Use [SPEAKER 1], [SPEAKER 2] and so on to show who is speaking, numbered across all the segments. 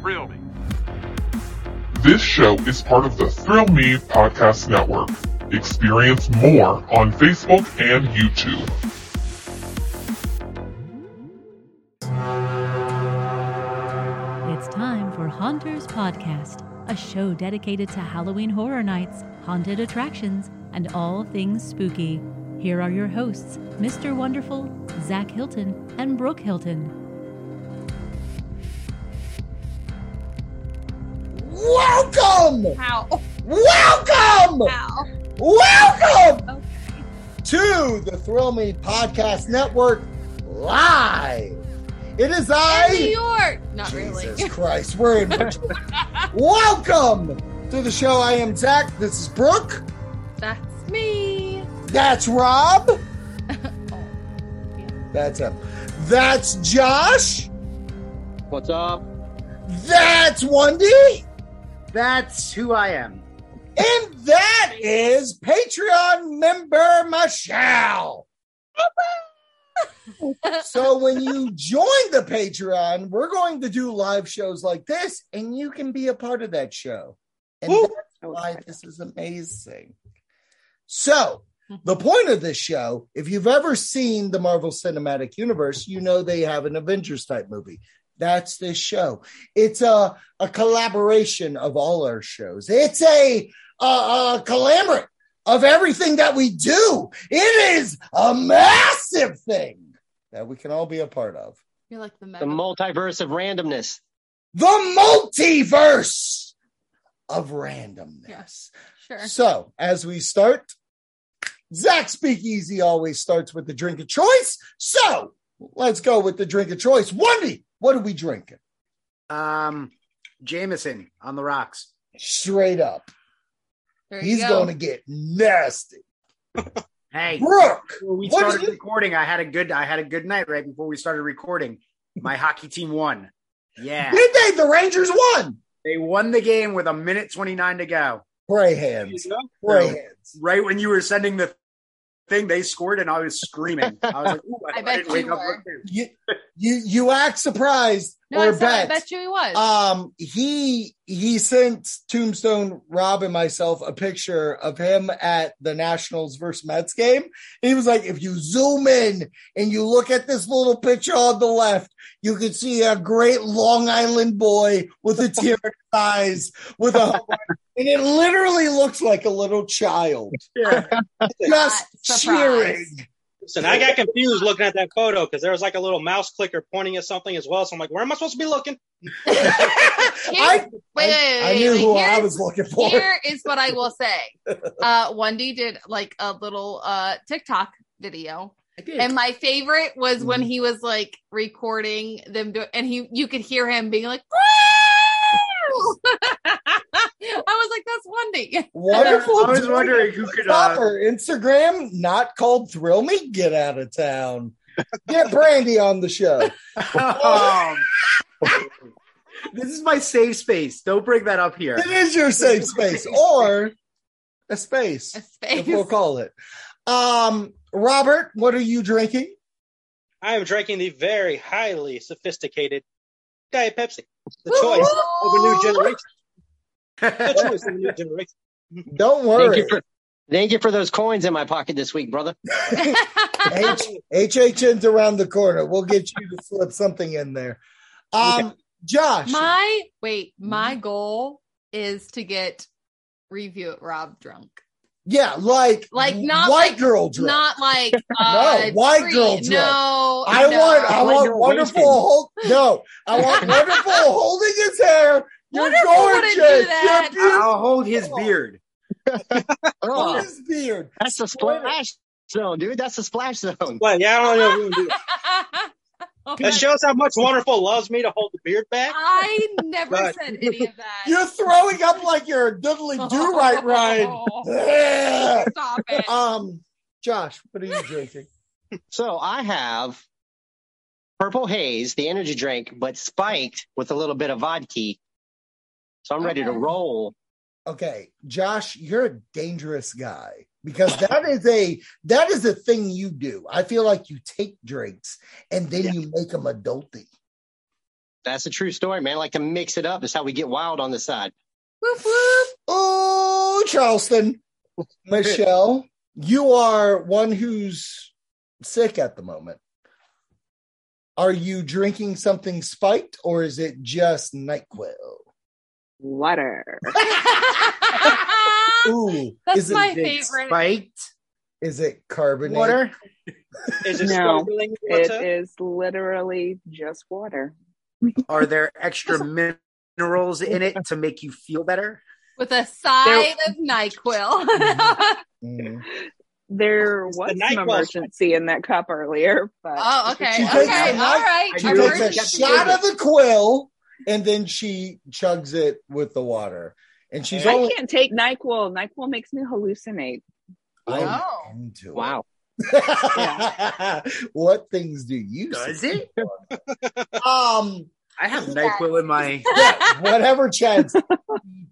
[SPEAKER 1] thrill me.
[SPEAKER 2] This show is part of the Thrill Me Podcast Network. Experience more on Facebook and YouTube.
[SPEAKER 3] It's time for Haunters Podcast, a show dedicated to Halloween horror nights, haunted attractions, and all things spooky. Here are your hosts, Mr. Wonderful, Zach Hilton, and Brooke Hilton.
[SPEAKER 4] Welcome!
[SPEAKER 5] Ow.
[SPEAKER 4] Welcome!
[SPEAKER 5] Ow.
[SPEAKER 4] Welcome
[SPEAKER 5] Okay.
[SPEAKER 4] to the Thrill Me Podcast Network live. It is I.
[SPEAKER 5] New York. Not
[SPEAKER 4] Jesus
[SPEAKER 5] really.
[SPEAKER 4] Christ, we're in. Virginia. Welcome to the show. I am Zach. This is Brooke.
[SPEAKER 5] That's me.
[SPEAKER 4] That's Rob. That's him. That's Josh.
[SPEAKER 6] What's up?
[SPEAKER 4] That's Wendy.
[SPEAKER 7] That's who I am.
[SPEAKER 4] And that is Patreon member Michelle. so when you join the Patreon, we're going to do live shows like this, and you can be a part of that show. And that's why this is amazing. So the point of this show, if you've ever seen the Marvel Cinematic Universe, you know they have an Avengers type movie. That's this show. It's a, a collaboration of all our shows. It's a uh, uh, conglomerate of everything that we do. It is a massive thing that we can all be a part of.
[SPEAKER 5] You're like the mega.
[SPEAKER 6] The multiverse of randomness.
[SPEAKER 4] The multiverse of randomness.
[SPEAKER 5] Yes. Sure.
[SPEAKER 4] So, as we start, Zach Speakeasy always starts with the drink of choice. So, let's go with the drink of choice. Wendy, what are we drinking?
[SPEAKER 7] Um, Jameson on the rocks.
[SPEAKER 4] Straight up.
[SPEAKER 5] There you
[SPEAKER 4] He's
[SPEAKER 5] go.
[SPEAKER 4] going to get nasty.
[SPEAKER 7] Hey,
[SPEAKER 4] Brooke,
[SPEAKER 7] before we
[SPEAKER 4] what
[SPEAKER 7] started
[SPEAKER 4] did you-
[SPEAKER 7] recording. I had a good. I had a good night right before we started recording. My hockey team won. Yeah,
[SPEAKER 4] did they? The Rangers won.
[SPEAKER 7] they won the game with a minute twenty nine to go.
[SPEAKER 4] Pray hands. Pray hands.
[SPEAKER 7] Right when you were sending the thing, they scored, and I was screaming. I was like, Ooh, I,
[SPEAKER 5] I
[SPEAKER 7] hope
[SPEAKER 5] bet
[SPEAKER 7] didn't
[SPEAKER 5] you
[SPEAKER 7] wake up
[SPEAKER 5] were.
[SPEAKER 7] like this."
[SPEAKER 4] you you you act surprised
[SPEAKER 5] No,
[SPEAKER 4] or
[SPEAKER 5] I'm sorry. I
[SPEAKER 4] bet.
[SPEAKER 5] bet you he was.
[SPEAKER 4] Um, he he sent Tombstone Rob and myself a picture of him at the Nationals versus Mets game. He was like, if you zoom in and you look at this little picture on the left, you can see a great Long Island boy with a tear in his eyes, with a and it literally looks like a little child
[SPEAKER 7] Yeah.
[SPEAKER 4] just
[SPEAKER 5] surprised.
[SPEAKER 4] cheering.
[SPEAKER 8] Listen, I got confused looking at that photo because there was like a little mouse clicker pointing at something as well. So I'm like, where am I supposed to be looking?
[SPEAKER 4] I,
[SPEAKER 5] wait, wait,
[SPEAKER 4] I
[SPEAKER 5] wait,
[SPEAKER 4] knew
[SPEAKER 5] wait.
[SPEAKER 4] who I
[SPEAKER 5] Here's-
[SPEAKER 4] was looking for.
[SPEAKER 5] Here is what I will say. Uh, Wendy did like a little uh TikTok video,
[SPEAKER 7] I did.
[SPEAKER 5] and my favorite was
[SPEAKER 4] Mm.
[SPEAKER 5] when he was like recording them, do- and he you could hear him being like. "Woo!" I was like, "That's Wendy."
[SPEAKER 4] Wonderful.
[SPEAKER 7] I was
[SPEAKER 4] dude.
[SPEAKER 7] wondering who could. Uh,
[SPEAKER 4] Proper Instagram, not called Thrill Me. Get out of town. Get Brandy on the show.
[SPEAKER 7] um, this is my safe space. Don't bring that up here.
[SPEAKER 4] It is your safe space, or a space,
[SPEAKER 5] A
[SPEAKER 4] if
[SPEAKER 5] space.
[SPEAKER 4] we'll call it. Um, Robert, what are you drinking?
[SPEAKER 8] I am drinking the very highly sophisticated Diet Pepsi, the
[SPEAKER 5] Woo!
[SPEAKER 8] choice of a new generation. The choice of a new generation.
[SPEAKER 4] Don't
[SPEAKER 6] Thank
[SPEAKER 4] worry.
[SPEAKER 6] you for thank you for those coins in my pocket this week, brother.
[SPEAKER 4] H- HHN's around the corner. We'll get you to slip something in there. Um, Josh,
[SPEAKER 5] my wait, my
[SPEAKER 4] Mm-hmm.
[SPEAKER 5] goal is to get review it Rob drunk.
[SPEAKER 4] yeah, like
[SPEAKER 5] Like, not
[SPEAKER 4] white
[SPEAKER 5] like-
[SPEAKER 4] girl drink.
[SPEAKER 5] Not like uh,
[SPEAKER 4] white
[SPEAKER 5] free-
[SPEAKER 4] girl drunk.
[SPEAKER 5] No,
[SPEAKER 4] I
[SPEAKER 5] no.
[SPEAKER 4] want, I
[SPEAKER 6] Like
[SPEAKER 4] want
[SPEAKER 6] you're
[SPEAKER 4] wonderful.
[SPEAKER 6] wasting.
[SPEAKER 4] Hol- no, I want wonderful holding his hair. You're
[SPEAKER 5] Wonderful
[SPEAKER 4] gorgeous.
[SPEAKER 5] wouldn't do
[SPEAKER 4] You're
[SPEAKER 5] that.
[SPEAKER 4] beautiful.
[SPEAKER 7] I'll hold his beard.
[SPEAKER 4] Hold
[SPEAKER 6] Oh,
[SPEAKER 4] his beard.
[SPEAKER 6] that's the splash zone, dude. That's the splash zone.
[SPEAKER 8] But yeah, I don't know. if we can do it.
[SPEAKER 5] Oh my-
[SPEAKER 8] That shows how much Wonderful loves me to hold the beard back.
[SPEAKER 5] I never
[SPEAKER 8] Right.
[SPEAKER 5] said any of that.
[SPEAKER 4] You're throwing up like you're a diddly do right, Ryan. Ugh.
[SPEAKER 5] Stop it.
[SPEAKER 4] um, Josh, what are you drinking?
[SPEAKER 6] So I have purple haze, the energy drink, but spiked with a little bit of vodka. So I'm ready to
[SPEAKER 5] Okay.
[SPEAKER 6] roll.
[SPEAKER 4] Okay, Josh, you're a dangerous guy because that is a that is a thing you do. I feel like you take drinks and then you make them adulty.
[SPEAKER 6] That's a true story, man. I like to mix it up. It's how we get wild on the side.
[SPEAKER 5] Woof, woof.
[SPEAKER 4] Oh, Charleston. Michelle, you are one who's sick at the moment. Are you drinking something spiked or is it just NyQuil?
[SPEAKER 1] Water.
[SPEAKER 4] Ooh,
[SPEAKER 5] That's
[SPEAKER 4] is it,
[SPEAKER 5] my
[SPEAKER 7] Is it
[SPEAKER 5] favorite.
[SPEAKER 7] Spiked
[SPEAKER 4] is it carbonated?
[SPEAKER 7] water.
[SPEAKER 8] Is it
[SPEAKER 1] No,
[SPEAKER 8] sparkling
[SPEAKER 1] It
[SPEAKER 8] water?
[SPEAKER 1] is literally just water.
[SPEAKER 7] Are there extra minerals in it to make you feel better?
[SPEAKER 5] with a side of NyQuil.
[SPEAKER 4] Mm.
[SPEAKER 1] There
[SPEAKER 8] It's
[SPEAKER 1] was
[SPEAKER 8] the
[SPEAKER 1] some
[SPEAKER 8] NyQuil
[SPEAKER 1] emergency in that cup earlier, but
[SPEAKER 5] oh, okay.
[SPEAKER 4] She
[SPEAKER 5] okay.
[SPEAKER 4] takes a
[SPEAKER 5] All
[SPEAKER 4] night-
[SPEAKER 5] right.
[SPEAKER 7] she
[SPEAKER 4] She
[SPEAKER 5] I
[SPEAKER 7] I've
[SPEAKER 4] takes
[SPEAKER 5] heard
[SPEAKER 7] heard
[SPEAKER 4] a
[SPEAKER 5] you.
[SPEAKER 7] that
[SPEAKER 4] shot
[SPEAKER 7] before.
[SPEAKER 4] of the quill and then she chugs it with the water. And she's
[SPEAKER 1] I
[SPEAKER 4] only
[SPEAKER 1] can't take NyQuil. NyQuil makes me hallucinate.
[SPEAKER 4] I'm
[SPEAKER 5] Oh.
[SPEAKER 4] into it.
[SPEAKER 6] Wow.
[SPEAKER 4] what things do you
[SPEAKER 7] Does
[SPEAKER 4] see?
[SPEAKER 7] it?
[SPEAKER 4] Um,
[SPEAKER 7] I have NyQuil in my.
[SPEAKER 4] yeah, whatever Chad's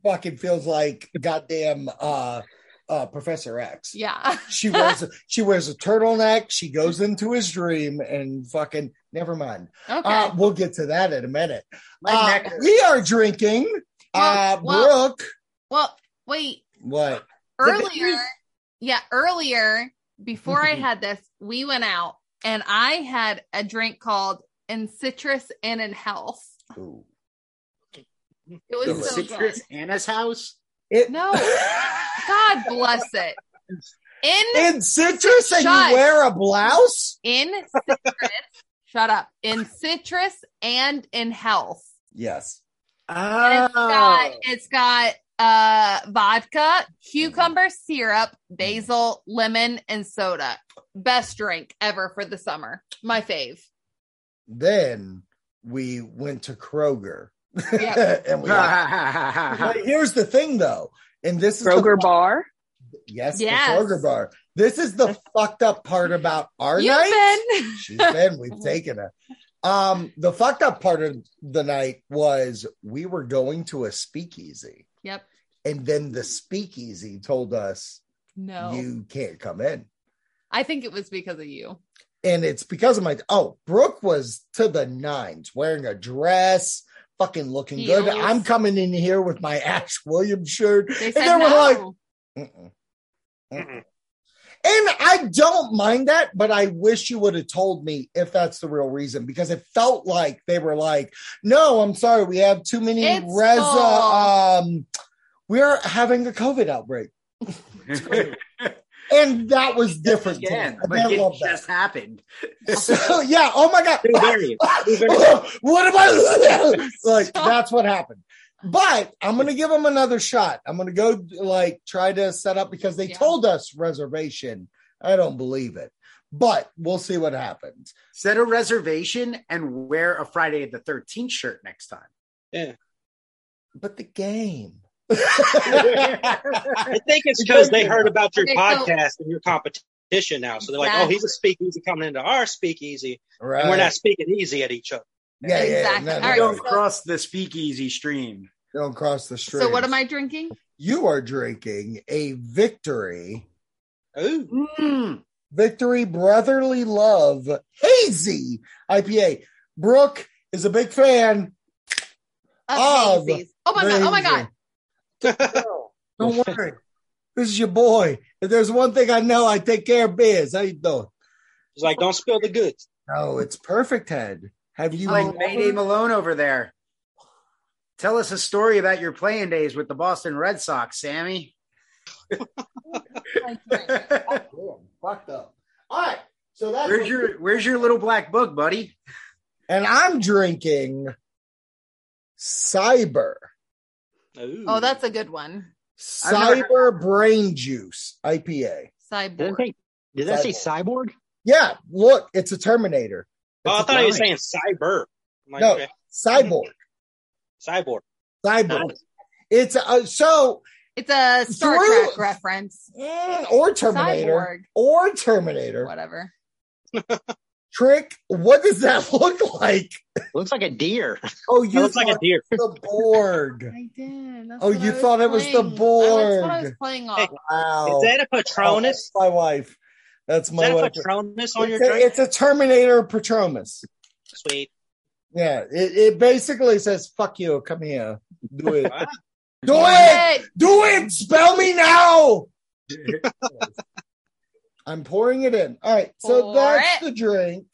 [SPEAKER 4] fucking feels like goddamn uh uh Professor X.
[SPEAKER 5] Yeah.
[SPEAKER 4] She wears a, she wears a turtleneck, she goes into his dream and fucking never mind.
[SPEAKER 5] Okay.
[SPEAKER 4] Uh we'll get to that in a minute.
[SPEAKER 7] My
[SPEAKER 4] Uh,
[SPEAKER 7] neck hurts.
[SPEAKER 4] we are drinking uh
[SPEAKER 5] Well, well-
[SPEAKER 4] Brooke
[SPEAKER 5] well, wait.
[SPEAKER 4] what
[SPEAKER 5] Earlier, yeah, earlier before I had this, we went out and I had a drink called In Citrus and in Health.
[SPEAKER 4] Ooh.
[SPEAKER 5] It was
[SPEAKER 7] in
[SPEAKER 5] so
[SPEAKER 7] Citrus Anna's house.
[SPEAKER 4] It,
[SPEAKER 5] good. No, God bless it. In
[SPEAKER 4] in citrus and
[SPEAKER 5] Shut.
[SPEAKER 4] you wear a blouse?
[SPEAKER 5] in citrus, shut up. In citrus and in health.
[SPEAKER 4] Yes.
[SPEAKER 5] And it's got
[SPEAKER 7] Oh,
[SPEAKER 5] it's got uh vodka, cucumber
[SPEAKER 7] Mm-hmm.
[SPEAKER 5] syrup, basil, lemon, and soda. Best drink ever for the summer. My fave.
[SPEAKER 4] Then we went to Kroger.
[SPEAKER 5] Yep.
[SPEAKER 4] and we got- But here's the thing though, and this is
[SPEAKER 1] Uh-huh. Kroger
[SPEAKER 4] the,
[SPEAKER 1] bar.
[SPEAKER 4] Yes,
[SPEAKER 5] Yes.
[SPEAKER 4] the Kroger bar. This is the fucked up part about our
[SPEAKER 5] You've
[SPEAKER 4] night.
[SPEAKER 5] been
[SPEAKER 4] She's been. We've taken her. Um, the fucked up part of the night was we were going to a speakeasy,
[SPEAKER 5] Yep.
[SPEAKER 4] and then the speakeasy told us
[SPEAKER 5] No.
[SPEAKER 4] you can't come in.
[SPEAKER 5] I think it was because of you.
[SPEAKER 4] And it's because of my oh, Brooke was to the nines, wearing a dress, fucking looking good.
[SPEAKER 5] Heels.
[SPEAKER 4] I'm coming in here with my Ash Williams shirt.
[SPEAKER 5] They
[SPEAKER 4] And
[SPEAKER 5] said
[SPEAKER 4] they were like,
[SPEAKER 5] no.
[SPEAKER 4] Mm-mm.
[SPEAKER 8] Mm-mm.
[SPEAKER 4] And I don't mind that, but I wish you would have told me if that's the real reason because it felt like they were like, no, I'm sorry, we have too many
[SPEAKER 5] It's
[SPEAKER 4] Reza.
[SPEAKER 5] full.
[SPEAKER 4] Um, we're having a COVID outbreak. And that was different. to me.
[SPEAKER 7] Again,
[SPEAKER 4] I
[SPEAKER 7] like
[SPEAKER 4] did
[SPEAKER 7] it
[SPEAKER 4] love that.
[SPEAKER 7] just happened.
[SPEAKER 4] So, yeah. Oh my God.
[SPEAKER 6] Who dare you?
[SPEAKER 4] what am I? like, that's what happened. But I'm going to give them another shot. I'm going to go, like, try to set up because they
[SPEAKER 5] Yeah.
[SPEAKER 4] told us reservation. I don't believe it, but we'll see what happens.
[SPEAKER 7] Set a reservation and wear a Friday the Thirteenth shirt next time.
[SPEAKER 4] But the game.
[SPEAKER 8] I think it's because they heard about your
[SPEAKER 5] Okay, so-
[SPEAKER 8] podcast and your competition now. So they're like, oh, he's a speakeasy coming into our speakeasy,
[SPEAKER 4] right.
[SPEAKER 8] and we're not speaking easy at each other.
[SPEAKER 4] yeah, yeah,
[SPEAKER 5] Exactly.
[SPEAKER 4] no, no,
[SPEAKER 5] All right,
[SPEAKER 4] don't,
[SPEAKER 7] Don't
[SPEAKER 5] so-
[SPEAKER 7] cross the speakeasy stream.
[SPEAKER 4] don't cross the street.
[SPEAKER 5] So what am I drinking?
[SPEAKER 4] You are drinking a victory,
[SPEAKER 8] Ooh.
[SPEAKER 7] Mm.
[SPEAKER 4] victory, brotherly love, hazy IPA. Brooke is a big fan.
[SPEAKER 5] Oh,
[SPEAKER 4] Of
[SPEAKER 5] oh my god. Oh my god.
[SPEAKER 4] Don't worry. This is your boy. If there's one thing I know, I take care of biz. How you doing?
[SPEAKER 8] It's like, don't spill the goods.
[SPEAKER 4] No, it's perfect head. Have you
[SPEAKER 5] Oh,
[SPEAKER 7] Like
[SPEAKER 4] ever-
[SPEAKER 7] Mayday Malone over there. Tell us a story about your playing days with the Boston Red Sox, Sammy.
[SPEAKER 4] Damn, fucked up. All right. So that's
[SPEAKER 7] where's your Where's your little black book, buddy?
[SPEAKER 4] and I'm drinking cyber.
[SPEAKER 8] Ooh.
[SPEAKER 5] Oh, that's a good one.
[SPEAKER 7] I've never heard
[SPEAKER 4] Cyber brain juice IPA.
[SPEAKER 6] Did,
[SPEAKER 5] Cyborg.
[SPEAKER 6] they, did that say cyborg?
[SPEAKER 4] Yeah, look, it's a Terminator.
[SPEAKER 8] Oh, I
[SPEAKER 4] It's a
[SPEAKER 8] thought he was
[SPEAKER 4] line.
[SPEAKER 8] saying cyber. I'm like,
[SPEAKER 4] No.
[SPEAKER 8] okay,
[SPEAKER 4] cyborg.
[SPEAKER 8] cyborg.
[SPEAKER 4] Cyborg. It's uh, so
[SPEAKER 5] It's a Star
[SPEAKER 4] Through-
[SPEAKER 5] Trek reference.
[SPEAKER 4] mm, or Terminator
[SPEAKER 5] Cyborg.
[SPEAKER 4] or Terminator.
[SPEAKER 5] Whatever.
[SPEAKER 4] Trick, what does that look like?
[SPEAKER 6] Looks like a deer.
[SPEAKER 4] Oh,
[SPEAKER 8] That
[SPEAKER 4] you
[SPEAKER 8] looks like a
[SPEAKER 4] thought
[SPEAKER 8] deer.
[SPEAKER 4] it was the Borg.
[SPEAKER 5] I did.
[SPEAKER 4] Oh, you thought it was the
[SPEAKER 5] board. I was,
[SPEAKER 4] Borg.
[SPEAKER 5] playing off.
[SPEAKER 8] Hey,
[SPEAKER 4] Wow.
[SPEAKER 8] Is that a
[SPEAKER 4] Oh,
[SPEAKER 8] Patronus?
[SPEAKER 4] that's my wife. That's
[SPEAKER 8] Is
[SPEAKER 4] my
[SPEAKER 8] that a
[SPEAKER 4] wife.
[SPEAKER 8] Patronus on your
[SPEAKER 4] It's a,
[SPEAKER 8] drink?
[SPEAKER 4] it's a Terminator Patronus.
[SPEAKER 8] Sweet.
[SPEAKER 4] Yeah, it, it basically says "fuck you." Come here, do it,
[SPEAKER 8] Wow.
[SPEAKER 4] do it, do it. Spell me now. I'm pouring it in. All right, so
[SPEAKER 5] Pour
[SPEAKER 4] that's
[SPEAKER 5] it.
[SPEAKER 4] the drink.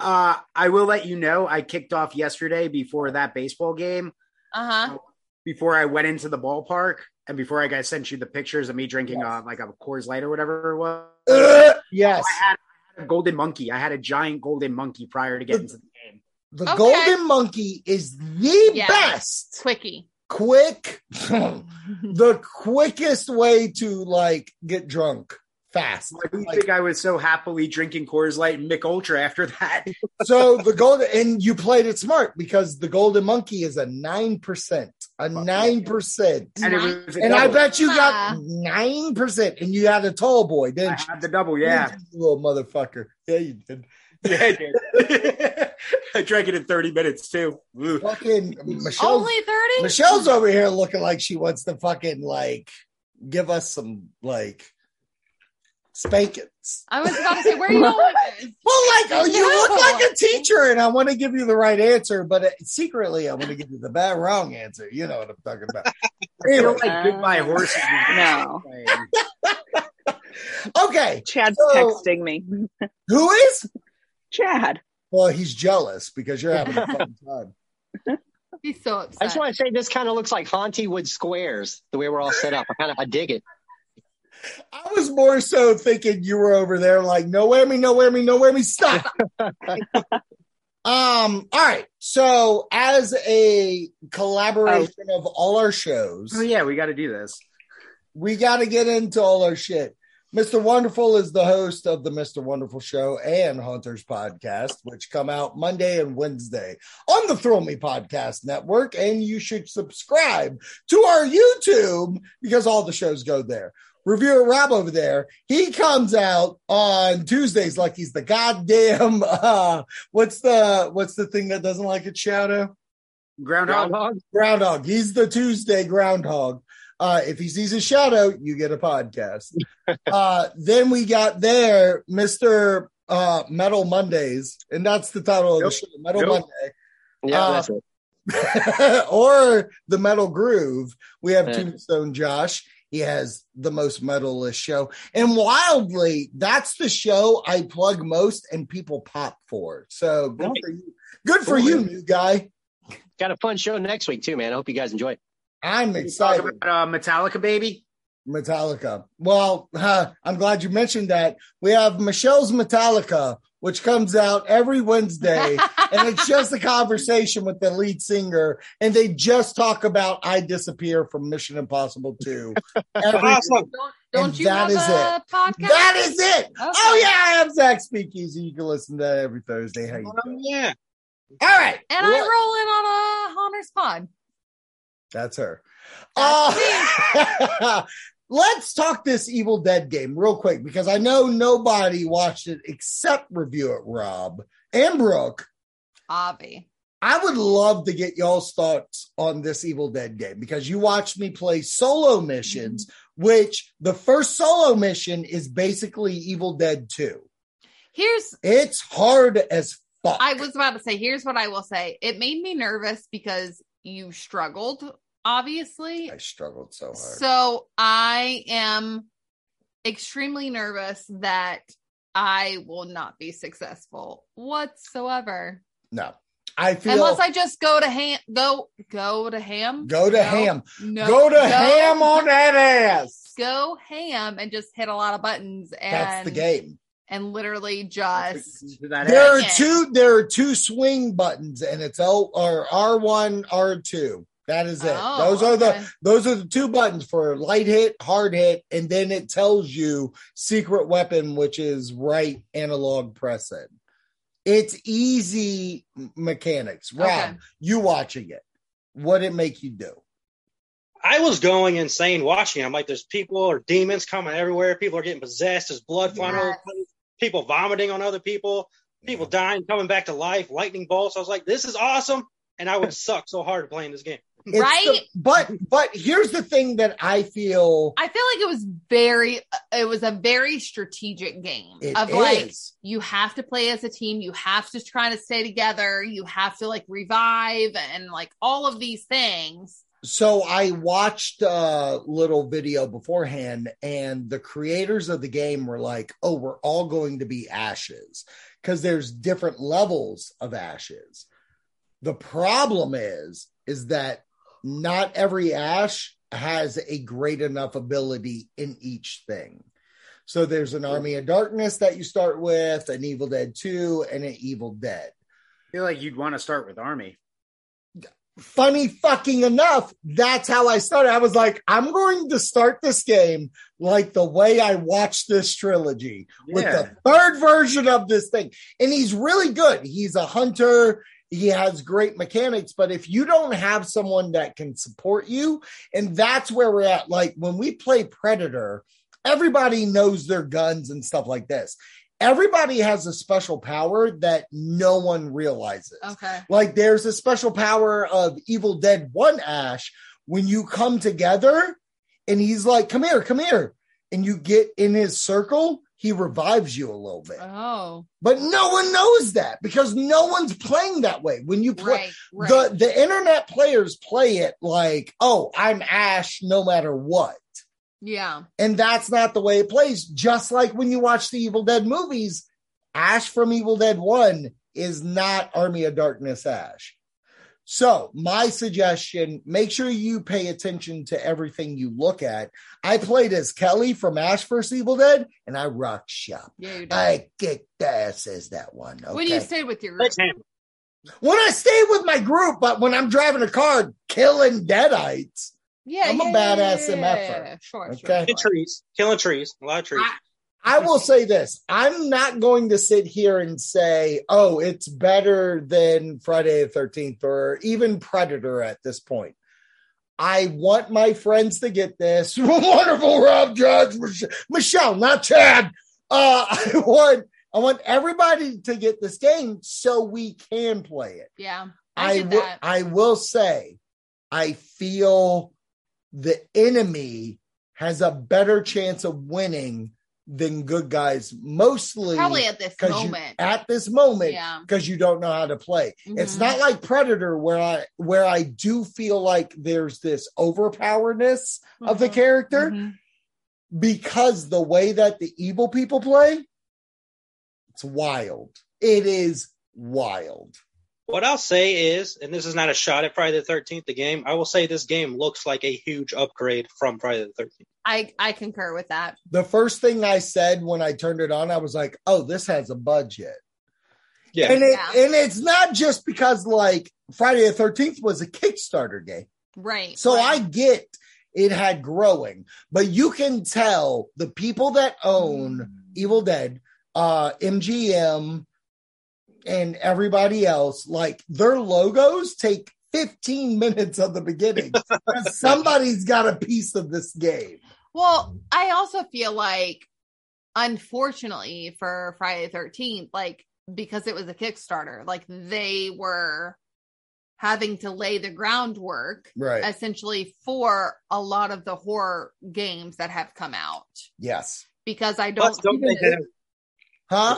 [SPEAKER 7] Uh, I will let you know. I kicked off yesterday before that baseball game.
[SPEAKER 5] Uh huh.
[SPEAKER 7] Before I went into the ballpark, and before I guys sent you the pictures of me drinking
[SPEAKER 4] Yes.
[SPEAKER 7] uh, like a Coors Light or whatever it was.
[SPEAKER 4] Ugh, yes,
[SPEAKER 7] I had, I had a golden monkey. I had a giant golden monkey prior to getting to the game.
[SPEAKER 4] the
[SPEAKER 5] Okay.
[SPEAKER 4] golden monkey is the
[SPEAKER 5] Yes.
[SPEAKER 4] best.
[SPEAKER 5] Quickie.
[SPEAKER 4] Quick, the quickest way to like get drunk fast.
[SPEAKER 7] Why do you
[SPEAKER 4] Like,
[SPEAKER 7] think I was so happily drinking Coors Light and Mick Ultra after that?
[SPEAKER 4] so the golden and you played it smart because the golden monkey is a nine percent, a nine percent,
[SPEAKER 7] And it was a
[SPEAKER 4] and I
[SPEAKER 7] double.
[SPEAKER 4] bet you
[SPEAKER 5] Ah.
[SPEAKER 4] got nine percent, and you had a tall boy,
[SPEAKER 7] I
[SPEAKER 4] didn't you?
[SPEAKER 7] had the double, yeah.
[SPEAKER 4] Didn't you, little motherfucker. Yeah, you did.
[SPEAKER 7] yeah I, did. I drank it in 30 minutes too. Ooh.
[SPEAKER 4] Fucking Michelle.
[SPEAKER 5] Only 30?
[SPEAKER 4] Michelle's over here looking like she wants to fucking like give us some like spankings.
[SPEAKER 5] I was about to say, where are you going with this?
[SPEAKER 4] Well, like oh, you look
[SPEAKER 5] No.
[SPEAKER 4] like a teacher, and I want to give you the right answer, but uh, secretly I want to give you the bad wrong answer. You know what I'm talking about.
[SPEAKER 7] I feel
[SPEAKER 4] Anyway,
[SPEAKER 7] like goodbye horses.
[SPEAKER 1] No.
[SPEAKER 4] okay,
[SPEAKER 1] Chad's
[SPEAKER 4] So-
[SPEAKER 1] texting me.
[SPEAKER 4] who is?
[SPEAKER 1] Chad.
[SPEAKER 4] Well, he's jealous because you're having a fun time.
[SPEAKER 5] He's so
[SPEAKER 6] I
[SPEAKER 5] upset.
[SPEAKER 6] just want to say this kind of looks like Hauntywood Squares, the way we're all set up. I kind of I dig it.
[SPEAKER 4] I was more so thinking you were over there, like no whammy, no whammy, no whammy, stop. um. All right. So as a collaboration of all our shows,
[SPEAKER 7] Oh, yeah, we got to do this.
[SPEAKER 4] we got to get into all our shit. Mr. Wonderful is the host of the Mr. Wonderful Show and Hunters Podcast, which come out Monday and Wednesday on the Thrill Me Podcast Network. And you should subscribe to our YouTube because all the shows go there. Reviewer Rob over there, he comes out on Tuesdays like he's the goddamn uh, what's the what's the thing that doesn't like it, Shadow?
[SPEAKER 7] Groundhog.
[SPEAKER 6] Groundhog?
[SPEAKER 4] Groundhog. He's the Tuesday groundhog. Uh, if he sees a shadow, you get a podcast. uh, then we got there, Mister uh, Metal Mondays, and that's the title of
[SPEAKER 7] Nope.
[SPEAKER 4] the show, Metal
[SPEAKER 7] Nope.
[SPEAKER 6] Yeah,
[SPEAKER 4] Uh,
[SPEAKER 6] that's it.
[SPEAKER 4] Monday, or the Metal Groove. We have
[SPEAKER 6] Yeah.
[SPEAKER 4] Tombstone Josh. He has the most metalist show, and wildly, that's the show I plug most, and people pop for. So good
[SPEAKER 6] Right.
[SPEAKER 4] for you, good for you, new guy.
[SPEAKER 6] Got a fun show next week, too, man. I hope you guys enjoy it.
[SPEAKER 4] I'm
[SPEAKER 7] We talk
[SPEAKER 4] excited.
[SPEAKER 7] about uh, Metallica, baby.
[SPEAKER 4] Metallica. Well, huh, I'm glad you mentioned that. We have Michelle's Metallica, which comes out every Wednesday, and it's just a conversation with the lead singer, and they just talk about "I Disappear" from Mission Impossible Two.
[SPEAKER 8] Oh,
[SPEAKER 4] Every-
[SPEAKER 8] Awesome.
[SPEAKER 5] don't don't
[SPEAKER 4] And
[SPEAKER 5] you
[SPEAKER 4] that
[SPEAKER 5] have
[SPEAKER 4] is
[SPEAKER 5] a podcast?
[SPEAKER 4] that is it.
[SPEAKER 5] Okay.
[SPEAKER 4] Oh yeah, I am Zach Speakeasy. You can listen to that every Thursday. How you
[SPEAKER 8] Oh,
[SPEAKER 4] doing?
[SPEAKER 8] yeah.
[SPEAKER 4] All right,
[SPEAKER 5] Um, And I roll in on a Haunter's pod.
[SPEAKER 4] That's her.
[SPEAKER 5] That's
[SPEAKER 4] Uh, let's talk this Evil Dead game real quick because I know nobody watched it except review it, Rob and Brooke.
[SPEAKER 5] Avi.
[SPEAKER 4] I would love to get y'all's thoughts on this Evil Dead game because you watched me play solo missions, which the first solo mission is basically Evil Dead 2.
[SPEAKER 5] Here's
[SPEAKER 4] It's hard as fuck.
[SPEAKER 5] I was about to say, here's what I will say. It made me nervous because you struggled, obviously.
[SPEAKER 4] I struggled so hard.
[SPEAKER 5] So I am extremely nervous that I will not be successful whatsoever.
[SPEAKER 4] no. I feel
[SPEAKER 5] Unless I just go to ham go go to ham.
[SPEAKER 4] go to
[SPEAKER 5] No,
[SPEAKER 4] ham.
[SPEAKER 5] No,
[SPEAKER 4] go to
[SPEAKER 5] no.
[SPEAKER 4] ham on that ass.
[SPEAKER 5] Go ham and just hit a lot of buttons and
[SPEAKER 4] That's the game.
[SPEAKER 5] and literally just
[SPEAKER 7] To that
[SPEAKER 4] There are
[SPEAKER 5] Yeah.
[SPEAKER 4] two. There are two swing buttons, and it's L or R one, R two. That is it.
[SPEAKER 5] Oh,
[SPEAKER 4] those are
[SPEAKER 5] okay.
[SPEAKER 4] the those are the two buttons for light hit, hard hit, and then it tells you secret weapon, which is right analog press in. It's easy m- mechanics. Rob,
[SPEAKER 5] Okay.
[SPEAKER 4] you watching it? What it make you do?
[SPEAKER 8] I was going insane watching. I'm like, there's people or demons coming everywhere. People are getting possessed. There's blood flying all over the place. People vomiting on other people. People dying, coming back to life. Lightning bolts. I was like, this is awesome. And I would suck so hard playing this game.
[SPEAKER 4] It's
[SPEAKER 5] Right?
[SPEAKER 4] the- but but here's the thing that I feel
[SPEAKER 5] I feel like it was very, it was a very strategic game
[SPEAKER 4] it
[SPEAKER 5] of like,
[SPEAKER 4] is.
[SPEAKER 5] you have to play as a team. You have to try to stay together. You have to like revive and like all of these things.
[SPEAKER 4] So I watched a little video beforehand, and the creators of the game were like, "Oh, we're all going to be ashes because there's different levels of ashes." The problem is, is that not every ash has a great enough ability in each thing. So there's an Army of Darkness that you start with, an Evil Dead Two, and an Evil Dead.
[SPEAKER 7] I feel like you'd want to start with Army.
[SPEAKER 4] funny fucking enough, that's how I started. I was like, I'm going to start this game like the way I watched this trilogy with the third version of this thing. And he's really good. He's a hunter. He has great mechanics, but if you don't have someone that can support you, and that's where we're at. Like when we play Predator, everybody knows their guns and stuff like this. Everybody has a special power that no one realizes.
[SPEAKER 5] Okay.
[SPEAKER 4] Like there's a special power of Evil Dead 1 Ash when you come together and he's like, come here, come here. And you get in his circle, he revives you a little bit.
[SPEAKER 5] Oh,
[SPEAKER 4] But no one knows that because no one's playing that way. When you play,
[SPEAKER 5] right. right.
[SPEAKER 4] the the internet players play it like, oh, I'm Ash no matter what.
[SPEAKER 5] yeah.
[SPEAKER 4] And that's not the way it plays. Just like when you watch the Evil Dead movies, Ash from Evil Dead 1 is not Army of Darkness Ash. So, my suggestion make sure you pay attention to everything you look at. I played as Kelly from Ash vs. Evil Dead, and I rock shop.
[SPEAKER 5] Yeah. You did.
[SPEAKER 4] I kicked ass, is that one. Okay.
[SPEAKER 5] When you stayed with your
[SPEAKER 8] Sledgehammer.
[SPEAKER 4] when I stay with my group, but when I'm driving a car killing deadites,
[SPEAKER 5] yeah,
[SPEAKER 4] I'm a
[SPEAKER 5] yeah,
[SPEAKER 4] badass
[SPEAKER 5] yeah,
[SPEAKER 4] MFer.
[SPEAKER 5] yeah, yeah. Sure, sure.
[SPEAKER 4] Okay.
[SPEAKER 8] Killing trees, killing trees, a lot of trees.
[SPEAKER 4] I will say this. I'm not going to sit here and say, oh, it's better than Friday the 13th or even Predator at this point. I want my friends to get this. Wonderful Rob Judge, Mich- Michelle, not Chad. Uh, I want I want everybody to get this game so we can play it.
[SPEAKER 5] Yeah. I,
[SPEAKER 4] I
[SPEAKER 5] did
[SPEAKER 4] will-
[SPEAKER 5] that.
[SPEAKER 4] I will say, I feel the enemy has a better chance of winning than good guys, mostly
[SPEAKER 5] Probably at this
[SPEAKER 4] 'cause you-
[SPEAKER 5] moment.
[SPEAKER 4] at this moment
[SPEAKER 5] Yeah.
[SPEAKER 4] because you don't know how to play. It's
[SPEAKER 5] Mhm.
[SPEAKER 4] not like Predator where I where I do feel like there's this overpowerness of the
[SPEAKER 5] Mhm.
[SPEAKER 4] character
[SPEAKER 5] Mhm.
[SPEAKER 4] because the way that the evil people play, it's wild. It is wild.
[SPEAKER 8] What I'll say is, and this is not a shot at Friday the Thirteenth, the game. I will say this game looks like a huge upgrade from Friday the Thirteenth.
[SPEAKER 5] I I concur with that.
[SPEAKER 4] the first thing I said when I turned it on, I was like, "Oh, this has a budget,"
[SPEAKER 8] Yeah,
[SPEAKER 4] and it,
[SPEAKER 5] Yeah.
[SPEAKER 4] and it's not just because like Friday the Thirteenth was a Kickstarter game,
[SPEAKER 5] Right.
[SPEAKER 4] so I
[SPEAKER 5] right.
[SPEAKER 4] get it had growing, but you can tell the people that own Evil Dead, uh, MGM, and everybody else like their logos take. 15 minutes of the beginning 'cause somebody's got a piece of this game.
[SPEAKER 5] Well, I also feel like, unfortunately, for Friday the 13th, like because it was a Kickstarter, like they were having to lay the groundwork
[SPEAKER 4] Right.
[SPEAKER 5] essentially for a lot of the horror games that have come out.
[SPEAKER 4] yes.
[SPEAKER 5] Because I don't,
[SPEAKER 8] plus don't they, have,
[SPEAKER 4] Huh?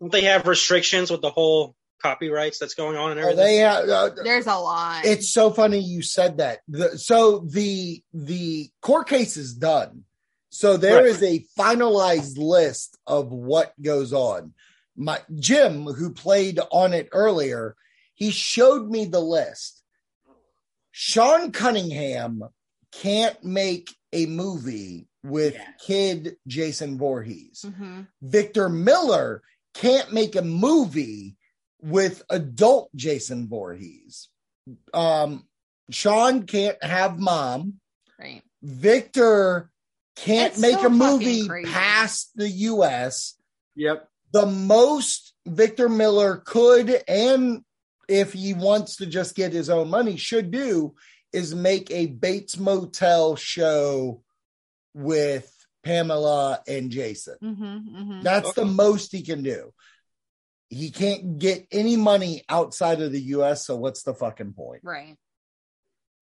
[SPEAKER 8] don't they have restrictions with the whole copyrights that's going on and
[SPEAKER 4] Are
[SPEAKER 8] everything?
[SPEAKER 4] they uh,
[SPEAKER 5] there's a lot.
[SPEAKER 4] it's so funny you said that. The, so the the court case is done. So there
[SPEAKER 8] Right.
[SPEAKER 4] is a finalized list of what goes on. My Jim, who played on it earlier, he showed me the list. Sean Cunningham can't make a movie with
[SPEAKER 7] Yeah.
[SPEAKER 4] kid Jason Voorhees.
[SPEAKER 5] Mhm.
[SPEAKER 4] Victor Miller can't make a movie with adult Jason Voorhees. Um, Sean can't have mom.
[SPEAKER 5] right.
[SPEAKER 4] Victor can't
[SPEAKER 5] It's
[SPEAKER 4] make
[SPEAKER 5] so
[SPEAKER 4] a movie
[SPEAKER 5] fucking crazy.
[SPEAKER 4] past the US.
[SPEAKER 7] Yep.
[SPEAKER 4] The most Victor Miller could, and if he wants to just get his own money, should do is make a Bates Motel show with Pamela and Jason.
[SPEAKER 5] Mhm, mhm.
[SPEAKER 4] That's the
[SPEAKER 8] Okay.
[SPEAKER 4] most he can do. He can't get any money outside of the US, so what's the fucking point?
[SPEAKER 5] Right.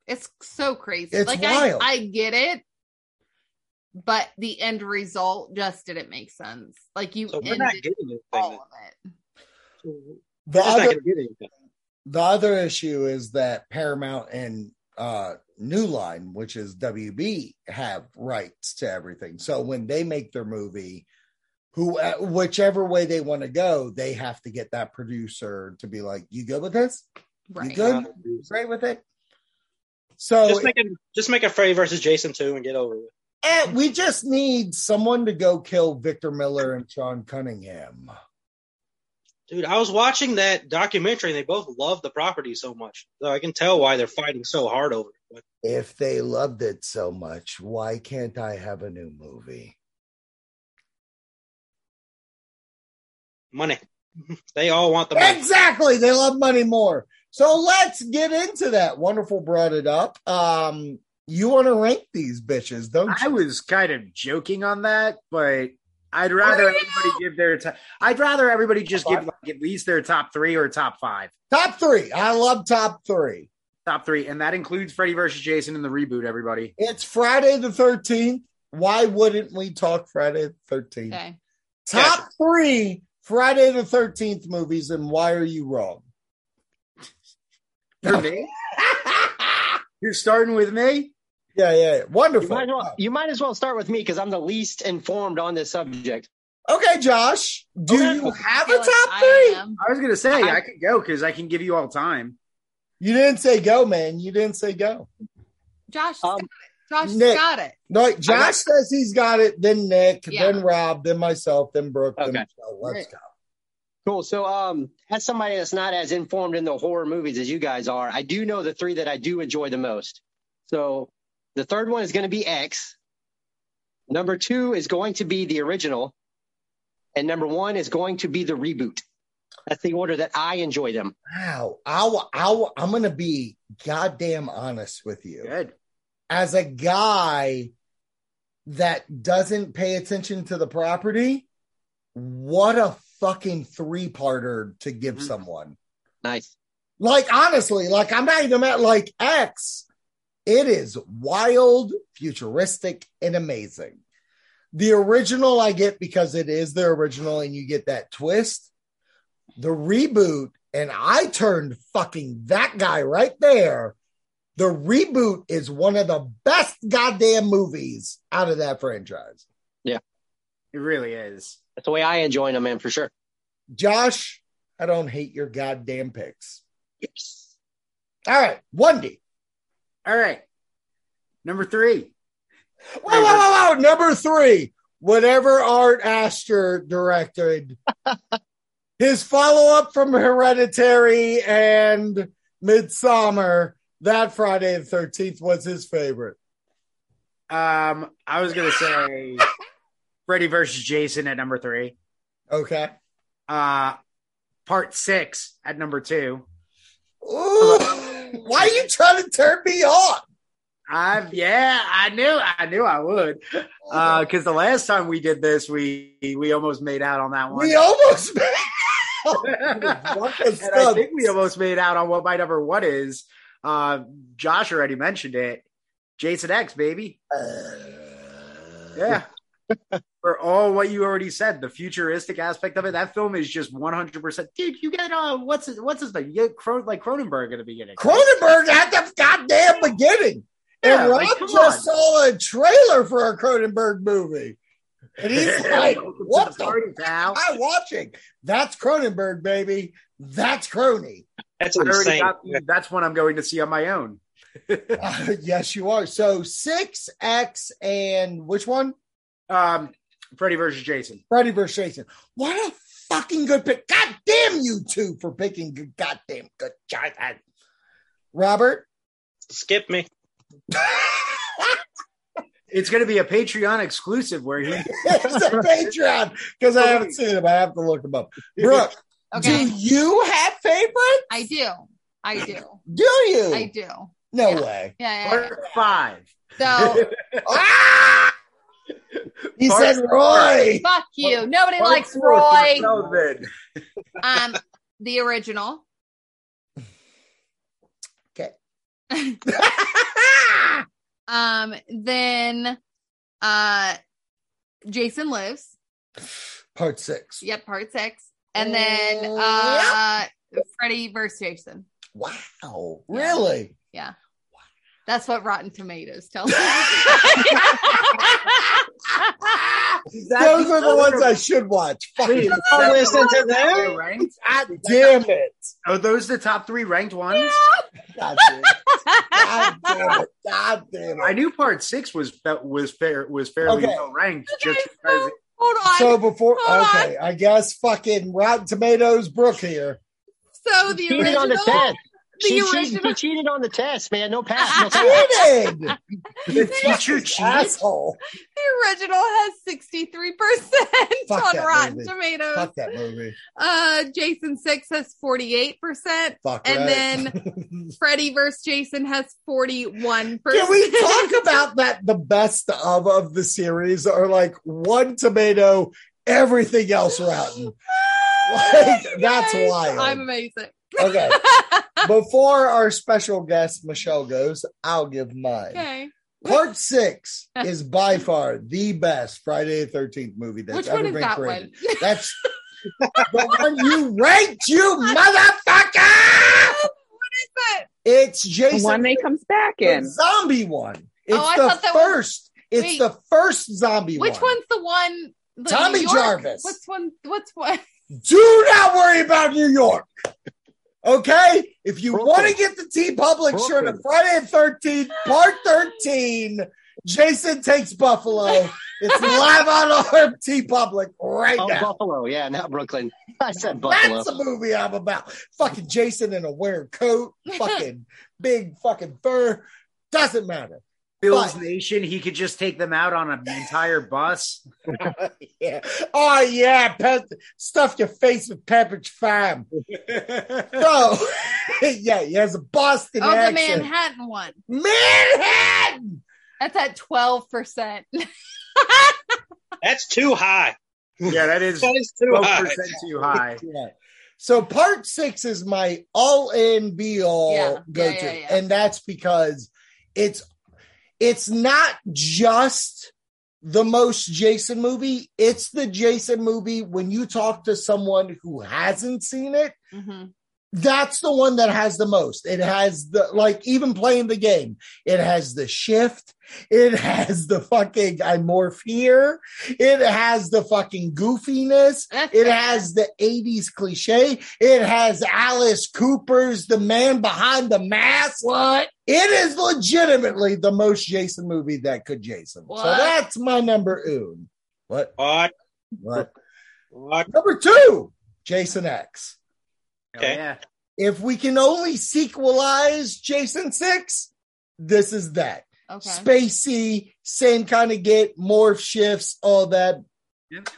[SPEAKER 5] It's so crazy.
[SPEAKER 4] It's
[SPEAKER 5] like
[SPEAKER 4] wild.
[SPEAKER 5] I, I get it, but the end result just didn't make sense. Like you
[SPEAKER 8] So we're
[SPEAKER 5] ended
[SPEAKER 8] not getting
[SPEAKER 5] all
[SPEAKER 8] anything.
[SPEAKER 5] of it.
[SPEAKER 4] The
[SPEAKER 8] We're just not
[SPEAKER 4] other,
[SPEAKER 8] going to get anything.
[SPEAKER 4] the other issue is that Paramount and uh, New Line, which is WB, have rights to everything. So when they make their movie, who uh, whichever way they want to go, they have to get that producer to be like, "You good with this? You
[SPEAKER 5] Right.
[SPEAKER 4] good? You great with it?" So
[SPEAKER 8] Just make it, just make it Freddy versus Jason two and get over with.
[SPEAKER 4] Eh, we just need someone to go kill Victor Miller and Sean Cunningham.
[SPEAKER 8] Dude, I was watching that documentary and they both love the property so much. So I can tell why they're fighting so hard over it. But
[SPEAKER 4] If they loved it so much, why can't I have a new movie?
[SPEAKER 8] money. they all want the money.
[SPEAKER 4] Exactly. They love money more. So let's get into that. Wonderful brought it up. Um, you want to rank these bitches, don't
[SPEAKER 7] I
[SPEAKER 4] you?
[SPEAKER 7] was kind of joking on that, but I'd rather everybody give their. T- I'd rather everybody just give like at least their top three or top five,
[SPEAKER 4] Top three. I love top three.
[SPEAKER 7] top three, and that includes Freddy versus Jason in the reboot. Everybody,
[SPEAKER 4] It's Friday the 13th. Why wouldn't we talk Friday the 13th?
[SPEAKER 5] Okay.
[SPEAKER 4] Top three Friday the 13th movies, and why are you wrong?
[SPEAKER 7] for me, you're starting with me.
[SPEAKER 4] Yeah, yeah.
[SPEAKER 6] You
[SPEAKER 4] Wonderful.
[SPEAKER 6] might, as well, you might as well start with me because I'm the least informed on this subject.
[SPEAKER 4] Okay, Josh. Do
[SPEAKER 6] Okay.
[SPEAKER 4] you
[SPEAKER 5] I
[SPEAKER 4] have a
[SPEAKER 5] feel like
[SPEAKER 4] top
[SPEAKER 5] I
[SPEAKER 4] three?
[SPEAKER 5] am.
[SPEAKER 7] I was gonna say
[SPEAKER 5] I-
[SPEAKER 7] I, could go because I can give you all time.
[SPEAKER 4] You didn't say go, man. You didn't say go.
[SPEAKER 5] Josh has
[SPEAKER 6] Um,
[SPEAKER 5] got it. Josh has
[SPEAKER 4] Nick.
[SPEAKER 5] got it.
[SPEAKER 4] No, wait, Josh says he's got it, then Nick,
[SPEAKER 5] Yeah.
[SPEAKER 4] then Rob, then myself, then Brooke, then
[SPEAKER 6] Okay.
[SPEAKER 4] Michelle. Let's go.
[SPEAKER 6] Cool. So, um, as somebody that's not as informed in the horror movies as you guys are, I do know the three that I do enjoy the most. So, the third one is going to be X. Number two is going to be the original, and number one is going to be the reboot. That's the order that I enjoy them.
[SPEAKER 4] Wow. I'll, I'll, I'm going to be goddamn honest with you.
[SPEAKER 7] Good.
[SPEAKER 4] As a guy that doesn't pay attention to the property, what a fucking three parter to give
[SPEAKER 7] Mhm.
[SPEAKER 5] Mm-hmm.
[SPEAKER 4] someone.
[SPEAKER 6] Nice.
[SPEAKER 4] Like honestly, like I'm not even at like X. It is wild, futuristic, and amazing. The original I get because it is the original, and you get that twist. The reboot, and I turned fucking that guy right there. The reboot is one of the best goddamn movies out of that franchise.
[SPEAKER 7] It really is.
[SPEAKER 6] That's the way I enjoy them, man, for sure.
[SPEAKER 4] Josh, I don't hate your goddamn picks.
[SPEAKER 6] Yes.
[SPEAKER 4] All right, Wendy.
[SPEAKER 7] All right, number three.
[SPEAKER 4] Whoa, whoa, whoa, whoa. Number three, whatever Art Astor directed, his follow up from Hereditary and Midsummer, that Friday the 13th was his favorite.
[SPEAKER 7] Um, I was gonna say Freddy versus Jason at number three.
[SPEAKER 4] Okay.
[SPEAKER 7] Uh, part six at number two.
[SPEAKER 4] Ooh, why are you trying to turn me on?
[SPEAKER 7] I've yeah, I knew I knew I would. Uh, because the last time we did this, we we almost made out on that one.
[SPEAKER 4] we almost made
[SPEAKER 7] and
[SPEAKER 4] What the
[SPEAKER 7] I
[SPEAKER 4] stuff?
[SPEAKER 7] think we almost made out on what my number one is. Uh, Josh already mentioned it. Jason X, baby. Yeah. For all what you already said, the futuristic aspect of it, that film is just 100%. Dude, you get, uh, what's his, what's his name? You get Cron- like Cronenberg at the beginning.
[SPEAKER 4] Cronenberg at the goddamn beginning.
[SPEAKER 7] Yeah,
[SPEAKER 4] and Rob
[SPEAKER 7] like, come
[SPEAKER 4] just
[SPEAKER 7] on.
[SPEAKER 4] saw a trailer for a Cronenberg movie. And he's like,
[SPEAKER 7] Welcome to
[SPEAKER 4] what
[SPEAKER 7] the
[SPEAKER 4] the
[SPEAKER 7] party, pal?
[SPEAKER 4] I watching. That's Cronenberg, baby. That's Crony.
[SPEAKER 8] That's
[SPEAKER 7] I already
[SPEAKER 8] insane.
[SPEAKER 7] got, that's one I'm going to see on my own.
[SPEAKER 4] Uh, yes, you are. So six X and which one?
[SPEAKER 7] Um, Freddy versus Jason.
[SPEAKER 4] Freddy vs. Jason. What a fucking good pick! God damn you two for picking good, goddamn good. God. Robert.
[SPEAKER 8] Skip me.
[SPEAKER 7] It's going to be a Patreon exclusive where he.
[SPEAKER 4] it's a Patreon because I haven't seen him. I have to look him up. Brooke,
[SPEAKER 5] Okay.
[SPEAKER 4] do you have favorites?
[SPEAKER 5] I do. I do.
[SPEAKER 4] Do you?
[SPEAKER 5] I do.
[SPEAKER 4] no
[SPEAKER 5] yeah.
[SPEAKER 4] way.
[SPEAKER 5] Yeah. Oh, yeah,
[SPEAKER 7] Part five.
[SPEAKER 5] yeah. So
[SPEAKER 4] Ah! He
[SPEAKER 7] Part-
[SPEAKER 4] said Roy.
[SPEAKER 5] fuck you. Nobody likes
[SPEAKER 7] Part four is
[SPEAKER 5] Roy.
[SPEAKER 7] Relevant.
[SPEAKER 5] Um, the original.
[SPEAKER 4] Okay.
[SPEAKER 5] Um, then uh Jason Lives.
[SPEAKER 4] Part six.
[SPEAKER 5] Yep, part six. And then uh Freddy versus Jason.
[SPEAKER 4] Wow. Really?
[SPEAKER 5] That's what Rotten Tomatoes tells me.
[SPEAKER 4] Those are the ones I should watch. Fuck.
[SPEAKER 7] Please,
[SPEAKER 6] Don't
[SPEAKER 7] that-
[SPEAKER 6] listen to them.
[SPEAKER 7] ranked?
[SPEAKER 4] God damn it.
[SPEAKER 7] Are those the top three ranked ones?
[SPEAKER 4] God damn it. God damn it. God damn
[SPEAKER 7] I
[SPEAKER 4] it.
[SPEAKER 7] knew part six was fa- was fair was fairly
[SPEAKER 4] Okay.
[SPEAKER 7] well ranked.
[SPEAKER 5] Okay,
[SPEAKER 7] Just
[SPEAKER 5] so-
[SPEAKER 7] because
[SPEAKER 5] Hold on.
[SPEAKER 4] So before,
[SPEAKER 5] Hold on.
[SPEAKER 4] okay, I guess fucking Rotten Tomatoes, Brooke here.
[SPEAKER 5] So the
[SPEAKER 6] Cheated
[SPEAKER 5] original,
[SPEAKER 6] on the test.
[SPEAKER 5] the
[SPEAKER 6] She cheated,
[SPEAKER 5] original,
[SPEAKER 6] she cheated on the test, man. No pass. No pass.
[SPEAKER 4] Cheated!
[SPEAKER 7] the teacher cheats.
[SPEAKER 4] Asshole.
[SPEAKER 5] the original has sixty three percent
[SPEAKER 4] Fuck
[SPEAKER 5] on
[SPEAKER 4] that
[SPEAKER 5] Rotten
[SPEAKER 4] movie.
[SPEAKER 5] Tomatoes.
[SPEAKER 4] Fuck that movie.
[SPEAKER 5] Uh, Jason Six has forty eight percent,
[SPEAKER 4] Fuck
[SPEAKER 5] and
[SPEAKER 4] right.
[SPEAKER 5] then Freddy versus Jason has forty one percent.
[SPEAKER 4] Can we talk about that? The best of of the series are like one tomato, everything else rotten. Like, that's wild.
[SPEAKER 5] I'm amazing.
[SPEAKER 4] Okay. Before our special guest Michelle goes, I'll give mine.
[SPEAKER 5] Okay,
[SPEAKER 4] Part six is by far the best Friday the Thirteenth movie that's
[SPEAKER 5] which
[SPEAKER 4] ever
[SPEAKER 5] one is
[SPEAKER 4] been
[SPEAKER 5] that
[SPEAKER 4] created.
[SPEAKER 5] one?
[SPEAKER 4] That's the one you ranked, you motherfucker.
[SPEAKER 5] But-
[SPEAKER 4] It's
[SPEAKER 1] The
[SPEAKER 4] Jason
[SPEAKER 1] one they comes back
[SPEAKER 4] the
[SPEAKER 1] in.
[SPEAKER 4] zombie one. It's
[SPEAKER 5] Oh, I
[SPEAKER 4] the
[SPEAKER 5] thought that was-
[SPEAKER 4] first. It's
[SPEAKER 5] Wait.
[SPEAKER 4] the first zombie
[SPEAKER 5] which
[SPEAKER 4] one.
[SPEAKER 5] one's the one? The
[SPEAKER 4] Tommy
[SPEAKER 5] New York?
[SPEAKER 4] Jarvis.
[SPEAKER 5] What's one? What's one?
[SPEAKER 4] Do not worry about New York. Okay? If you
[SPEAKER 6] Brooklyn.
[SPEAKER 4] want to get the T Public shirt on
[SPEAKER 6] Brooklyn.
[SPEAKER 4] Friday the 13th, part 13, Jason takes Buffalo. It's live on our T Public right
[SPEAKER 6] Oh,
[SPEAKER 4] now.
[SPEAKER 6] Buffalo. Yeah, not Brooklyn. I said Buffalo.
[SPEAKER 4] That's a movie I'm about. Fucking Jason in a weird coat, fucking big fucking fur. Doesn't matter.
[SPEAKER 7] Bill's
[SPEAKER 4] But-
[SPEAKER 7] Nation. He could just take them out on an entire bus.
[SPEAKER 4] Yeah. Oh yeah, pep- stuff your face with Pepperidge Farm. so yeah, he has a Boston
[SPEAKER 5] Oh, the
[SPEAKER 4] accent.
[SPEAKER 5] Manhattan one.
[SPEAKER 4] Manhattan.
[SPEAKER 5] That's at twelve percent.
[SPEAKER 8] That's too high.
[SPEAKER 7] yeah, that is
[SPEAKER 8] That is too
[SPEAKER 7] twelve
[SPEAKER 8] high.
[SPEAKER 7] percent too high.
[SPEAKER 4] Yeah. So part six is my all in be all
[SPEAKER 5] Yeah,
[SPEAKER 4] go
[SPEAKER 5] yeah,
[SPEAKER 4] to,
[SPEAKER 5] yeah, yeah.
[SPEAKER 4] and that's because it's it's not just the most Jason movie. It's the Jason movie when you talk to someone who hasn't seen it.
[SPEAKER 5] Mm-hmm.
[SPEAKER 4] that's the one that has the most. It has the like even playing the game. It has the shift. It has the fucking I morph here. It has the fucking goofiness.
[SPEAKER 5] That's
[SPEAKER 4] It
[SPEAKER 5] fair.
[SPEAKER 4] has the 80s cliche. It has Alice Cooper's The Man Behind the Mask. What? It is legitimately the most Jason movie that could Jason.
[SPEAKER 5] What?
[SPEAKER 4] So that's my number one. What?
[SPEAKER 8] What?
[SPEAKER 4] What?
[SPEAKER 8] What?
[SPEAKER 4] Number two, Jason X
[SPEAKER 7] Hell
[SPEAKER 8] Okay.
[SPEAKER 7] yeah.
[SPEAKER 4] if we can only sequelize Jason Six, this is that
[SPEAKER 5] Okay.
[SPEAKER 4] spacey, same kind of get morph shifts, all that.
[SPEAKER 8] You know,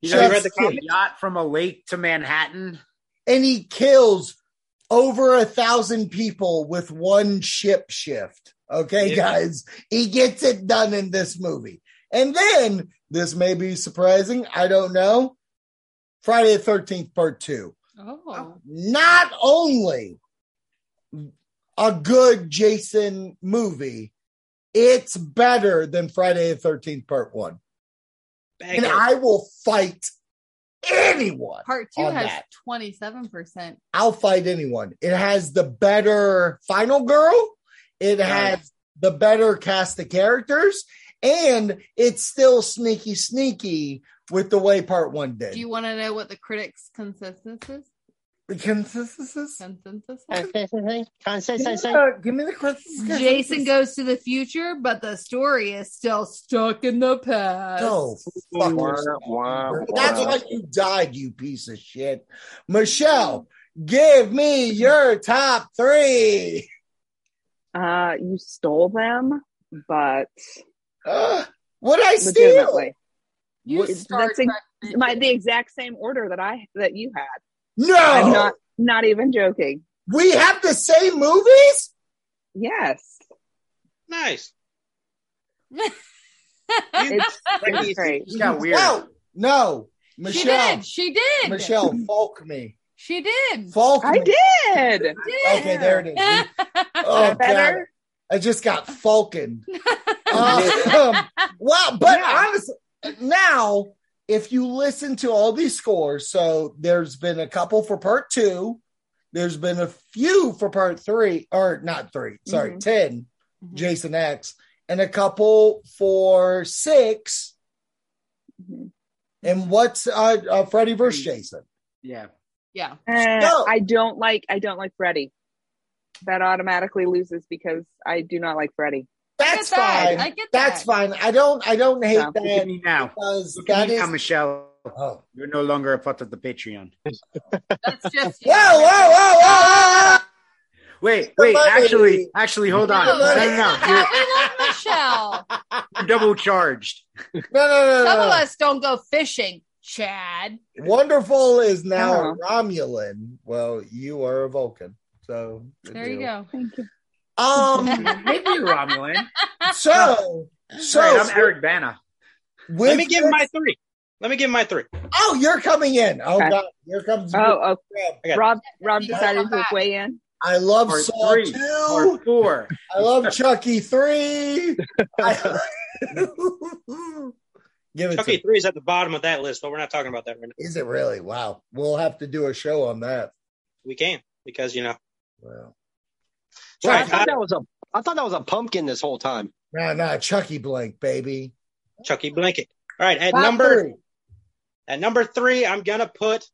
[SPEAKER 8] you read
[SPEAKER 4] Just
[SPEAKER 8] the
[SPEAKER 4] kidding.
[SPEAKER 8] comic?
[SPEAKER 7] Yacht from a lake to Manhattan.
[SPEAKER 4] And he kills over a thousand people with one ship shift. Okay,
[SPEAKER 8] Yeah.
[SPEAKER 4] guys, he gets it done in this movie. And then this may be surprising, I don't know. Friday the 13th, part two.
[SPEAKER 5] oh.
[SPEAKER 4] not only a good Jason movie, it's better than Friday the 13th Part 1.
[SPEAKER 8] Bang
[SPEAKER 4] And
[SPEAKER 8] it.
[SPEAKER 4] I will fight anyone.
[SPEAKER 5] Part two
[SPEAKER 4] on
[SPEAKER 5] has
[SPEAKER 4] that.
[SPEAKER 5] twenty seven percent.
[SPEAKER 4] I'll fight anyone. It has the better final girl, it has the better cast of characters, and it's still sneaky, sneaky with the way Part 1 did.
[SPEAKER 5] Do you want to know what the critics' consensus is?
[SPEAKER 4] Consensus?
[SPEAKER 5] Consensus. is?
[SPEAKER 6] Consensus.
[SPEAKER 4] Uh, give me the consensus.
[SPEAKER 5] Jason goes to the future, but the story is still stuck in the past.
[SPEAKER 4] Go fuck yourself. That's why you died, you piece of shit. Michelle, give me your top three.
[SPEAKER 1] Uh, you stole them, but
[SPEAKER 4] Uh, what I steal?
[SPEAKER 1] legitimately,
[SPEAKER 5] You
[SPEAKER 1] What-
[SPEAKER 5] Star
[SPEAKER 1] that's a-
[SPEAKER 5] Trek bitch.
[SPEAKER 1] my the exact same order that I that you had.
[SPEAKER 4] No,
[SPEAKER 1] I'm not not even joking.
[SPEAKER 4] we have the same movies.
[SPEAKER 1] Yes,
[SPEAKER 8] Nice.
[SPEAKER 1] it's,
[SPEAKER 8] Crazy.
[SPEAKER 1] it's great.
[SPEAKER 7] Just got weird.
[SPEAKER 4] No, no,
[SPEAKER 5] she
[SPEAKER 4] Michelle,
[SPEAKER 5] did. She did.
[SPEAKER 4] Michelle, falk me,
[SPEAKER 5] She did.
[SPEAKER 4] falk
[SPEAKER 1] I
[SPEAKER 4] me.
[SPEAKER 5] She
[SPEAKER 1] did.
[SPEAKER 5] did.
[SPEAKER 4] Okay, there it is. Oh, God.
[SPEAKER 1] better?
[SPEAKER 4] I just got falconed. Uh, um, well, but
[SPEAKER 7] Yeah.
[SPEAKER 4] honestly, now if you listen to all these scores, so there's been a couple for part two, there's been a few for part three, or not three, sorry,
[SPEAKER 1] Mhm.
[SPEAKER 4] 10 Jason X, and a couple for six.
[SPEAKER 1] Mhm.
[SPEAKER 4] And what's uh, uh Freddy versus Jason?
[SPEAKER 7] Yeah.
[SPEAKER 5] Yeah.
[SPEAKER 1] Eh,
[SPEAKER 4] No.
[SPEAKER 1] I don't like I don't like Freddy. That automatically loses because I do not like Freddy.
[SPEAKER 4] That's
[SPEAKER 5] I get
[SPEAKER 4] fine.
[SPEAKER 5] that. I get
[SPEAKER 4] That's fine. I don't. I don't hate
[SPEAKER 1] Yeah.
[SPEAKER 7] Look at
[SPEAKER 4] that
[SPEAKER 7] me now.
[SPEAKER 4] because
[SPEAKER 7] Look at
[SPEAKER 4] that
[SPEAKER 7] me
[SPEAKER 4] is.
[SPEAKER 7] now, Michelle.
[SPEAKER 4] Oh.
[SPEAKER 7] You're no longer a part of the Patreon.
[SPEAKER 5] That's just
[SPEAKER 4] Whoa! Whoa! Whoa! Whoa! whoa, whoa.
[SPEAKER 7] Wait, wait,
[SPEAKER 4] Somebody-
[SPEAKER 7] actually, actually, hold on. No,
[SPEAKER 5] No,
[SPEAKER 7] no,
[SPEAKER 5] that's
[SPEAKER 7] no.
[SPEAKER 5] not
[SPEAKER 7] You're,
[SPEAKER 5] how we love Michelle.
[SPEAKER 7] you're double charged.
[SPEAKER 4] No! No! No!
[SPEAKER 5] Some
[SPEAKER 4] no.
[SPEAKER 5] of us don't go fishing, Chad.
[SPEAKER 4] Wonderful is now a
[SPEAKER 1] Oh.
[SPEAKER 4] Romulan. Well, you are a Vulcan. So good
[SPEAKER 5] There you
[SPEAKER 4] deal.
[SPEAKER 5] go.
[SPEAKER 1] Thank you.
[SPEAKER 4] Um.
[SPEAKER 7] Maybe you're Romulan.
[SPEAKER 4] so. So
[SPEAKER 7] Right, I'm Eric Bana.
[SPEAKER 4] with
[SPEAKER 8] Let me give
[SPEAKER 4] this-
[SPEAKER 8] my three. Let me give my three.
[SPEAKER 4] Oh, you're coming in. Oh
[SPEAKER 1] Okay.
[SPEAKER 4] God, here comes.
[SPEAKER 1] Oh,
[SPEAKER 4] Rob.
[SPEAKER 8] Yeah.
[SPEAKER 1] oh Rob Rob
[SPEAKER 5] Yeah.
[SPEAKER 1] decided to weigh in.
[SPEAKER 4] I love
[SPEAKER 7] Part
[SPEAKER 4] Saw
[SPEAKER 7] three.
[SPEAKER 4] two.
[SPEAKER 7] Part four.
[SPEAKER 4] I love Chucky three. I- Give it to
[SPEAKER 8] Chucky E. three is at the bottom of that list, but we're not talking about that right now.
[SPEAKER 4] Is it really? Wow. We'll have to do a show on that.
[SPEAKER 8] We can because you know.
[SPEAKER 4] Wow.
[SPEAKER 6] Well, I
[SPEAKER 8] Right.
[SPEAKER 6] thought that was a I thought that was a pumpkin this whole time.
[SPEAKER 4] Nah, nah, Chucky Blink, baby.
[SPEAKER 8] Chucky E. blanket. All right, at
[SPEAKER 4] Top
[SPEAKER 8] number
[SPEAKER 4] three.
[SPEAKER 8] at number three, I'm gonna put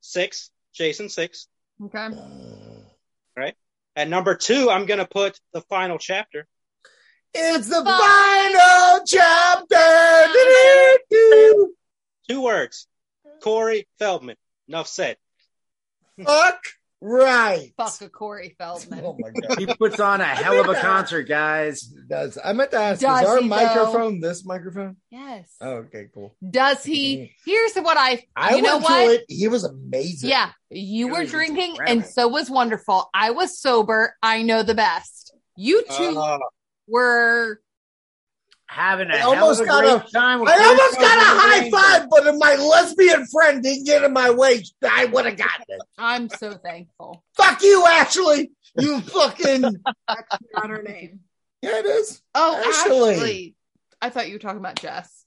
[SPEAKER 8] six, Jason six.
[SPEAKER 5] Okay.
[SPEAKER 8] At number two, I'm gonna put the final chapter.
[SPEAKER 4] It's the
[SPEAKER 5] Bye.
[SPEAKER 4] final chapter. Do-do-do.
[SPEAKER 8] Two words. Corey Feldman. Enough said.
[SPEAKER 4] Fuck right.
[SPEAKER 5] Fuck a Corey Feldman.
[SPEAKER 4] Oh my god.
[SPEAKER 7] He puts on a hell of a concert, guys.
[SPEAKER 4] He Does I meant to ask,
[SPEAKER 5] Does
[SPEAKER 4] is our
[SPEAKER 5] he, though?
[SPEAKER 4] microphone this microphone?
[SPEAKER 5] Yes.
[SPEAKER 4] Oh, okay, cool.
[SPEAKER 5] Uh, Does he? Here's what I.
[SPEAKER 4] I
[SPEAKER 5] you know
[SPEAKER 4] went
[SPEAKER 5] what?
[SPEAKER 4] to it. He was amazing.
[SPEAKER 5] Yeah, you
[SPEAKER 7] It
[SPEAKER 5] were
[SPEAKER 7] was
[SPEAKER 5] drinking,
[SPEAKER 7] incredible.
[SPEAKER 5] and so was wonderful. I was sober. I know the best. You
[SPEAKER 4] Uh-huh.
[SPEAKER 5] two
[SPEAKER 8] Uh,
[SPEAKER 5] were.
[SPEAKER 7] Having a
[SPEAKER 4] I
[SPEAKER 7] hell
[SPEAKER 4] almost
[SPEAKER 7] of a
[SPEAKER 4] got
[SPEAKER 7] great
[SPEAKER 4] a-
[SPEAKER 7] time. with
[SPEAKER 4] I
[SPEAKER 7] Chris
[SPEAKER 4] almost got a high
[SPEAKER 7] Tucker.
[SPEAKER 4] five, but if my lesbian friend didn't get in my way, I would have gotten it.
[SPEAKER 5] I'm so thankful.
[SPEAKER 4] Fuck you, Ashley. You fucking
[SPEAKER 5] Not her name.
[SPEAKER 4] Yeah, it is.
[SPEAKER 5] Oh,
[SPEAKER 4] Ashley.
[SPEAKER 5] Ashley. I thought you were talking about Jess.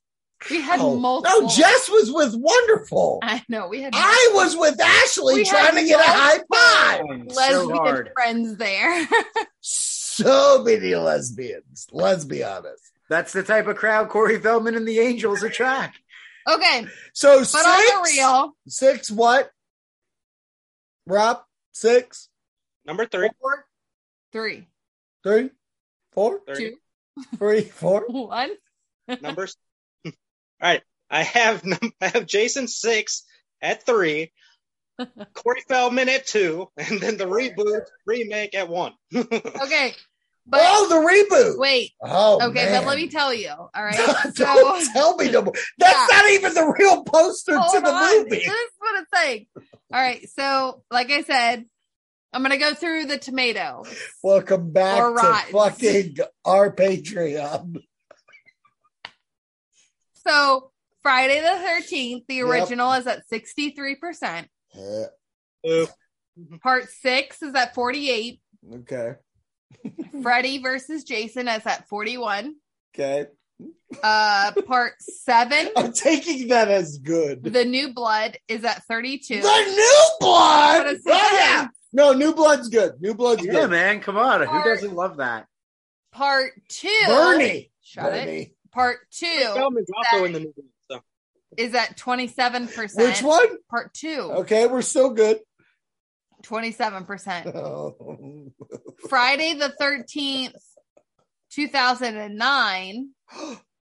[SPEAKER 5] We had
[SPEAKER 4] Oh.
[SPEAKER 5] multiple.
[SPEAKER 4] No, Jess was with Wonderful.
[SPEAKER 5] I know we had.
[SPEAKER 4] I was with Ashley
[SPEAKER 5] We had
[SPEAKER 4] trying to get a high five.
[SPEAKER 7] Fine, So
[SPEAKER 5] lesbian
[SPEAKER 7] hard.
[SPEAKER 5] friends there.
[SPEAKER 4] So many lesbians. Let's be honest.
[SPEAKER 7] That's the type of crowd Corey Feldman and the Angels attract.
[SPEAKER 5] okay,
[SPEAKER 4] So
[SPEAKER 5] but
[SPEAKER 4] six,
[SPEAKER 5] on the real,
[SPEAKER 4] six what? Rob, six,
[SPEAKER 8] number three.
[SPEAKER 4] four,
[SPEAKER 5] three,
[SPEAKER 4] three, four,
[SPEAKER 8] Three.
[SPEAKER 5] two,
[SPEAKER 4] three, four.
[SPEAKER 5] one.
[SPEAKER 8] Numbers. All right. I have num- I have Jason six at three, Corey Feldman at two, and then the reboot remake at one.
[SPEAKER 5] Okay, but
[SPEAKER 4] oh, the reboot.
[SPEAKER 5] wait.
[SPEAKER 4] oh,
[SPEAKER 5] Okay,
[SPEAKER 4] man.
[SPEAKER 5] but let me tell you. All right,
[SPEAKER 4] Don't
[SPEAKER 5] so.
[SPEAKER 4] tell me no more. That's
[SPEAKER 5] Yeah.
[SPEAKER 4] not even the real poster to
[SPEAKER 5] Hold
[SPEAKER 4] the
[SPEAKER 5] on.
[SPEAKER 4] movie.
[SPEAKER 5] This is what it's like. All right. So, like I said, I'm going to go through the tomato.
[SPEAKER 4] Welcome back
[SPEAKER 5] Or
[SPEAKER 4] to
[SPEAKER 5] rotten.
[SPEAKER 4] fucking our Patreon.
[SPEAKER 5] So, Friday the 13th, the
[SPEAKER 4] Yep.
[SPEAKER 5] original is at 63%.
[SPEAKER 4] Uh,
[SPEAKER 8] Ooh,
[SPEAKER 5] Part six is at 48.
[SPEAKER 4] okay.
[SPEAKER 5] Freddy versus Jason is at 41.
[SPEAKER 4] Okay.
[SPEAKER 5] Uh, part seven,
[SPEAKER 4] I'm taking that as good.
[SPEAKER 5] the new blood is at
[SPEAKER 4] The
[SPEAKER 5] 32.
[SPEAKER 4] new blood.
[SPEAKER 5] But it's
[SPEAKER 4] Oh, yeah. No, new blood's good. New blood's
[SPEAKER 7] Yeah,
[SPEAKER 4] good.
[SPEAKER 7] man, come on. Who
[SPEAKER 5] Or-
[SPEAKER 7] doesn't love that?
[SPEAKER 5] Part two,
[SPEAKER 4] Bernie.
[SPEAKER 5] Shut it.
[SPEAKER 4] Bernie.
[SPEAKER 5] Part
[SPEAKER 8] Corey
[SPEAKER 5] two
[SPEAKER 8] Feldman's also in the new one. So
[SPEAKER 5] is at 27%.
[SPEAKER 4] Which one?
[SPEAKER 5] Part two,
[SPEAKER 4] Okay, we're still good.
[SPEAKER 5] 27%.
[SPEAKER 4] Oh.
[SPEAKER 5] Friday the 13th, 2009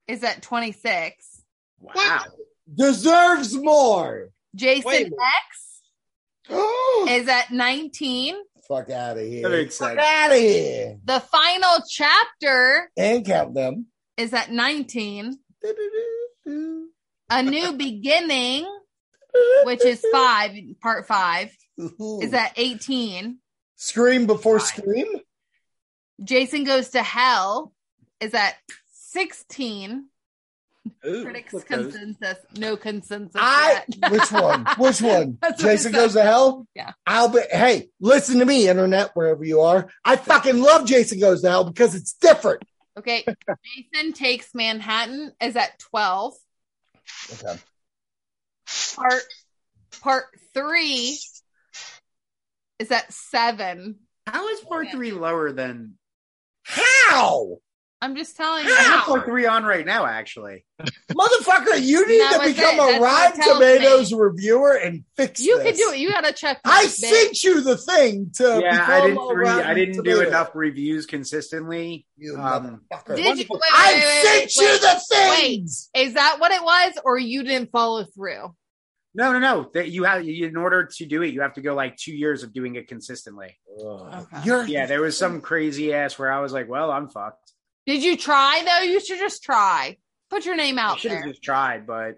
[SPEAKER 5] is at 26.
[SPEAKER 7] Wow.
[SPEAKER 4] Deserves more.
[SPEAKER 5] Jason
[SPEAKER 8] Wait a minute.
[SPEAKER 5] X is at 19.
[SPEAKER 4] Fuck out of
[SPEAKER 7] That
[SPEAKER 4] here.
[SPEAKER 7] makes
[SPEAKER 4] Fuck
[SPEAKER 7] sense.
[SPEAKER 4] out of here.
[SPEAKER 5] The final chapter
[SPEAKER 4] And count them.
[SPEAKER 5] is at 19. A new beginning, which is five, part five, is at 18.
[SPEAKER 4] Scream before Scream?
[SPEAKER 5] Jason Goes to Hell is at 16.
[SPEAKER 8] Ooh,
[SPEAKER 5] Critics
[SPEAKER 8] look those.
[SPEAKER 5] consensus. No consensus.
[SPEAKER 4] I
[SPEAKER 5] yet.
[SPEAKER 4] which one? Which one?
[SPEAKER 5] That's what I
[SPEAKER 4] Jason
[SPEAKER 5] said.
[SPEAKER 4] goes to hell.
[SPEAKER 5] Yeah.
[SPEAKER 4] I'll be. Hey, listen to me, internet, wherever you are. I fucking love Jason goes to hell because it's different.
[SPEAKER 5] Okay. Jason takes Manhattan is at 12.
[SPEAKER 4] Okay.
[SPEAKER 5] Part part three is at seven.
[SPEAKER 7] How is part three lower than
[SPEAKER 4] How,
[SPEAKER 5] I'm just telling you.
[SPEAKER 7] I have
[SPEAKER 4] How?
[SPEAKER 7] part three on right now? Actually,
[SPEAKER 4] motherfucker? You need
[SPEAKER 5] That
[SPEAKER 4] to
[SPEAKER 5] was
[SPEAKER 4] become
[SPEAKER 5] it. That's
[SPEAKER 4] a
[SPEAKER 5] what
[SPEAKER 4] Rotten
[SPEAKER 5] tells
[SPEAKER 4] Tomatoes
[SPEAKER 5] me.
[SPEAKER 4] reviewer and fix.
[SPEAKER 5] You
[SPEAKER 4] this.
[SPEAKER 5] can do it. You got a check.
[SPEAKER 4] I
[SPEAKER 5] mark, babe.
[SPEAKER 4] sent you the thing to.
[SPEAKER 7] yeah,
[SPEAKER 4] become
[SPEAKER 7] I didn't.
[SPEAKER 4] a
[SPEAKER 7] Re- I
[SPEAKER 4] Rotten
[SPEAKER 7] didn't do
[SPEAKER 4] Tomatoes.
[SPEAKER 7] enough reviews consistently.
[SPEAKER 4] You
[SPEAKER 7] Um,
[SPEAKER 4] motherfucker.
[SPEAKER 5] Did you? Wait, wait,
[SPEAKER 4] I
[SPEAKER 5] wait, wait,
[SPEAKER 4] sent
[SPEAKER 5] wait,
[SPEAKER 4] you
[SPEAKER 5] wait.
[SPEAKER 4] the things.
[SPEAKER 5] Is that what it was, or you didn't follow through?
[SPEAKER 7] No, no, no. That you have you, in order to do it, you have to go like two years of doing it consistently.
[SPEAKER 5] Okay.
[SPEAKER 4] You're
[SPEAKER 7] Yeah, there was some crazy ass where I was like, "Well, I'm fucked."
[SPEAKER 5] Did you try though? You should just try. Put your name
[SPEAKER 7] I
[SPEAKER 5] out
[SPEAKER 7] should have
[SPEAKER 5] there.
[SPEAKER 7] just tried, but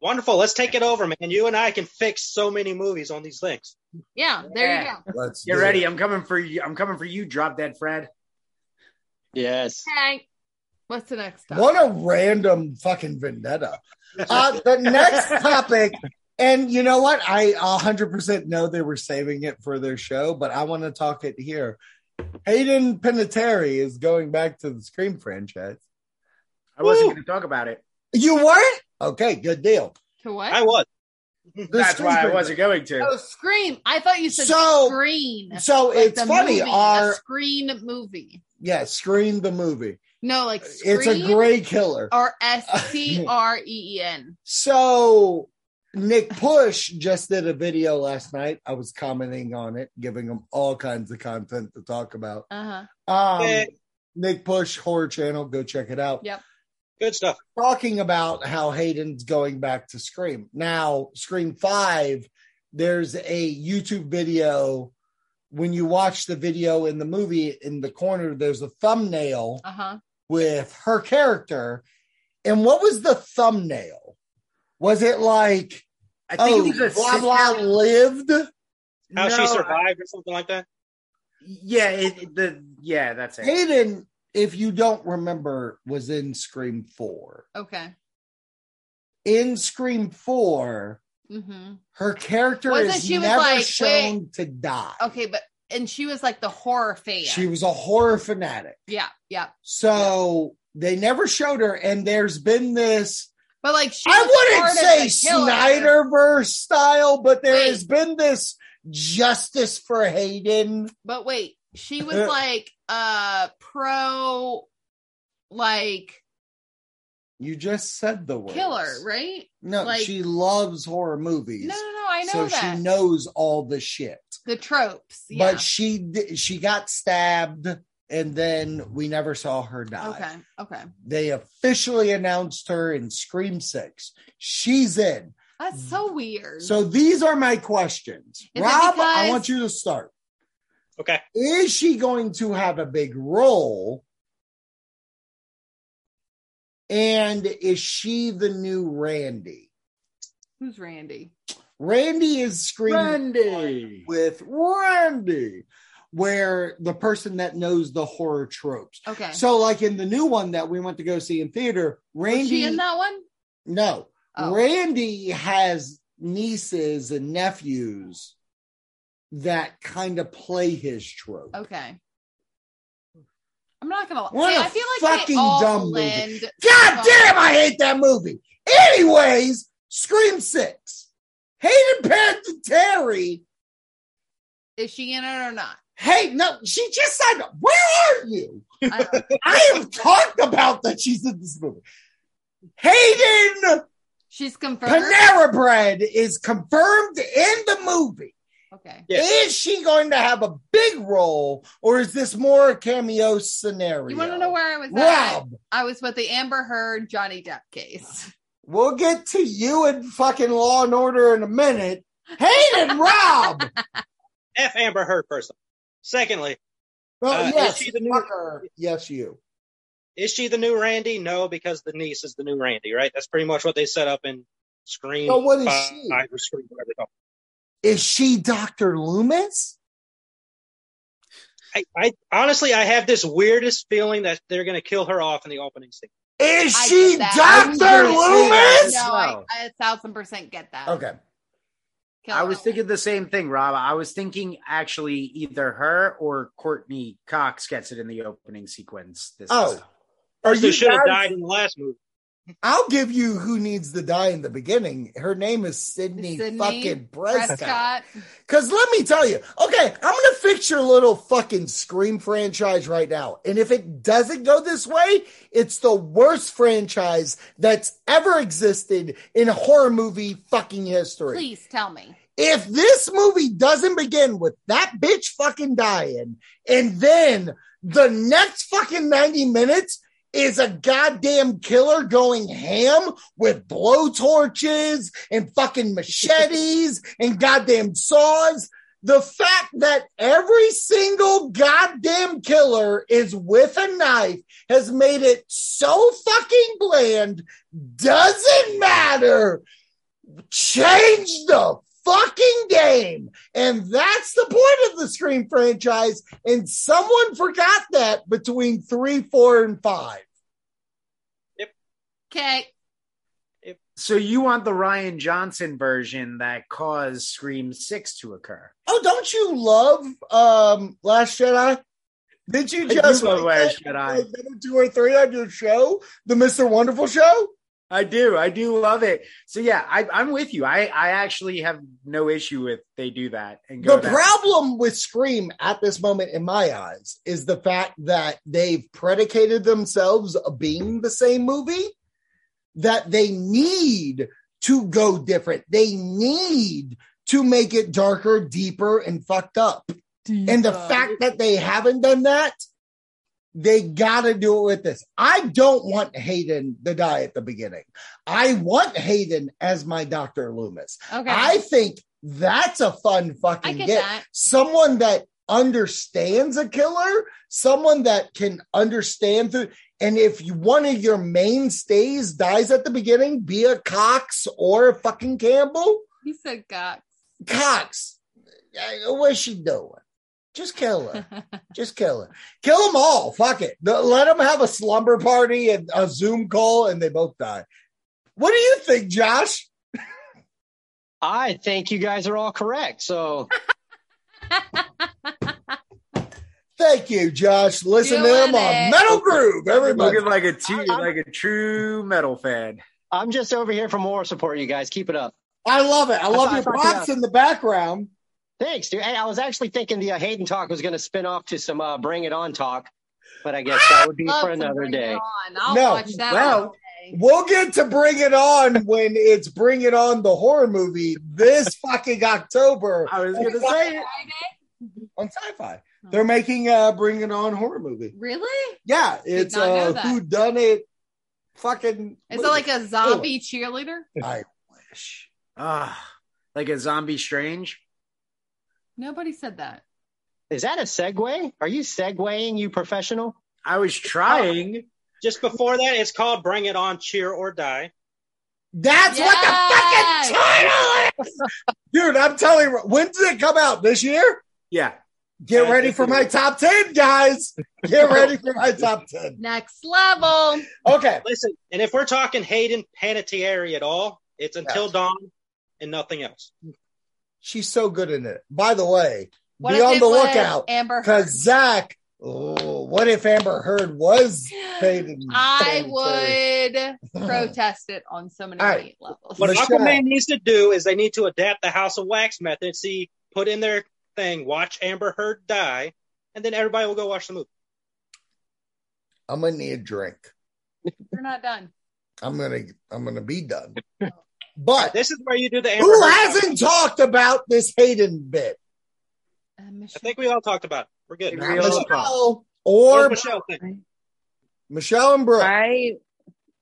[SPEAKER 8] Wonderful. Let's take it over, man. You and I can fix so many movies on these things.
[SPEAKER 5] Yeah, there
[SPEAKER 7] Yeah.
[SPEAKER 5] you go.
[SPEAKER 4] Let's
[SPEAKER 7] get
[SPEAKER 4] do it.
[SPEAKER 7] ready. I'm coming for you. I'm coming for you. Drop dead, Fred.
[SPEAKER 6] Yes.
[SPEAKER 5] Hank, what's the next? topic?
[SPEAKER 4] What a random fucking vendetta. Uh, the next topic, and you know what? I 100% know they were saving it for their show, but I want to talk it here. Hayden Panettiere is going back to the Scream franchise.
[SPEAKER 7] I wasn't
[SPEAKER 8] Woo!
[SPEAKER 7] going to talk about it.
[SPEAKER 4] You weren't? Okay, good deal.
[SPEAKER 5] To what?
[SPEAKER 8] I was.
[SPEAKER 4] The
[SPEAKER 7] That's
[SPEAKER 4] Scream
[SPEAKER 7] why I
[SPEAKER 4] franchise.
[SPEAKER 7] wasn't going to.
[SPEAKER 5] oh, Scream. I thought you said
[SPEAKER 4] So-
[SPEAKER 5] Screen.
[SPEAKER 4] So
[SPEAKER 5] Like
[SPEAKER 4] it's
[SPEAKER 5] the
[SPEAKER 4] funny.
[SPEAKER 5] Movie,
[SPEAKER 4] Our
[SPEAKER 5] a Screen movie.
[SPEAKER 4] yeah, Scream the movie.
[SPEAKER 5] No, like Screen.
[SPEAKER 4] It's a gray killer.
[SPEAKER 5] Or S C R E E N.
[SPEAKER 4] So Nick Push just did a video last night. I was commenting on it, giving him all kinds of content to talk about.
[SPEAKER 5] Uh huh.
[SPEAKER 4] Um,
[SPEAKER 8] Yeah.
[SPEAKER 4] Nick Push Horror Channel, go check it out.
[SPEAKER 5] Yeah.
[SPEAKER 8] Good stuff.
[SPEAKER 4] Talking about how Hayden's going back to Scream. Now, Scream 5, there's a YouTube video. When you watch the video in the movie, in the corner, there's a thumbnail
[SPEAKER 5] Uh huh.
[SPEAKER 4] with her character. And what was the thumbnail? Was it like
[SPEAKER 7] I
[SPEAKER 4] oh,
[SPEAKER 7] think it was a
[SPEAKER 4] blah
[SPEAKER 7] sit-
[SPEAKER 4] blah lived.
[SPEAKER 8] How she
[SPEAKER 7] No,
[SPEAKER 8] survived or something like that.
[SPEAKER 7] Yeah, it, the yeah, that's it.
[SPEAKER 4] Hayden, if you don't remember, was in Scream Four.
[SPEAKER 5] Okay.
[SPEAKER 4] In Scream Four,
[SPEAKER 5] Mm-hmm.
[SPEAKER 4] her character
[SPEAKER 5] Wasn't
[SPEAKER 4] is
[SPEAKER 5] she was
[SPEAKER 4] never
[SPEAKER 5] like,
[SPEAKER 4] shown to die.
[SPEAKER 5] Okay, but and she was like the horror fan.
[SPEAKER 4] She was a horror fanatic,
[SPEAKER 5] yeah, yeah.
[SPEAKER 4] so they never showed her. And there's been this.
[SPEAKER 5] But like she was
[SPEAKER 4] I
[SPEAKER 5] part
[SPEAKER 4] wouldn't
[SPEAKER 5] of
[SPEAKER 4] say
[SPEAKER 5] the killer.
[SPEAKER 4] Snyderverse style, but there
[SPEAKER 5] Wait.
[SPEAKER 4] has been this justice for Hayden.
[SPEAKER 5] But wait, she was like uh pro like
[SPEAKER 4] You just said the word
[SPEAKER 5] killer, right?
[SPEAKER 4] No,
[SPEAKER 5] Like-
[SPEAKER 4] she loves horror movies.
[SPEAKER 5] No, no, no, I know
[SPEAKER 4] so
[SPEAKER 5] that.
[SPEAKER 4] she knows all the shit.
[SPEAKER 5] the tropes. Yeah.
[SPEAKER 4] But she di- she got stabbed, and then we never saw her die.
[SPEAKER 5] okay. Okay.
[SPEAKER 4] They officially announced her in Scream Six. She's in.
[SPEAKER 5] That's so weird.
[SPEAKER 4] Mm. So these are my questions,
[SPEAKER 5] it
[SPEAKER 4] Rob. I
[SPEAKER 5] because-
[SPEAKER 4] want you to start.
[SPEAKER 8] Okay.
[SPEAKER 4] Is she going to have a big role? And is she the new Randy?
[SPEAKER 5] who's Randy?
[SPEAKER 4] Randy is Scream
[SPEAKER 7] Randy.
[SPEAKER 4] with Randy, where the person that knows the horror tropes.
[SPEAKER 5] Okay.
[SPEAKER 4] So, like in the new one that we went to go see in theater,
[SPEAKER 5] was she
[SPEAKER 4] Randy,
[SPEAKER 5] in that one?
[SPEAKER 4] no,
[SPEAKER 5] Oh.
[SPEAKER 4] Randy has nieces and nephews that kind of play his trope.
[SPEAKER 5] Okay. I'm not gonna lie.
[SPEAKER 4] What
[SPEAKER 5] See,
[SPEAKER 4] a
[SPEAKER 5] I feel like
[SPEAKER 4] fucking
[SPEAKER 5] they all
[SPEAKER 4] dumb movie.
[SPEAKER 5] lend-
[SPEAKER 4] God damn, I hate that movie. Anyways, Scream Six, Hayden Panettiere.
[SPEAKER 5] Is she in it or not?
[SPEAKER 4] Hey, no, she just said, "Where are you?"
[SPEAKER 5] I don't-
[SPEAKER 4] I have talked about that she's in this movie. Hayden
[SPEAKER 5] she's confirmed.
[SPEAKER 4] Panera Bread is confirmed in the movie.
[SPEAKER 5] Okay.
[SPEAKER 8] Yeah.
[SPEAKER 4] Is she going to have a big role, or is this more a cameo scenario?
[SPEAKER 5] You want to know where I was at?
[SPEAKER 4] Rob,
[SPEAKER 5] I was with the Amber Heard Johnny Depp case.
[SPEAKER 4] we'll get to you and fucking Law and Order in a minute. Hayden, Rob,
[SPEAKER 8] F Amber Heard person. Secondly,
[SPEAKER 4] well,
[SPEAKER 8] Uh, is
[SPEAKER 4] Oh, yes,
[SPEAKER 8] she the new-
[SPEAKER 4] fucker. yes, you.
[SPEAKER 8] is she the new Randy? No, because the niece is the new Randy, right? That's pretty much what they set up in Scream.
[SPEAKER 4] So what is
[SPEAKER 8] five,
[SPEAKER 4] she?
[SPEAKER 8] or Scream, whatever it's called.
[SPEAKER 4] Is she Doctor Loomis?
[SPEAKER 8] I, I honestly, I have this weirdest feeling that they're going to kill her off in the opening scene.
[SPEAKER 4] Is
[SPEAKER 5] I
[SPEAKER 4] she
[SPEAKER 5] get that.
[SPEAKER 4] Dr. Loomis?
[SPEAKER 5] No, I,
[SPEAKER 7] No.
[SPEAKER 5] I a thousand percent get that.
[SPEAKER 4] Okay.
[SPEAKER 5] Kill
[SPEAKER 7] I was
[SPEAKER 5] it.
[SPEAKER 7] thinking the same thing, Rob. I was thinking actually either her or Courtney Cox gets it in the opening sequence. This
[SPEAKER 4] Oh.
[SPEAKER 7] time.
[SPEAKER 4] Are
[SPEAKER 8] They
[SPEAKER 4] you
[SPEAKER 8] should have
[SPEAKER 4] guys-
[SPEAKER 8] died in the last movie.
[SPEAKER 4] I'll give you who needs to die in the beginning. Her name is Sydney,
[SPEAKER 5] Sydney
[SPEAKER 4] fucking Prescott.
[SPEAKER 5] Prescott.
[SPEAKER 4] Because let me tell you, okay, I'm gonna fix your little fucking Scream franchise right now. And if it doesn't go this way, it's the worst franchise that's ever existed in horror movie fucking history.
[SPEAKER 5] Please tell me.
[SPEAKER 4] If this movie doesn't begin with that bitch fucking dying, and then the next fucking 90 minutes is a goddamn killer going ham with blowtorches and fucking machetes and goddamn saws. The fact that every single goddamn killer is with a knife has made it so fucking bland. Doesn't matter. Change the fucking game. And that's the point of the Scream franchise. And someone forgot that between three, four, and five.
[SPEAKER 5] Okay.
[SPEAKER 7] So you want the Ryan Johnson version that caused Scream Six to occur?
[SPEAKER 4] Oh, don't you love um Last Jedi? Did you
[SPEAKER 7] I do
[SPEAKER 4] just
[SPEAKER 7] love
[SPEAKER 4] like that
[SPEAKER 7] Last
[SPEAKER 4] for
[SPEAKER 7] Jedi.
[SPEAKER 4] number two or three on your show, the Mr. Wonderful show?
[SPEAKER 7] I do. I do love it. So yeah, I, I'm with you. I, I actually have no issue with they do that and go.
[SPEAKER 4] The
[SPEAKER 7] that-
[SPEAKER 4] problem with Scream at this moment, in my eyes, is the fact that they've predicated themselves of being the same movie, that they need to go different. They need to make it darker, deeper, and fucked up. And the fact that they haven't done that, they gotta do it with this. I don't want Hayden to die at the beginning. I want Hayden as my Dr. Loomis.
[SPEAKER 5] Okay.
[SPEAKER 4] I think that's a fun
[SPEAKER 5] I
[SPEAKER 4] fucking
[SPEAKER 5] get
[SPEAKER 4] get.
[SPEAKER 5] that.
[SPEAKER 4] Someone that understands a killer, someone that can understand through. And if you, one of your mainstays dies at the beginning, be a Cox or a fucking Campbell.
[SPEAKER 5] He said Cox.
[SPEAKER 4] Cox, uh, what's she doing? Just kill her. Just kill her. Kill them all. Fuck it. The- Let them have a slumber party and a Zoom call, and they both die. What do you think, Josh?
[SPEAKER 6] I think you guys are all correct. So
[SPEAKER 4] Thank you, Josh. Listen to
[SPEAKER 5] Doing
[SPEAKER 4] him on
[SPEAKER 5] it.
[SPEAKER 4] Metal Groove, everybody.
[SPEAKER 7] Looking like a two, like a true metal fan.
[SPEAKER 6] I'm just over here for moral support. You guys keep it up.
[SPEAKER 4] I love it. I love
[SPEAKER 6] I
[SPEAKER 4] your
[SPEAKER 6] thought you
[SPEAKER 4] props
[SPEAKER 6] were-
[SPEAKER 4] in the background.
[SPEAKER 6] Thanks, dude. Hey, I was actually thinking the uh, Hayden talk was going to spin off to some uh, Bring It On talk, but I guess that would be
[SPEAKER 5] Love
[SPEAKER 6] for
[SPEAKER 5] to
[SPEAKER 6] another
[SPEAKER 5] bring it
[SPEAKER 6] day.
[SPEAKER 5] on. I'll
[SPEAKER 4] No.
[SPEAKER 5] watch that.
[SPEAKER 7] Well,
[SPEAKER 5] all day.
[SPEAKER 4] We'll get to Bring It On when it's Bring It On the horror movie this fucking October
[SPEAKER 7] I was gonna say it.
[SPEAKER 4] on Sci-Fi. They're making a Bring It On horror movie.
[SPEAKER 5] Really?
[SPEAKER 4] Yeah,
[SPEAKER 5] Did
[SPEAKER 4] it's
[SPEAKER 5] not know
[SPEAKER 4] uh,
[SPEAKER 5] that.
[SPEAKER 4] Who Done It. Fucking
[SPEAKER 5] Is it like a zombie cheerleader?
[SPEAKER 4] I wish.
[SPEAKER 7] Ah, like a zombie strange.
[SPEAKER 5] Nobody said that.
[SPEAKER 6] Is that a segue? Are you segueing, you professional?
[SPEAKER 7] I was trying.
[SPEAKER 8] Just before that, it's called Bring It On, Cheer or Die.
[SPEAKER 4] That's what the
[SPEAKER 5] Yes!
[SPEAKER 4] fucking title is, dude. I'm telling you, when did it come out this year?
[SPEAKER 7] Yeah.
[SPEAKER 4] Get
[SPEAKER 8] Uh,
[SPEAKER 4] ready for my top ten, guys. Get ready for my top ten.
[SPEAKER 5] Next level.
[SPEAKER 4] Okay,
[SPEAKER 8] Listen, and if we're talking Hayden Panettiere at all, it's Until Dawn and nothing else.
[SPEAKER 4] she's so good in it. By the way,
[SPEAKER 5] What
[SPEAKER 4] be
[SPEAKER 5] if
[SPEAKER 4] on
[SPEAKER 5] it
[SPEAKER 4] the
[SPEAKER 5] was
[SPEAKER 4] lookout
[SPEAKER 5] Amber. Heard?
[SPEAKER 4] because Zach. Oh, what if Amber Heard was Hayden? Panettiere?
[SPEAKER 5] I would protest it on so many
[SPEAKER 4] All right.
[SPEAKER 5] levels.
[SPEAKER 8] What
[SPEAKER 4] Michelle.
[SPEAKER 8] Aquaman needs to do is they need to adapt the House of Wax method. See, put in their thing, watch Amber Heard die, and then everybody will go watch the movie.
[SPEAKER 4] I'm gonna need a drink.
[SPEAKER 5] You're not done.
[SPEAKER 4] I'm gonna. I'm gonna be done. But
[SPEAKER 8] This is where you do the Amber
[SPEAKER 4] who
[SPEAKER 8] Heard
[SPEAKER 4] hasn't
[SPEAKER 8] talk.
[SPEAKER 4] talked about this Hayden bit?
[SPEAKER 5] Uh,
[SPEAKER 8] I
[SPEAKER 5] Michelle-
[SPEAKER 8] think we all talked about it. We're good.
[SPEAKER 7] Not
[SPEAKER 4] Not
[SPEAKER 7] Real
[SPEAKER 4] Michelle
[SPEAKER 8] Or
[SPEAKER 4] or
[SPEAKER 8] Michelle thing.
[SPEAKER 4] Michelle and Brooke.
[SPEAKER 1] I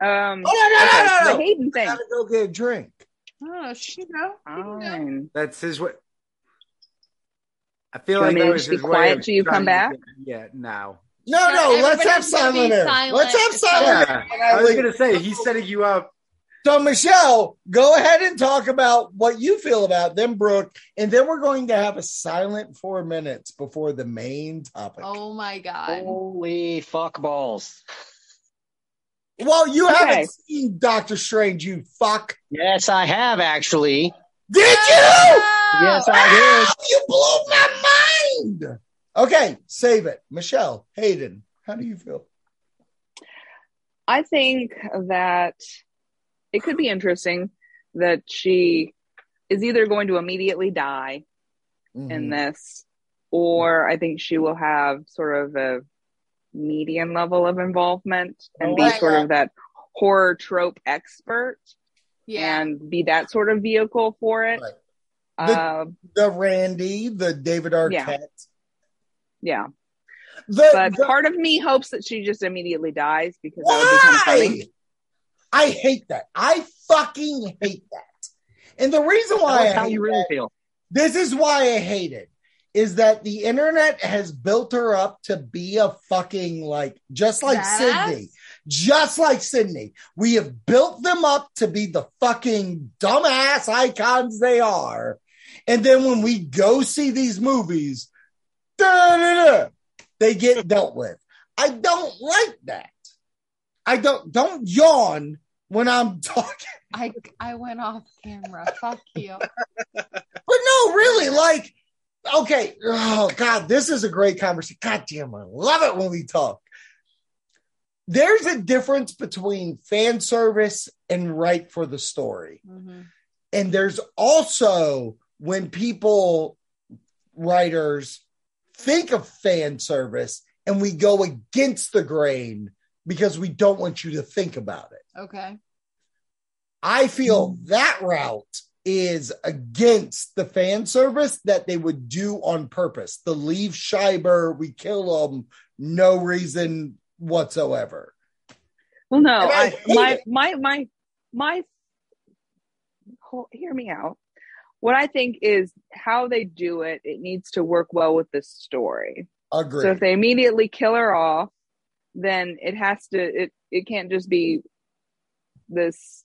[SPEAKER 1] um okay,
[SPEAKER 4] Oh, no, no, no, no, no.
[SPEAKER 1] the Hayden
[SPEAKER 4] I
[SPEAKER 1] thing.
[SPEAKER 4] gotta go get a drink.
[SPEAKER 5] Oh, she know.
[SPEAKER 1] Fine.
[SPEAKER 7] That's his way. I feel
[SPEAKER 1] You want
[SPEAKER 7] like
[SPEAKER 1] me
[SPEAKER 7] that
[SPEAKER 1] to
[SPEAKER 7] was
[SPEAKER 1] just
[SPEAKER 7] his
[SPEAKER 1] be
[SPEAKER 7] way
[SPEAKER 1] quiet
[SPEAKER 7] of
[SPEAKER 1] till you come
[SPEAKER 7] trying to
[SPEAKER 1] back?
[SPEAKER 7] get- Yeah, no.
[SPEAKER 4] No,
[SPEAKER 5] Yeah,
[SPEAKER 4] no, let's have
[SPEAKER 5] everybody's gonna be
[SPEAKER 4] silent air.
[SPEAKER 5] silent.
[SPEAKER 4] Let's have
[SPEAKER 5] It's
[SPEAKER 4] silent
[SPEAKER 7] Yeah.
[SPEAKER 4] air.
[SPEAKER 7] I was gonna
[SPEAKER 1] oh.
[SPEAKER 7] say he's setting you up.
[SPEAKER 4] So, Michelle, go ahead and talk about what you feel about them, Brooke, and then we're going to have a silent four minutes before the main topic.
[SPEAKER 5] Oh my god.
[SPEAKER 6] Holy fuck balls!
[SPEAKER 4] Well, you
[SPEAKER 1] Okay.
[SPEAKER 4] haven't seen Doctor Strange, you fuck.
[SPEAKER 6] Yes, I have actually.
[SPEAKER 4] Did you?
[SPEAKER 6] Yes, I did.
[SPEAKER 4] You blew my mind. Okay, save it. Michelle, Hayden, how do you feel?
[SPEAKER 1] I think that it could be interesting that she is either going to immediately die
[SPEAKER 4] Mm-hmm.
[SPEAKER 1] in this, or I think she will have sort of a median level of involvement and
[SPEAKER 4] Oh,
[SPEAKER 1] be
[SPEAKER 4] I
[SPEAKER 1] sort
[SPEAKER 4] got-
[SPEAKER 1] of that horror trope expert
[SPEAKER 5] Yeah.
[SPEAKER 1] and be that sort of vehicle for it.
[SPEAKER 4] Right.
[SPEAKER 1] Uh,
[SPEAKER 4] The Randy, the David Arquette.
[SPEAKER 1] yeah,
[SPEAKER 4] The,
[SPEAKER 1] but
[SPEAKER 4] the-
[SPEAKER 1] part of me hopes that she just immediately dies because that would be kind of
[SPEAKER 4] why?
[SPEAKER 1] funny.
[SPEAKER 4] I hate that. I fucking hate that. And the reason
[SPEAKER 6] Tell
[SPEAKER 4] why
[SPEAKER 6] us
[SPEAKER 4] I
[SPEAKER 6] how
[SPEAKER 4] hate
[SPEAKER 6] you
[SPEAKER 4] that
[SPEAKER 6] really feel.
[SPEAKER 4] this is why I hate it is that the internet has built her up to be a fucking like just like
[SPEAKER 5] Badass?
[SPEAKER 4] Sydney, just like Sydney. We have built them up to be the fucking dumbass icons they are. And then when we go see these movies, da-da-da, they get dealt with. I don't like that. I don't don't yawn when I'm talking.
[SPEAKER 5] I I went off camera. Fuck you.
[SPEAKER 4] But no, really, like, okay, oh God, this is a great conversation. God damn, I love it when we talk. There's a difference between fan service and right for the story.
[SPEAKER 5] Mhm.
[SPEAKER 4] And there's also when people, writers, think of fan service and we go against the grain because we don't want you to think about it.
[SPEAKER 5] Okay.
[SPEAKER 4] I feel that route is against the fan service that they would do on purpose. The leave Schreiber, we kill him, no reason whatsoever.
[SPEAKER 1] Well, no,
[SPEAKER 4] And I
[SPEAKER 1] I,
[SPEAKER 4] hate
[SPEAKER 1] my,
[SPEAKER 4] it.
[SPEAKER 1] my my my hol- hear me out. What I think is how they do it. It needs to work well with the story.
[SPEAKER 4] Agree.
[SPEAKER 1] So if they immediately kill her off, then it has to. It it can't just be this.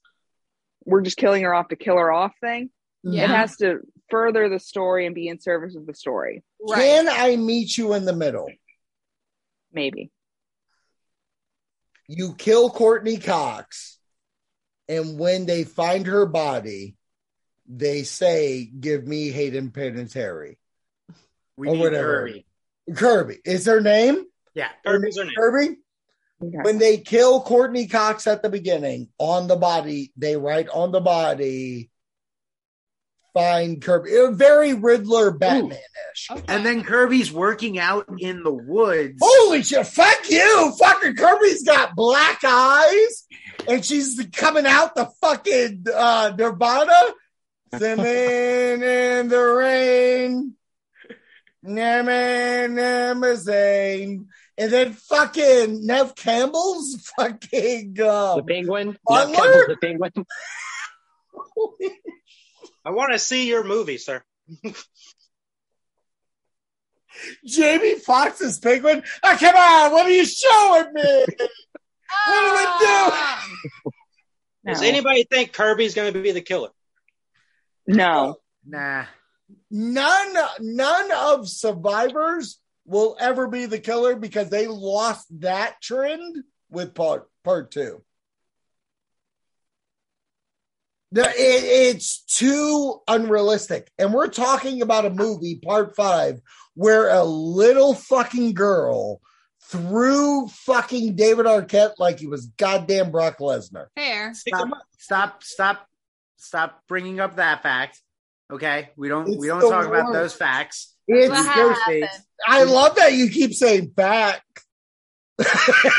[SPEAKER 1] We're just killing her off to kill her off thing.
[SPEAKER 4] Mm-hmm.
[SPEAKER 1] It
[SPEAKER 5] Yeah.
[SPEAKER 1] has to further the story and be in service of the story.
[SPEAKER 5] Right.
[SPEAKER 4] Can I meet you in the middle?
[SPEAKER 1] Maybe.
[SPEAKER 4] You kill Courtney Cox, and when they find her body, they say, Give me Hayden Panettiere.
[SPEAKER 7] We
[SPEAKER 4] Or
[SPEAKER 7] need
[SPEAKER 4] whatever.
[SPEAKER 7] Kirby.
[SPEAKER 4] Kirby is her name?
[SPEAKER 7] Yeah.
[SPEAKER 8] Kirby's her name.
[SPEAKER 4] Kirby?
[SPEAKER 1] Okay.
[SPEAKER 4] when they kill Courtney Cox at the beginning on the body, they write on the body, find Kirby. It- Very Riddler Batman ish.
[SPEAKER 5] Okay.
[SPEAKER 7] And then Kirby's working out in the woods.
[SPEAKER 1] Oh!
[SPEAKER 4] Holy shit, fuck you. Fucking Kirby's got black eyes and she's coming out the fucking uh, Nirvana. Singing in the rain. Name, name, Zane. And then fucking Nev Campbell's fucking uh,
[SPEAKER 6] The penguin.
[SPEAKER 4] Butler?
[SPEAKER 6] Not Keppel's the penguin.
[SPEAKER 8] I want to see your movie, sir.
[SPEAKER 4] Jamie Foxx's penguin. Oh, come on, what are you showing me? What do I
[SPEAKER 5] Ah!
[SPEAKER 1] No.
[SPEAKER 8] Does anybody think Kirby's going to be the killer?
[SPEAKER 1] no.
[SPEAKER 7] Nah.
[SPEAKER 4] None, none of survivors will ever be the killer because they lost that trend with part part two. The- it- it's too unrealistic, and we're talking about a movie part five where a little fucking girl threw fucking David Arquette like he was goddamn Brock Lesnar.
[SPEAKER 5] Fair.
[SPEAKER 7] Stop, stop, stop, stop bringing up that fact. Okay. We don't,
[SPEAKER 4] It's
[SPEAKER 7] we don't
[SPEAKER 4] the
[SPEAKER 7] talk about
[SPEAKER 4] worst.
[SPEAKER 7] those facts.
[SPEAKER 4] It's
[SPEAKER 5] What
[SPEAKER 7] Those
[SPEAKER 5] happened?
[SPEAKER 7] things.
[SPEAKER 4] I love that you keep saying back.
[SPEAKER 7] When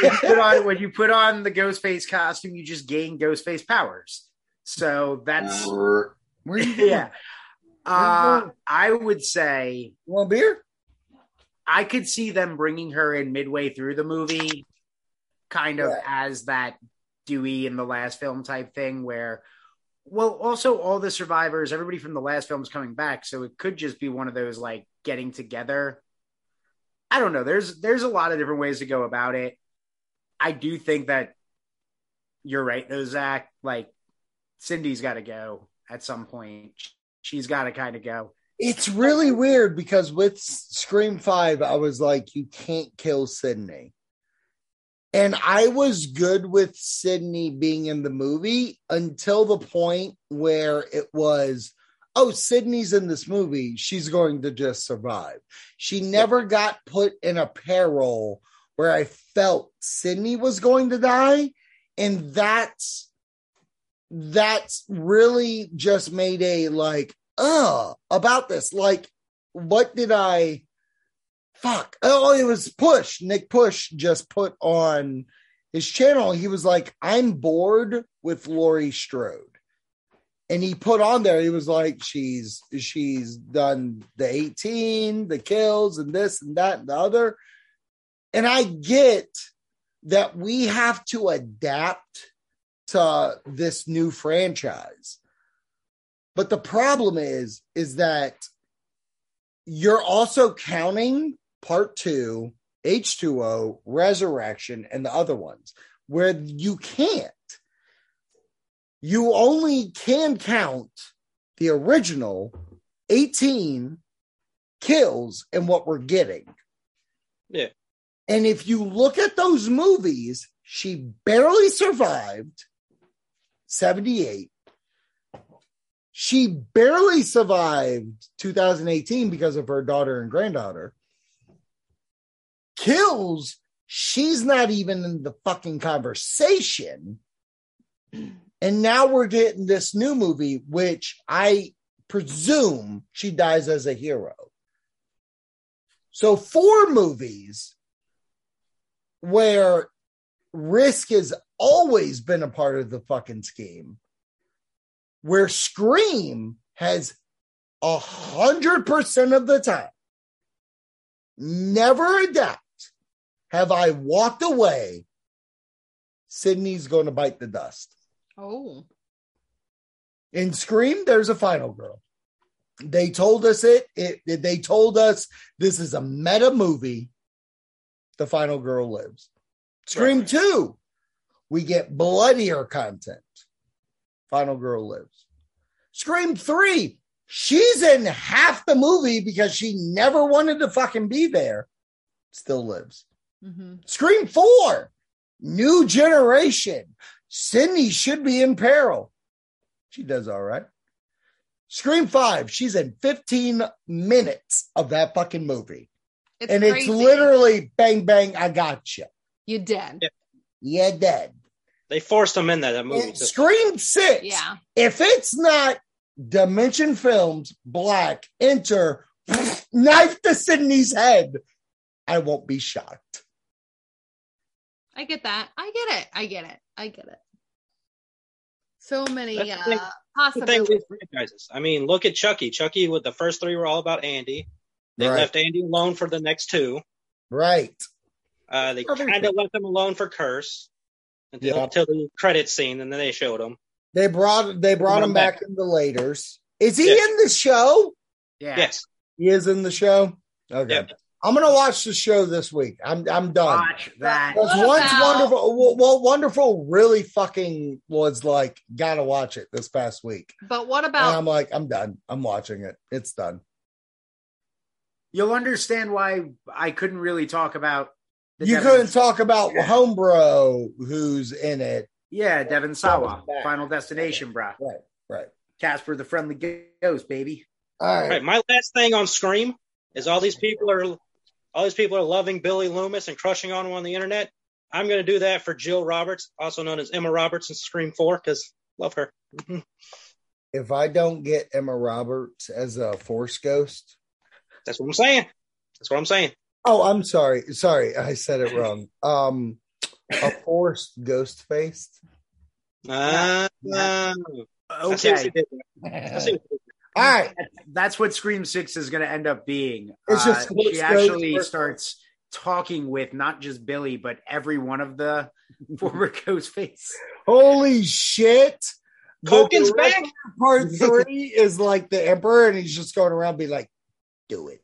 [SPEAKER 7] you put on when you put on the Ghostface costume, you just gain Ghostface powers. So that's
[SPEAKER 4] Where you going?
[SPEAKER 7] yeah. Uh, I would say
[SPEAKER 4] You want a beer?
[SPEAKER 7] I could see them bringing her in midway through the movie, kind of
[SPEAKER 4] Yeah.
[SPEAKER 7] as that Dewey in the last film type thing, where, well, also all the survivors, everybody from the last film is coming back, so it could just be one of those like getting together. I don't know. There's there's a lot of different ways to go about it. I do think that you're right, though, Zach. Like Cindy's got to go at some point. She's got to kind of go.
[SPEAKER 4] It's really weird because with Scream 5, I was like, you can't kill Sydney. And I was good with Sydney being in the movie until the point where it was, oh, Sydney's in this movie. She's going to just survive. She never got put in a peril where I felt Sydney was going to die. And that's that's really just made a like, uh, about this. Like, what did I fuck? Oh, it was Push. Nick Push just put on his channel. He was like, I'm bored with Laurie Strode. And he put on there, he was like, She's she's done the 18, the kills, and this and that and the other. And I get that we have to adapt to this new franchise. But the problem is, is that you're also counting part two, H2O, Resurrection, and the other ones where you can't. You only can count the original 18 kills and what we're getting.
[SPEAKER 8] Yeah.
[SPEAKER 4] And if you look at those movies, she barely survived 78 she barely survived 2018 because of her daughter and granddaughter. Kills, she's not even in the fucking conversation. And now we're getting this new movie, which I presume she dies as a hero. So, four movies where risk has always been a part of the fucking scheme where Scream has a hundred percent of the time, never a doubt, have I walked away. Sydney's going to bite the dust.
[SPEAKER 5] Oh,
[SPEAKER 4] In Scream, there's a final girl. They told us it, it. They told us this is a meta movie. The final girl lives. Scream right. 2, we get bloodier content. Final Girl Lives. Scream 3, she's in half the movie because she never wanted to fucking be there, still lives. Mm-hmm. Scream 4, new generation. Sydney should be in peril. She does all right. Scream 5, she's in 15 minutes of that fucking movie. It's and crazy. it's literally bang, bang, I got you.
[SPEAKER 5] You dead.
[SPEAKER 8] Yeah.
[SPEAKER 4] You're dead.
[SPEAKER 8] They forced him in there, that movie.
[SPEAKER 4] So. Scream Six.
[SPEAKER 5] Yeah.
[SPEAKER 4] If it's not Dimension Films, Black, Enter, knife to Sydney's head, I won't be shocked.
[SPEAKER 5] I get that. I get it. I get it. I get it. So many That's uh, the thing, possibilities. The
[SPEAKER 8] thing franchises. I mean, look at Chucky. Chucky with the first three were all about Andy. They right. left Andy alone for the next two.
[SPEAKER 4] Right.
[SPEAKER 8] Uh, they kind of left him alone for Curse until, yep. until the credit scene, and then they showed him.
[SPEAKER 4] They brought they brought him back, back in the later's. Is he yes. in the show?
[SPEAKER 8] Yeah. Yes,
[SPEAKER 4] he is in the show. Okay. Yep. I'm gonna watch the show this week. I'm I'm done.
[SPEAKER 7] Watch that.
[SPEAKER 4] Because once wonderful, well, wonderful really fucking was like gotta watch it this past week.
[SPEAKER 5] But what about?
[SPEAKER 4] And I'm like I'm done. I'm watching it. It's done.
[SPEAKER 7] You'll understand why I couldn't really talk about
[SPEAKER 4] you Devin, couldn't talk about yeah. Homebro who's in it.
[SPEAKER 7] Yeah, Devin Sawa, Final Destination, bro.
[SPEAKER 4] Right, right.
[SPEAKER 7] Casper the Friendly Ghost, baby.
[SPEAKER 4] All right.
[SPEAKER 8] right. My last thing on Scream is all these people are all these people are loving Billy Loomis and crushing on him on the internet. I'm going to do that for Jill Roberts, also known as Emma Roberts in Scream Four, because love her.
[SPEAKER 4] if I don't get Emma Roberts as a Force Ghost,
[SPEAKER 8] that's what I'm saying. That's what I'm saying.
[SPEAKER 4] Oh, I'm sorry. Sorry, I said it wrong. Um, a forced ghost faced.
[SPEAKER 8] Uh, yeah.
[SPEAKER 7] uh, okay.
[SPEAKER 4] All right.
[SPEAKER 7] That's what Scream Six is going to end up being. It's just uh, she actually starts talking with not just Billy, but every one of the former ghost face.
[SPEAKER 4] Holy shit!
[SPEAKER 8] Culkin's back.
[SPEAKER 4] Part three is like the emperor, and he's just going around being like, "Do it."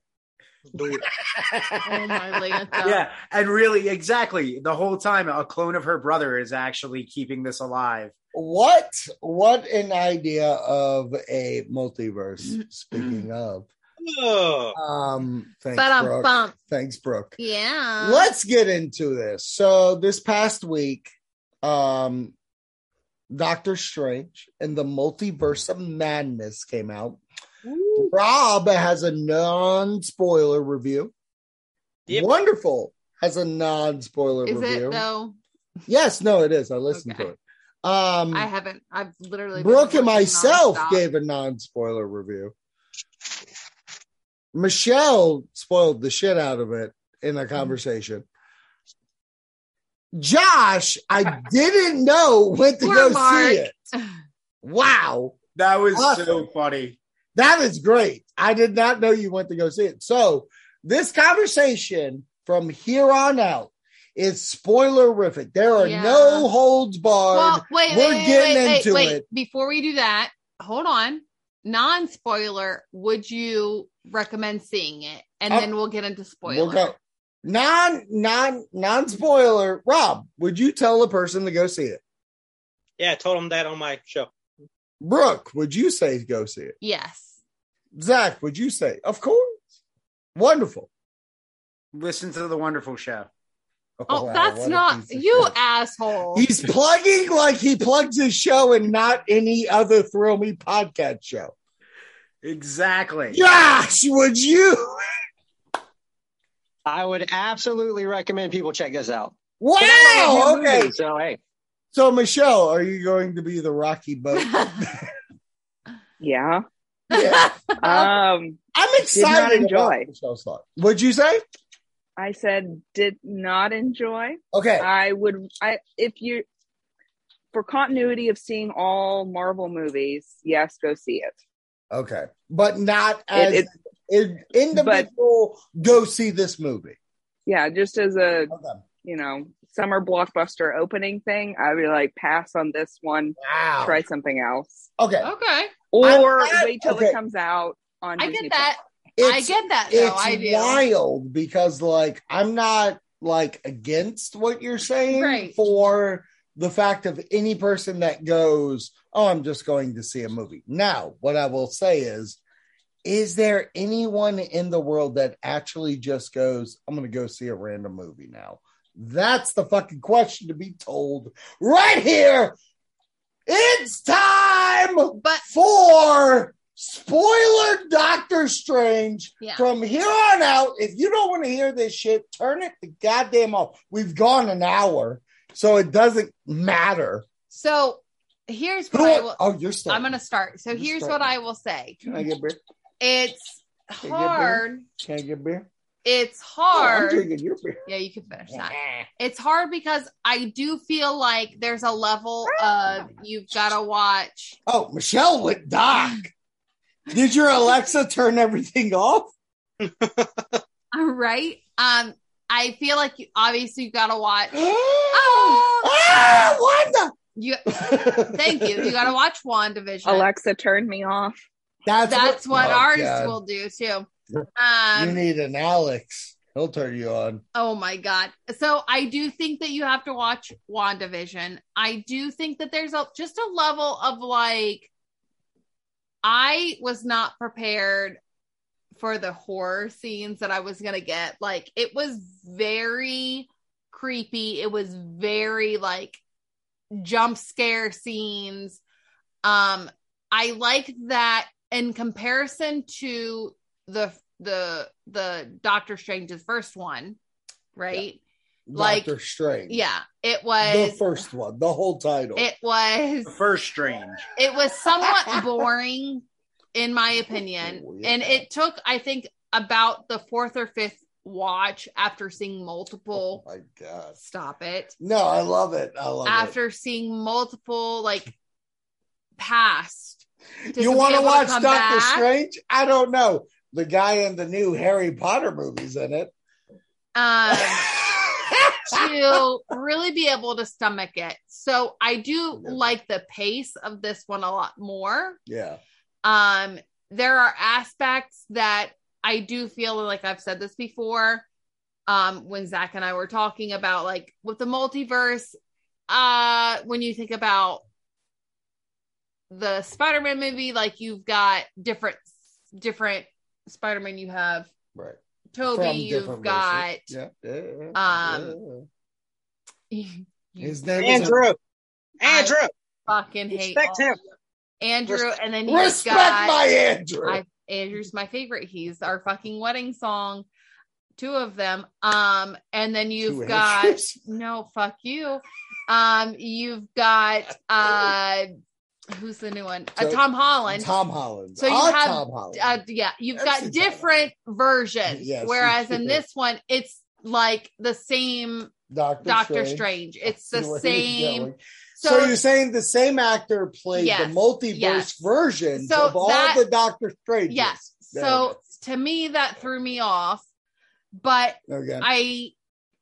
[SPEAKER 5] oh yeah,
[SPEAKER 7] and really, exactly the whole time, a clone of her brother is actually keeping this alive.
[SPEAKER 4] What? What an idea of a multiverse. Speaking of,
[SPEAKER 8] Oh,
[SPEAKER 4] Um, thanks,
[SPEAKER 5] But I'm
[SPEAKER 4] Brooke.
[SPEAKER 5] bump.
[SPEAKER 4] Thanks, Brooke.
[SPEAKER 5] Yeah.
[SPEAKER 4] Let's get into this. So this past week, um, Doctor Strange and the Multiverse of Madness came out. Rob has a non-spoiler review.
[SPEAKER 8] Yep.
[SPEAKER 4] Wonderful has a non-spoiler
[SPEAKER 5] Is
[SPEAKER 4] review.
[SPEAKER 5] it though?
[SPEAKER 4] Yes, no, it is. I listened
[SPEAKER 5] Okay.
[SPEAKER 4] to it. Um,
[SPEAKER 5] I haven't. I've literally. been
[SPEAKER 4] Brooke and
[SPEAKER 5] working
[SPEAKER 4] myself
[SPEAKER 5] nonstop.
[SPEAKER 4] gave a non-spoiler review. Michelle spoiled the shit out of it in
[SPEAKER 5] Mm-hmm.
[SPEAKER 4] a conversation. Josh, I didn't know when to
[SPEAKER 5] Poor
[SPEAKER 4] go
[SPEAKER 5] Mark.
[SPEAKER 4] see it. Wow,
[SPEAKER 7] That was
[SPEAKER 4] Awesome.
[SPEAKER 7] so funny.
[SPEAKER 4] that is great. I did not know you went to go see it. So this conversation from here on out is spoilerific. There are
[SPEAKER 5] Yeah.
[SPEAKER 4] no holds barred.
[SPEAKER 5] Well, wait,
[SPEAKER 4] We're
[SPEAKER 5] wait, wait,
[SPEAKER 4] getting
[SPEAKER 5] wait,
[SPEAKER 4] into
[SPEAKER 5] wait,
[SPEAKER 4] it.
[SPEAKER 5] Before we do that, hold on. Non spoiler, would you recommend seeing it? And
[SPEAKER 4] Uh,
[SPEAKER 5] then we'll get into spoiler.
[SPEAKER 4] We'll go non non non spoiler. Rob, would you tell a person to go see it?
[SPEAKER 8] yeah, I told him that on my show.
[SPEAKER 4] Brooke, would you say go see it?
[SPEAKER 5] Yes.
[SPEAKER 4] Zach, would you say of course? Wonderful.
[SPEAKER 7] Listen to the wonderful show.
[SPEAKER 5] Oh,
[SPEAKER 4] wow,
[SPEAKER 5] that's
[SPEAKER 4] what a
[SPEAKER 5] not
[SPEAKER 4] piece of
[SPEAKER 5] you,
[SPEAKER 4] shit.
[SPEAKER 5] asshole.
[SPEAKER 4] He's plugging like he plugs his show and not any other Thrill Me podcast show.
[SPEAKER 7] Exactly.
[SPEAKER 4] Josh, would you?
[SPEAKER 6] I would absolutely recommend people check this out.
[SPEAKER 4] Wow.
[SPEAKER 6] But I don't review
[SPEAKER 4] Oh, Okay.
[SPEAKER 6] movies, so hey,
[SPEAKER 4] So, Michelle, are you going to be the Rocky boat?
[SPEAKER 1] Yeah.
[SPEAKER 4] Yeah.
[SPEAKER 1] Um,
[SPEAKER 4] I'm excited. about
[SPEAKER 1] enjoy.
[SPEAKER 4] Michelle's thought. What'd you say?
[SPEAKER 1] I said did not enjoy.
[SPEAKER 4] Okay.
[SPEAKER 1] I would I if you for continuity of seeing all Marvel movies, yes, go see it.
[SPEAKER 4] Okay. But not as
[SPEAKER 1] It, it
[SPEAKER 4] an individual go see this movie.
[SPEAKER 1] yeah, just as a
[SPEAKER 4] Okay.
[SPEAKER 1] you know summer blockbuster opening thing, I'd be like pass on this one,
[SPEAKER 4] Wow.
[SPEAKER 1] try something else,
[SPEAKER 4] Okay.
[SPEAKER 5] okay.
[SPEAKER 1] or
[SPEAKER 4] glad-
[SPEAKER 1] wait till
[SPEAKER 4] okay.
[SPEAKER 1] it comes out on.
[SPEAKER 5] I
[SPEAKER 1] Disney
[SPEAKER 5] get that.
[SPEAKER 4] It's,
[SPEAKER 5] I get that though.
[SPEAKER 4] it's
[SPEAKER 5] I do.
[SPEAKER 4] wild because like I'm not like against what you're saying
[SPEAKER 5] Right.
[SPEAKER 4] for the fact of any person that goes, Oh, I'm just going to see a movie. Now, what I will say is, is there anyone in the world that actually just goes, I'm gonna go see a random movie now? That's the fucking question to be told right here. It's time
[SPEAKER 5] But
[SPEAKER 4] for spoiler Doctor Strange.
[SPEAKER 5] yeah.
[SPEAKER 4] From here on out, if you don't want to hear this shit, turn it the goddamn off. We've gone an hour, so it doesn't matter.
[SPEAKER 5] So here's
[SPEAKER 4] Who
[SPEAKER 5] what I will
[SPEAKER 4] oh, you're still.
[SPEAKER 5] I'm gonna start. So
[SPEAKER 4] Just
[SPEAKER 5] here's
[SPEAKER 4] start.
[SPEAKER 5] what I will say.
[SPEAKER 4] Can I get beer?
[SPEAKER 5] It's
[SPEAKER 4] Can I get beer?
[SPEAKER 5] hard.
[SPEAKER 4] Can I get beer?
[SPEAKER 5] It's
[SPEAKER 4] Oh, I'm
[SPEAKER 5] hard.
[SPEAKER 4] drinking your beer.
[SPEAKER 5] Yeah, you can finish that. it's hard because I do feel like there's a level of you've got to watch.
[SPEAKER 4] Oh, Michelle went Doc. Did your Alexa turn everything off?
[SPEAKER 5] All right. Um, I feel like you obviously you got to watch.
[SPEAKER 4] Ah, Wanda!
[SPEAKER 5] You Oh! thank you. You got to watch WandaVision.
[SPEAKER 1] Alexa turned me off.
[SPEAKER 4] That's,
[SPEAKER 5] That's what
[SPEAKER 4] oh,
[SPEAKER 5] ours
[SPEAKER 4] God.
[SPEAKER 5] will do too.
[SPEAKER 4] you
[SPEAKER 5] Um,
[SPEAKER 4] need an Alex. He'll turn you on.
[SPEAKER 5] oh my god. So I do think that you have to watch WandaVision. I do think that there's a just a level of like I was not prepared for the horror scenes that I was going to get. Like it was very creepy. It was very like jump scare scenes. Um I like that in comparison to the the the Doctor Strange's first one, right? Like-
[SPEAKER 4] Doctor Strange.
[SPEAKER 5] Yeah, it
[SPEAKER 4] The
[SPEAKER 5] was
[SPEAKER 4] first one, the whole title.
[SPEAKER 5] it was
[SPEAKER 7] The first strange.
[SPEAKER 5] it was somewhat boring in my opinion and it took i think about the fourth or fifth watch after seeing
[SPEAKER 4] oh
[SPEAKER 5] multiple
[SPEAKER 4] my God.
[SPEAKER 5] stop it
[SPEAKER 4] No, I love it. I Oh, love
[SPEAKER 5] after seeing multiple like past
[SPEAKER 4] it.
[SPEAKER 5] to
[SPEAKER 4] You
[SPEAKER 5] be
[SPEAKER 4] want to
[SPEAKER 5] able to
[SPEAKER 4] watch
[SPEAKER 5] come
[SPEAKER 4] Doctor
[SPEAKER 5] back?
[SPEAKER 4] Strange? I don't know. The guy in the new Harry Potter movies in it.
[SPEAKER 5] um to really be able to stomach it so i do
[SPEAKER 4] Yeah.
[SPEAKER 5] like the pace of this one a lot more
[SPEAKER 4] yeah.
[SPEAKER 5] um there are aspects that i do feel like i've said this before um when zach and i were talking about like with the multiverse uh when you think about the spider-man movie like you've got different different Spider Man, you have
[SPEAKER 4] Right.
[SPEAKER 5] Toby,
[SPEAKER 4] From
[SPEAKER 5] you've
[SPEAKER 4] different
[SPEAKER 5] got
[SPEAKER 4] races. Yeah. yeah, yeah,
[SPEAKER 5] um, you
[SPEAKER 4] yeah. His name
[SPEAKER 8] Andrew.
[SPEAKER 5] I-
[SPEAKER 8] Andrew.
[SPEAKER 5] fucking hate
[SPEAKER 8] Respect
[SPEAKER 5] all-
[SPEAKER 8] him.
[SPEAKER 5] Andrew, and then
[SPEAKER 4] is.
[SPEAKER 5] you've
[SPEAKER 4] Respect
[SPEAKER 5] got
[SPEAKER 4] my Andrew.
[SPEAKER 5] I,
[SPEAKER 4] Mm-hmm.
[SPEAKER 5] Andrew's my favorite. He's our fucking wedding song. Two of them. Um, and then you've
[SPEAKER 4] Two
[SPEAKER 5] got
[SPEAKER 4] Andrews.
[SPEAKER 5] no fuck you. Um, you've got uh, who's the new one? Uh,
[SPEAKER 4] So-
[SPEAKER 5] Tom Holland.
[SPEAKER 4] Tom Holland.
[SPEAKER 5] So you
[SPEAKER 4] Our
[SPEAKER 5] have,
[SPEAKER 4] Tom Holland.
[SPEAKER 5] Uh, yeah, you've
[SPEAKER 4] I've seen
[SPEAKER 5] got
[SPEAKER 4] Tom
[SPEAKER 5] different versions.
[SPEAKER 4] Yes, you
[SPEAKER 5] whereas in
[SPEAKER 4] do.
[SPEAKER 5] this one, it's like the same
[SPEAKER 4] Doctor,
[SPEAKER 5] Doctor Strange. It's
[SPEAKER 4] See
[SPEAKER 5] the
[SPEAKER 4] where he's
[SPEAKER 5] same.
[SPEAKER 4] going. So,
[SPEAKER 5] So,
[SPEAKER 4] you're saying the same actor played
[SPEAKER 5] Yes,
[SPEAKER 4] the multiverse
[SPEAKER 5] yes.
[SPEAKER 4] versions
[SPEAKER 5] So
[SPEAKER 4] of all
[SPEAKER 5] that-
[SPEAKER 4] the Doctor Strange.
[SPEAKER 5] yes. So to me, that threw me off. But
[SPEAKER 4] okay.
[SPEAKER 5] I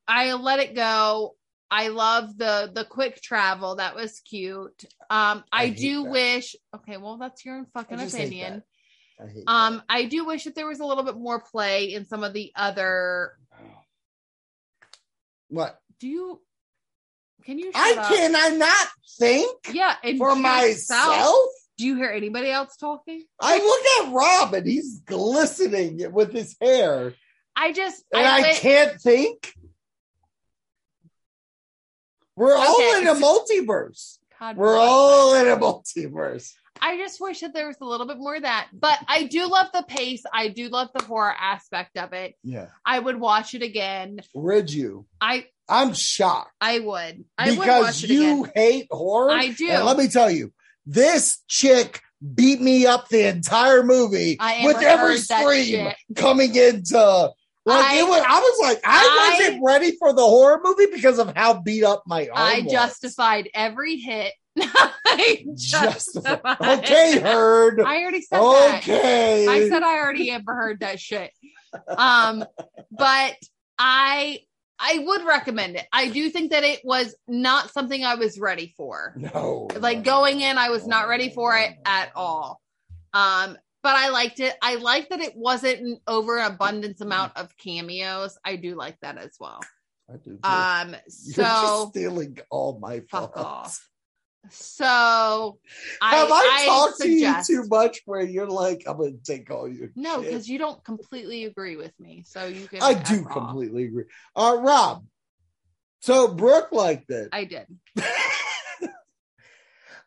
[SPEAKER 5] I let it go. I love the the quick travel. That was cute. Um, I,
[SPEAKER 4] I hate
[SPEAKER 5] do
[SPEAKER 4] that.
[SPEAKER 5] wish. Okay, well, that's your own fucking
[SPEAKER 4] I just hate
[SPEAKER 5] opinion.
[SPEAKER 4] I hate
[SPEAKER 5] Um, I do wish that there was a little bit more play in some of the other.
[SPEAKER 4] what?
[SPEAKER 5] Do you? Can you?
[SPEAKER 4] I
[SPEAKER 5] shut up?
[SPEAKER 4] can I not think
[SPEAKER 5] Yeah, and
[SPEAKER 4] for
[SPEAKER 5] yourself?
[SPEAKER 4] myself?
[SPEAKER 5] Do you hear anybody else talking?
[SPEAKER 4] I look at Robin; he's glistening with his hair,
[SPEAKER 5] I just.
[SPEAKER 4] and I,
[SPEAKER 5] went-
[SPEAKER 4] can't think. We're all
[SPEAKER 5] Okay.
[SPEAKER 4] in a multiverse.
[SPEAKER 5] God
[SPEAKER 4] We're
[SPEAKER 5] bless.
[SPEAKER 4] all in a multiverse.
[SPEAKER 5] I just wish that there was a little bit more of that, but I do love the pace. I do love the horror aspect of it.
[SPEAKER 4] Yeah,
[SPEAKER 5] I would watch it again.
[SPEAKER 4] Rid you.
[SPEAKER 5] I
[SPEAKER 4] I'm shocked
[SPEAKER 5] I would. I would
[SPEAKER 4] because
[SPEAKER 5] watch it
[SPEAKER 4] you
[SPEAKER 5] again.
[SPEAKER 4] hate horror.
[SPEAKER 5] I do.
[SPEAKER 4] And let me tell you, this chick beat me up the entire movie
[SPEAKER 5] I am
[SPEAKER 4] with every
[SPEAKER 5] heard that
[SPEAKER 4] scream
[SPEAKER 5] shit.
[SPEAKER 4] coming into. Like
[SPEAKER 5] I-
[SPEAKER 4] it was, I was like, I,
[SPEAKER 5] I-
[SPEAKER 4] wasn't ready for the horror movie because of how beat up my arm
[SPEAKER 5] I
[SPEAKER 4] was.
[SPEAKER 5] justified every hit. I
[SPEAKER 4] Justify.
[SPEAKER 5] justified.
[SPEAKER 4] Okay, heard.
[SPEAKER 5] I already said that.
[SPEAKER 4] Okay.
[SPEAKER 5] I said I already ever heard that shit. Um, but I I would recommend it. I do think that it was not something I was ready for.
[SPEAKER 4] no.
[SPEAKER 5] like going in i was not ready for it at all um but i liked it i liked that it wasn't an overabundance amount of cameos i do like that as well
[SPEAKER 4] I do too.
[SPEAKER 5] um
[SPEAKER 4] You're just
[SPEAKER 5] so
[SPEAKER 4] stealing all my
[SPEAKER 5] Fuck
[SPEAKER 4] thoughts.
[SPEAKER 5] so i
[SPEAKER 4] Have I,
[SPEAKER 5] i
[SPEAKER 4] talked
[SPEAKER 5] suggest
[SPEAKER 4] to you too much where you're like, I'm going to take all your
[SPEAKER 5] no
[SPEAKER 4] shit?
[SPEAKER 5] because you don't completely agree with me so you can
[SPEAKER 4] I
[SPEAKER 5] F
[SPEAKER 4] do
[SPEAKER 5] off.
[SPEAKER 4] completely agree. Uh, Rob, so Brooke liked it.
[SPEAKER 5] i did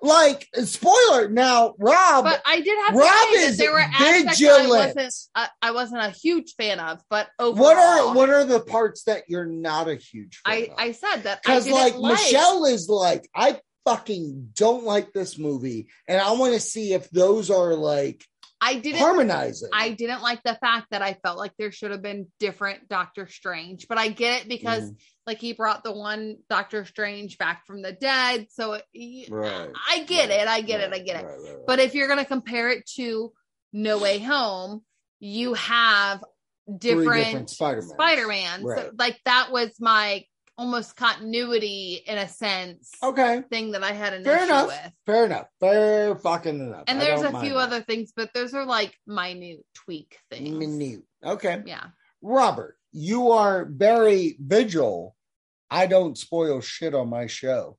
[SPEAKER 4] like, spoiler now, Rob,
[SPEAKER 5] but i did have to
[SPEAKER 4] Rob
[SPEAKER 5] say that
[SPEAKER 4] is
[SPEAKER 5] there were aspects i
[SPEAKER 4] vigilant.
[SPEAKER 5] wasn't I, I wasn't a huge fan of but overall
[SPEAKER 4] what are what are the parts that you're not a huge fan
[SPEAKER 5] i
[SPEAKER 4] of?
[SPEAKER 5] i said that I
[SPEAKER 4] because
[SPEAKER 5] didn't
[SPEAKER 4] like Michelle is like, I fucking don't like this movie, and I want to see if those are like
[SPEAKER 5] i didn't
[SPEAKER 4] harmonizing.
[SPEAKER 5] I didn't like the fact that I felt like there should have been different Doctor Strange, but I get it because
[SPEAKER 4] Mm-hmm.
[SPEAKER 5] like he brought the one Doctor Strange back from the dead, so it,
[SPEAKER 4] Right,
[SPEAKER 5] I get it, I get it, I get it. But if you're gonna compare it to No Way Home, you have different,
[SPEAKER 4] Spider-Mans.
[SPEAKER 5] Spider-Man, so
[SPEAKER 4] Right.
[SPEAKER 5] like that was my almost continuity in a sense
[SPEAKER 4] okay,
[SPEAKER 5] thing that I had an
[SPEAKER 4] Oh. Fair
[SPEAKER 5] issue
[SPEAKER 4] enough.
[SPEAKER 5] with.
[SPEAKER 4] fair enough, fair fucking enough.
[SPEAKER 5] And
[SPEAKER 4] I
[SPEAKER 5] there's
[SPEAKER 4] don't
[SPEAKER 5] a few
[SPEAKER 4] mind
[SPEAKER 5] other things, but those are like minute tweak
[SPEAKER 4] that.
[SPEAKER 5] things.
[SPEAKER 4] minute. Okay,
[SPEAKER 5] Yeah.
[SPEAKER 4] Robert, you are very vigil. I don't spoil shit on my show.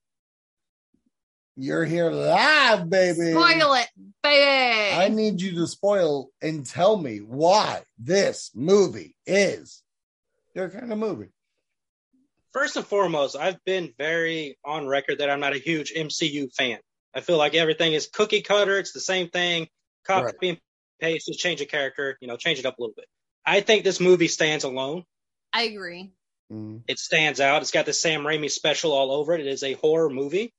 [SPEAKER 4] You're here live, baby.
[SPEAKER 5] Spoil it, baby.
[SPEAKER 4] I need you to spoil and tell me why this movie is your kind of movie.
[SPEAKER 8] First and foremost, I've been very on record that I'm not a huge MCU fan. I feel like everything is cookie cutter. It's the same thing, copy and paste, just change a character, you know, change it up a little bit. I think this movie stands alone.
[SPEAKER 5] I agree.
[SPEAKER 4] Mm-hmm.
[SPEAKER 8] It stands out. It's got the Sam Raimi special all over it. It is a horror movie.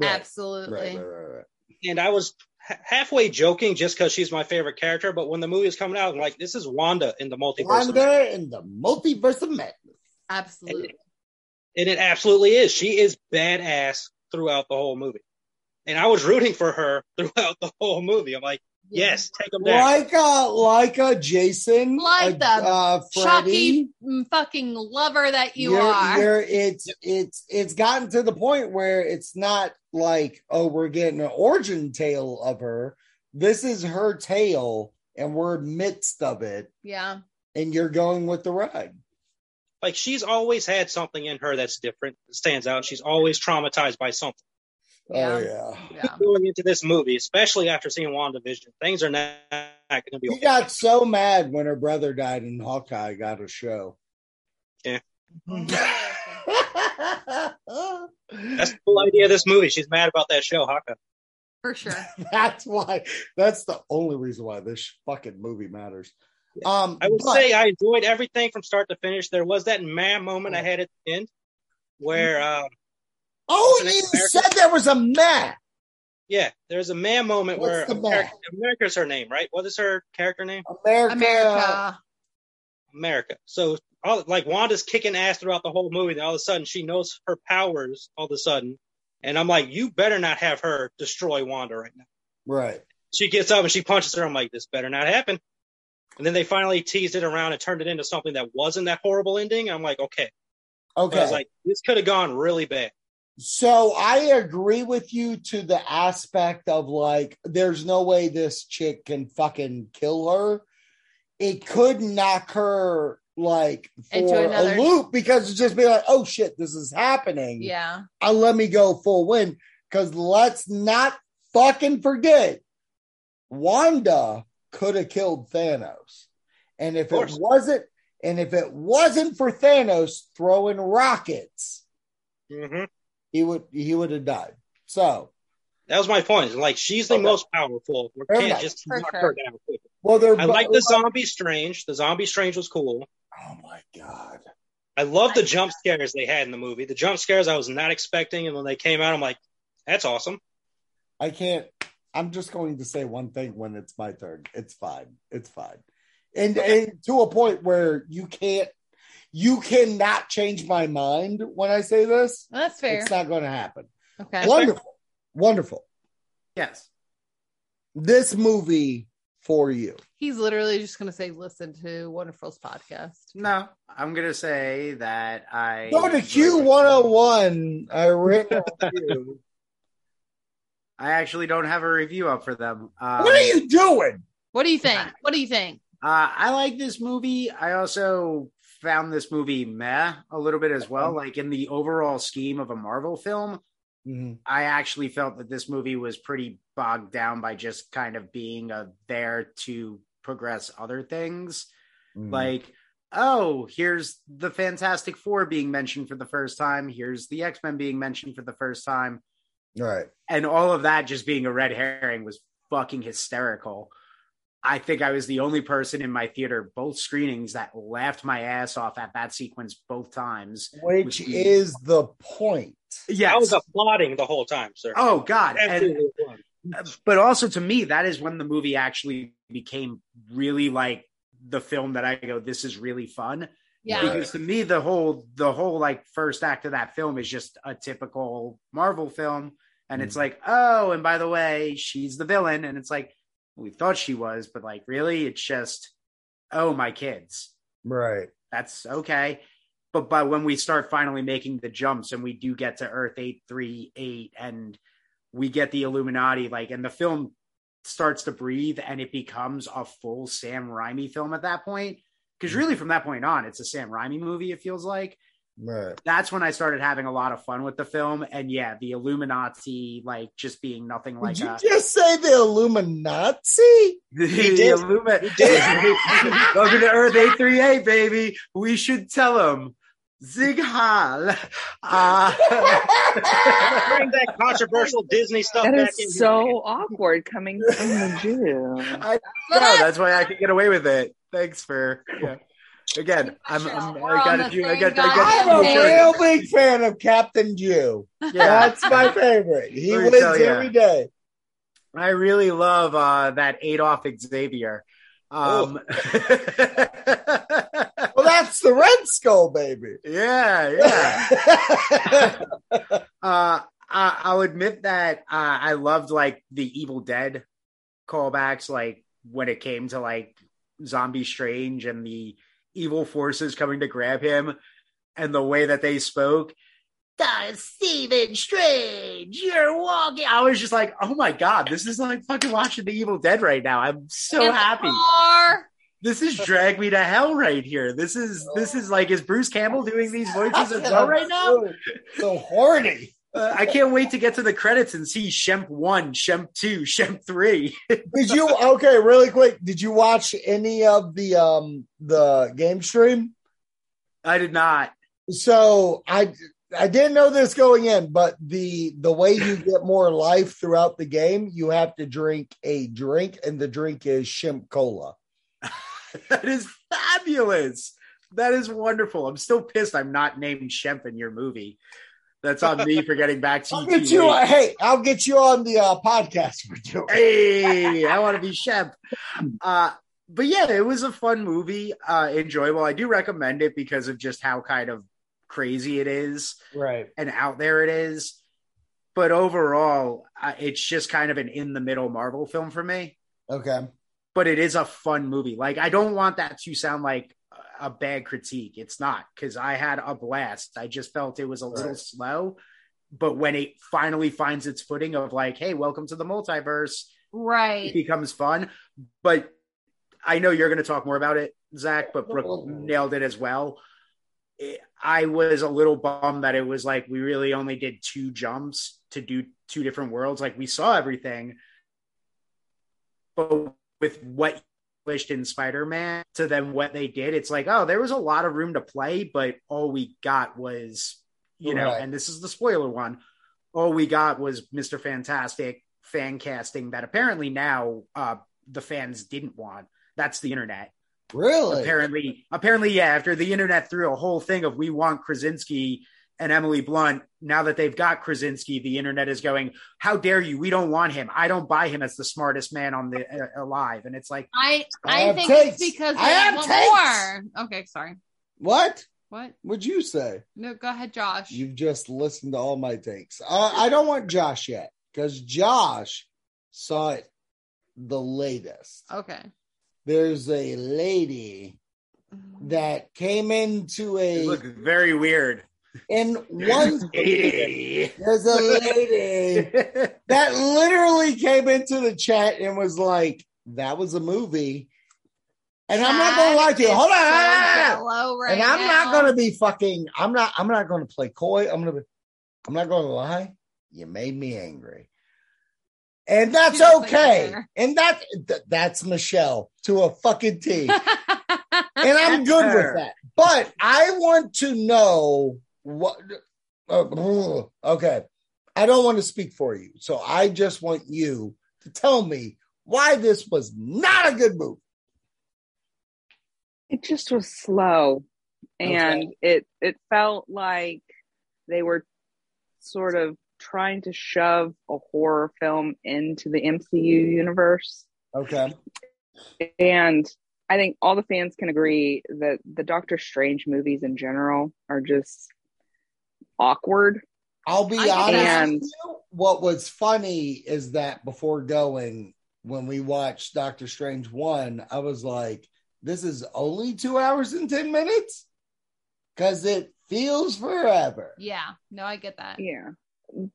[SPEAKER 5] Absolutely.
[SPEAKER 4] Right, right, right, right.
[SPEAKER 8] and I was h- halfway joking just because she's my favorite character. But when the movie was coming out, I'm like, this is Wanda in the multiverse,
[SPEAKER 4] Wander in the multiverse of madness.
[SPEAKER 5] Absolutely.
[SPEAKER 8] and it absolutely is. She is badass throughout the whole movie, and I was rooting for her throughout the whole movie. I'm like, yes, take them down.
[SPEAKER 4] Like a like a Jason,
[SPEAKER 5] Like
[SPEAKER 4] a,
[SPEAKER 5] the
[SPEAKER 4] uh,
[SPEAKER 5] Chucky
[SPEAKER 4] Freddy.
[SPEAKER 5] mm, fucking lover that you
[SPEAKER 4] You're-
[SPEAKER 5] are.
[SPEAKER 4] you're- it's it's it's gotten to the point where it's not like oh we're getting an origin tale of her. This is her tale, and we're midst of it,
[SPEAKER 5] yeah.
[SPEAKER 4] and you're going with the ride.
[SPEAKER 8] Like she's always had something in her that's different, that stands out. She's always traumatized by something.
[SPEAKER 5] Yeah.
[SPEAKER 4] Oh yeah.
[SPEAKER 5] Yeah.
[SPEAKER 8] Going into this movie, especially after seeing WandaVision, things are not, going to be.
[SPEAKER 4] He got so mad when her brother died and Hawkeye got a show.
[SPEAKER 8] That's the whole idea of this movie. She's mad about that show, Haka.
[SPEAKER 5] For sure.
[SPEAKER 4] that's why that's the only reason why this fucking movie matters. Um
[SPEAKER 8] I would
[SPEAKER 4] but-
[SPEAKER 8] say I enjoyed everything from start to finish. There was that man moment I had at the end where, um,
[SPEAKER 4] Oh,
[SPEAKER 8] Captain
[SPEAKER 4] you
[SPEAKER 8] America.
[SPEAKER 4] said there was a Matt.
[SPEAKER 8] yeah, there's a man moment
[SPEAKER 4] What's
[SPEAKER 8] where
[SPEAKER 4] the man?
[SPEAKER 8] America, America's her name, right? What is her character name?
[SPEAKER 4] America.
[SPEAKER 5] America.
[SPEAKER 8] America. So, all, like, Wanda's kicking ass throughout the whole movie. And all of a sudden, she knows her powers all of a sudden. And I'm like, you better not have her destroy Wanda right now.
[SPEAKER 4] Right.
[SPEAKER 8] She gets up and she punches her. I'm like, this better not happen. And then they finally teased it around and turned it into something that wasn't that horrible ending. I'm like, okay. But I
[SPEAKER 4] Okay.
[SPEAKER 8] was like, this could have gone really bad.
[SPEAKER 4] so I agree with you to the aspect of like, there's no way this chick can fucking kill her. It could knock her like
[SPEAKER 5] Into
[SPEAKER 4] for
[SPEAKER 5] another-
[SPEAKER 4] a loop because it'd just be like, oh shit, this is happening.
[SPEAKER 5] Yeah.
[SPEAKER 4] I let me go full win because let's not fucking forget Wanda could have killed Thanos. And if
[SPEAKER 8] Of
[SPEAKER 4] it
[SPEAKER 8] course.
[SPEAKER 4] wasn't and if it wasn't for Thanos throwing rockets,
[SPEAKER 8] hmm
[SPEAKER 4] he would he would have died. So
[SPEAKER 8] That was my point. Like, she's the
[SPEAKER 4] Okay.
[SPEAKER 8] most powerful. We
[SPEAKER 4] Fair
[SPEAKER 8] can't
[SPEAKER 4] enough.
[SPEAKER 8] just
[SPEAKER 5] For
[SPEAKER 8] knock
[SPEAKER 5] sure.
[SPEAKER 8] her down. quickly.
[SPEAKER 4] well they're
[SPEAKER 8] I like the zombie strange. The zombie strange was cool.
[SPEAKER 4] Oh my god.
[SPEAKER 8] I love the jump scares they had in the movie. The jump scares I was not expecting, and when they came out, I'm like, that's awesome.
[SPEAKER 4] I can't I'm just going to say one thing when it's my turn. It's fine. It's fine. And, and to a point where you can't you cannot change my mind when I say this.
[SPEAKER 5] That's fair.
[SPEAKER 4] It's not going to happen.
[SPEAKER 5] okay.
[SPEAKER 4] wonderful. Wonderful.
[SPEAKER 7] Yes.
[SPEAKER 4] This movie for you.
[SPEAKER 5] He's literally just going to say, listen to Wonderful's podcast.
[SPEAKER 7] No, I'm gonna say that I
[SPEAKER 4] Go to Q101. I written.
[SPEAKER 7] Q. I actually don't have a review up for them. Um,
[SPEAKER 4] what are you doing?
[SPEAKER 5] What do you think? What do you think?
[SPEAKER 7] Uh, I like this movie. I also found this movie meh a little bit as well. Like in the overall scheme of a Marvel film,
[SPEAKER 4] Mm-hmm.
[SPEAKER 7] I actually felt that this movie was pretty bogged down by just kind of being a there to progress other things.
[SPEAKER 4] Mm-hmm. Hmm.
[SPEAKER 7] Like, oh, here's the Fantastic Four being mentioned for the first time. Here's the X Men being mentioned for the first time
[SPEAKER 4] right.
[SPEAKER 7] and all of that just being a red herring was fucking hysterical. I think I was the only person in my theater, both screenings, that laughed my ass off at that sequence both times.
[SPEAKER 4] Which is the point.
[SPEAKER 8] I
[SPEAKER 7] Yes.
[SPEAKER 8] was applauding the whole time, sir.
[SPEAKER 7] oh God. And,
[SPEAKER 8] Absolutely. applauding.
[SPEAKER 7] but also to me, that is when the movie actually became really like the film that I go, this is really fun.
[SPEAKER 5] Yeah.
[SPEAKER 4] Right.
[SPEAKER 7] Because to me, the whole the whole like first act of that film is just a typical Marvel film. And it's
[SPEAKER 4] Mhm.
[SPEAKER 7] like, oh, and by the way, she's the villain. And it's like, we thought she was, but like really, it's just, oh, my kids.
[SPEAKER 4] Right.
[SPEAKER 7] That's okay. But by when we start finally making the jumps and we do get to Earth 838 and we get the Illuminati, like, and the film starts to breathe and it becomes a full Sam Raimi film at that point. Because really, from that point on, it's a Sam Raimi movie, it feels like.
[SPEAKER 4] Right.
[SPEAKER 7] That's when I started having a lot of fun with the film. And yeah, the Illuminati, like, just being nothing like
[SPEAKER 4] Did you
[SPEAKER 7] a.
[SPEAKER 4] just say the Illuminati?
[SPEAKER 7] The,
[SPEAKER 8] did.
[SPEAKER 7] Illumi-
[SPEAKER 8] He did.
[SPEAKER 7] Welcome to Earth 838, baby. We should tell them. Zig Hal. Uh,
[SPEAKER 8] Bring that controversial Disney stuff
[SPEAKER 1] That
[SPEAKER 8] back in
[SPEAKER 1] is
[SPEAKER 8] here.
[SPEAKER 1] so awkward coming from the Jew.
[SPEAKER 7] I know, that's why I could get away with it. Thanks for yeah. Again, I'm, I'm
[SPEAKER 5] We're
[SPEAKER 7] I
[SPEAKER 5] on
[SPEAKER 7] got
[SPEAKER 5] the
[SPEAKER 7] a few. I
[SPEAKER 5] same
[SPEAKER 7] got I
[SPEAKER 4] I'm
[SPEAKER 7] got
[SPEAKER 4] a
[SPEAKER 5] goddamn
[SPEAKER 7] few.
[SPEAKER 4] real big fan of Captain Jew.
[SPEAKER 7] Yeah,
[SPEAKER 4] That's my favorite. He
[SPEAKER 7] Let me
[SPEAKER 4] wins
[SPEAKER 7] tell ya.
[SPEAKER 4] every day.
[SPEAKER 7] I really love uh, that Adolf Xavier.
[SPEAKER 8] Oh.
[SPEAKER 7] Um,
[SPEAKER 4] Well, that's the Red Skull, baby.
[SPEAKER 7] yeah, yeah. Uh, I, I'll admit that uh, I loved like the Evil Dead callbacks, like when it came to like Zombie Strange and the evil forces coming to grab him, and the way that they spoke. "Ah, Stephen Strange, you're walking. I was just like, oh my god, this is like fucking watching the Evil Dead right now. I'm so
[SPEAKER 5] In the
[SPEAKER 7] happy.
[SPEAKER 5] car.
[SPEAKER 7] This is drag me to hell right here. This is this is like, is Bruce Campbell doing these voices as well right now?
[SPEAKER 4] So horny.
[SPEAKER 7] Uh, I can't wait to get to the credits and see Shemp one, Shemp two, Shemp three.
[SPEAKER 4] Did you okay? Really quick, did you watch any of the um the game stream?
[SPEAKER 7] I did not.
[SPEAKER 4] So I I didn't know this going in, but the the way you get more life throughout the game, you have to drink a drink, and the drink is Shemp Cola.
[SPEAKER 7] that is fabulous. That is wonderful. I'm still pissed. I'm not named Shemp in your movie. That's on me for getting back to E
[SPEAKER 4] I'll
[SPEAKER 7] you.
[SPEAKER 4] get you. uh, hey, I'll get you on the uh, podcast for doing.
[SPEAKER 7] hey, I want to be Shemp. Uh, but yeah, it was a fun movie, uh, enjoyable. I do recommend it because of just how kind of crazy it is
[SPEAKER 4] Right.
[SPEAKER 7] and out there it is. But overall, uh, it's just kind of an in the middle Marvel film for me.
[SPEAKER 4] Okay.
[SPEAKER 7] but it is a fun movie. Like I don't want that to sound like a bad critique. It's not because I had a blast. I just felt it was a little
[SPEAKER 4] Right.
[SPEAKER 7] slow, but when it finally finds its footing of like, hey, welcome to the multiverse, it
[SPEAKER 5] Right.
[SPEAKER 7] becomes fun. But I know you're going to talk more about it, Zach. But
[SPEAKER 4] Oh.
[SPEAKER 7] Brooke nailed it as well. It- I was a little bummed that it was like we really only did two jumps to do two different worlds. Like we saw everything, but with what published in Spider-Man to then what they did, it's like, oh, there was a lot of room to play, but all we got was, you know,
[SPEAKER 4] Right.
[SPEAKER 7] and this is the spoiler one. All we got was Mr. Fantastic fan casting that apparently now uh the fans didn't want. That's the internet.
[SPEAKER 4] Really?
[SPEAKER 7] Apparently, apparently, yeah. After the internet threw a whole thing of we want Krasinski and Emily Blunt, now that they've got Krasinski, the internet is going, "How dare you? We don't want him. I don't buy him as the smartest man on the uh, alive." And it's like,
[SPEAKER 5] I
[SPEAKER 4] I
[SPEAKER 5] I,
[SPEAKER 4] have
[SPEAKER 5] think
[SPEAKER 4] takes.
[SPEAKER 5] it's because
[SPEAKER 4] I
[SPEAKER 5] they
[SPEAKER 4] have
[SPEAKER 5] want
[SPEAKER 4] takes.
[SPEAKER 5] more. Okay, sorry.
[SPEAKER 4] What
[SPEAKER 5] What?
[SPEAKER 4] would you say?
[SPEAKER 5] No, go ahead, Josh.
[SPEAKER 4] You've just listened to all my takes. Uh, I don't want Josh yet because Josh saw it the latest.
[SPEAKER 5] okay.
[SPEAKER 4] There's a lady that came into
[SPEAKER 7] it
[SPEAKER 4] a
[SPEAKER 7] looked very weird.
[SPEAKER 4] in one.
[SPEAKER 7] Hey.
[SPEAKER 4] There's a lady that literally came into the chat and was like, "That was a movie," and I'm not gonna lie to you. Hold on,
[SPEAKER 5] Hello, right
[SPEAKER 4] and I'm not
[SPEAKER 5] now.
[SPEAKER 4] gonna be fucking. I'm not. I'm not gonna play coy. I'm gonna. Be, I'm not gonna lie. You made me angry, and that's
[SPEAKER 5] She's a
[SPEAKER 4] okay.
[SPEAKER 5] singer.
[SPEAKER 4] And that th- that's Michelle to a fucking T, and I'm good
[SPEAKER 7] her.
[SPEAKER 4] with that. But I want to know what. uh, okay, I don't want to speak for you, so I just want you to tell me why this was not a good move.
[SPEAKER 1] It just was slow, and
[SPEAKER 4] Okay.
[SPEAKER 1] it it felt like they were sort of trying to shove a horror film into the MCU universe.
[SPEAKER 4] Okay.
[SPEAKER 1] And I think all the fans can agree that the Doctor Strange movies in general are just awkward.
[SPEAKER 4] I'll be
[SPEAKER 5] I get
[SPEAKER 4] honest.
[SPEAKER 1] that.
[SPEAKER 4] with you, What was funny is that before going, when we watched Doctor Strange one, I was like, "This is only two hours and ten minutes," because it feels forever.
[SPEAKER 5] yeah. No, I get that.
[SPEAKER 1] Yeah.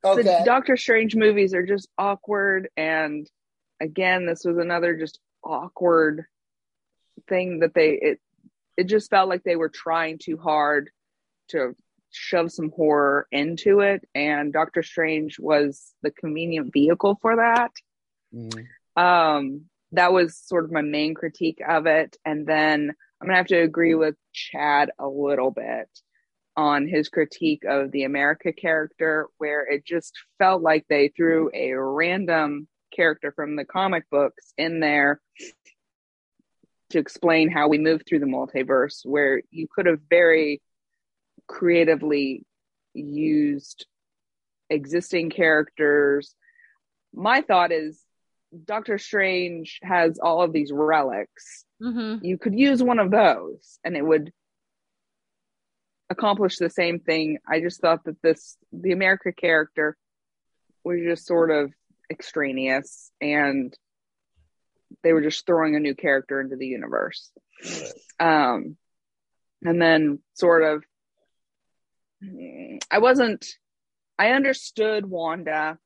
[SPEAKER 4] Okay.
[SPEAKER 1] The Doctor Strange movies are just awkward. And again, this was another just awkward thing that they, it, it just felt like they were trying too hard to shove some horror into it. And Doctor Strange was the convenient vehicle for that. Mm.
[SPEAKER 4] Mhm.
[SPEAKER 1] um that was sort of my main critique of it and then i'm gonna have to agree with chad a little bit on his critique of the america character where it just felt like they threw a random character from the comic books in there to explain how we move through the multiverse where you could have very creatively used existing characters my thought is Doctor Strange has all of these relics.
[SPEAKER 5] Mm-hmm.
[SPEAKER 1] You could use one of those and it would accomplish the same thing. I just thought that this, the America character, was just sort of extraneous and they were just throwing a new character into the universe. Um, and then sort of, I wasn't, I understood Wanda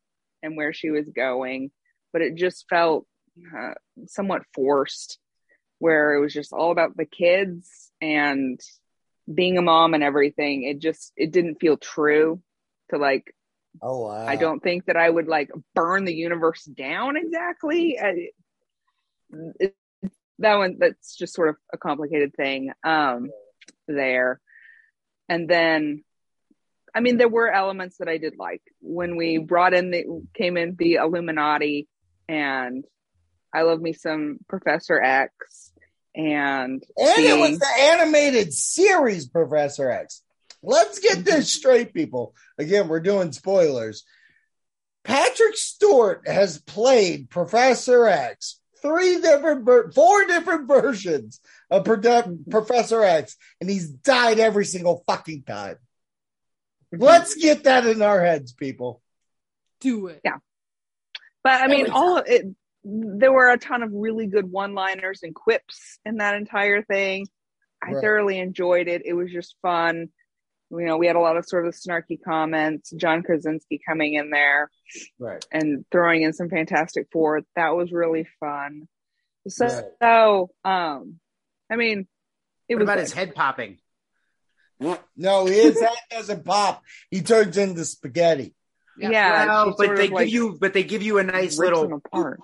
[SPEAKER 1] and where she was going, but it just felt uh, somewhat forced, where it was just all about the kids and being a mom and everything. It just it didn't feel true to like
[SPEAKER 4] Oh wow!
[SPEAKER 1] I don't think that I would like burn the universe down exactly. I, it, that one, that's just sort of a complicated thing um, there. And then, I mean, there were elements that I did like when we brought in the came in the Illuminati, and I love me some Professor X, and
[SPEAKER 4] And it
[SPEAKER 1] the-
[SPEAKER 4] was the animated series, Professor X. Let's get this straight, people. Again, we're doing spoilers. Patrick Stewart has played Professor X three different, ver- four different versions of Prote- Professor X, and he's died every single fucking time. Let's get that in our heads, people.
[SPEAKER 5] Do it.
[SPEAKER 1] But I
[SPEAKER 4] Always
[SPEAKER 1] mean, all of it, there were a ton of really good one liners and quips in that entire thing. I
[SPEAKER 4] Right.
[SPEAKER 1] thoroughly enjoyed it. It was just fun. You know, we had a lot of sort of snarky comments. John Krasinski coming in there
[SPEAKER 4] Right.
[SPEAKER 1] and throwing in some Fantastic Four. That was really fun. So,
[SPEAKER 4] Right.
[SPEAKER 1] so um, I mean, it
[SPEAKER 7] What
[SPEAKER 1] was
[SPEAKER 7] about
[SPEAKER 1] good.
[SPEAKER 7] his head popping?
[SPEAKER 4] No, his head doesn't pop. He turns into spaghetti.
[SPEAKER 1] yeah.
[SPEAKER 7] Well,
[SPEAKER 1] it's
[SPEAKER 7] but
[SPEAKER 1] sort
[SPEAKER 7] they
[SPEAKER 1] of,
[SPEAKER 7] give
[SPEAKER 1] like,
[SPEAKER 7] you, but they give you a nice
[SPEAKER 1] rips them
[SPEAKER 7] little.
[SPEAKER 1] apart.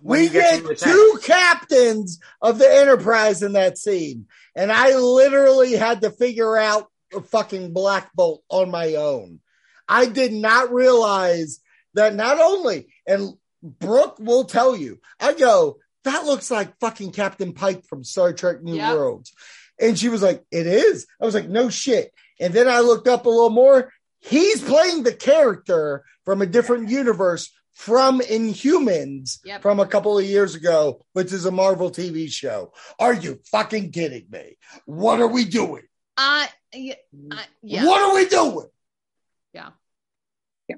[SPEAKER 7] when
[SPEAKER 4] we
[SPEAKER 7] you get
[SPEAKER 4] get
[SPEAKER 7] to attack.
[SPEAKER 4] two captains of the Enterprise in that scene, and I literally had to figure out a fucking Black Bolt on my own. I did not realize that not only, and Brooke will tell you, I go, that looks like fucking Captain Pike from Star Trek New
[SPEAKER 5] Yep.
[SPEAKER 4] Worlds. And she was like, it is. I was like, no shit. And then I looked up a little more. He's playing the character from a different universe from Inhumans
[SPEAKER 5] Yep.
[SPEAKER 4] from a couple of years ago, which is a Marvel TV show. Are you fucking kidding me? What are we doing?
[SPEAKER 5] I, Uh, yeah, I- yeah.
[SPEAKER 4] What are we doing?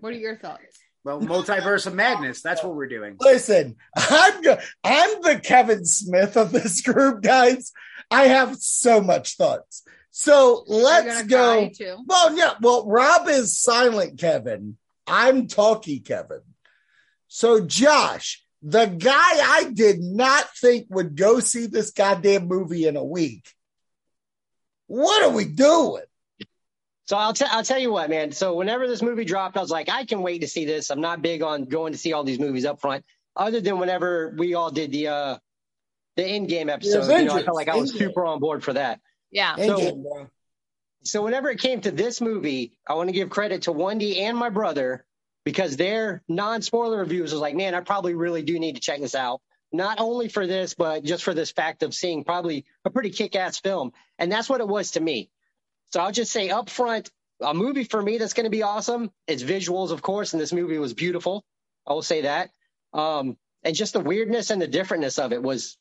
[SPEAKER 5] What are your thoughts?
[SPEAKER 7] Well, multiverse of madness. That's what we're doing.
[SPEAKER 4] Listen, I'm go- I'm the Kevin Smith of this group, guys. I have so much thoughts. So
[SPEAKER 5] You're
[SPEAKER 4] let's
[SPEAKER 5] gonna
[SPEAKER 4] go.
[SPEAKER 5] cry too.
[SPEAKER 4] Well, yeah. Well, Rob is silent, Kevin. I'm talky, Kevin. So, Josh, the guy I did not think would go see this goddamn movie in a week. What are we doing?
[SPEAKER 6] So I'll tell I'll tell you what, man. So whenever this movie dropped, I was like, I can wait to see this. I'm not big on going to see all these movies up front, other than whenever we all did the uh the end game episode. You know, I
[SPEAKER 4] Avengers,
[SPEAKER 6] felt like I was
[SPEAKER 4] Endgame.
[SPEAKER 6] super on board for that.
[SPEAKER 5] Yeah.
[SPEAKER 6] So-
[SPEAKER 4] Endgame, bro.
[SPEAKER 6] So whenever it came to this movie, I want to give credit to Wendy and my brother because their non-spoiler reviews was like, man, I probably really do need to check this out. Not only for this, but just for this fact of seeing probably a pretty kick-ass film, and that's what it was to me. So I'll just say up front, a movie for me that's going to be awesome. It's visuals, of course, and this movie was beautiful. I will say that, um, and just the weirdness and the differentness of it was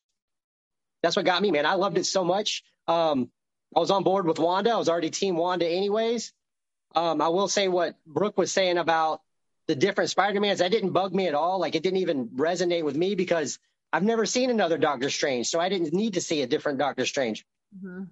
[SPEAKER 6] that's what got me, man. I loved it so much. Um, I was on board with Wanda. I was already team Wanda anyways. Um, I will say what Brooke was saying about the different Spider-Mans. That didn't bug me at all. Like it didn't even resonate with me because I've never seen another Doctor Strange. So I didn't need to see a different Doctor Strange.
[SPEAKER 5] Mhm.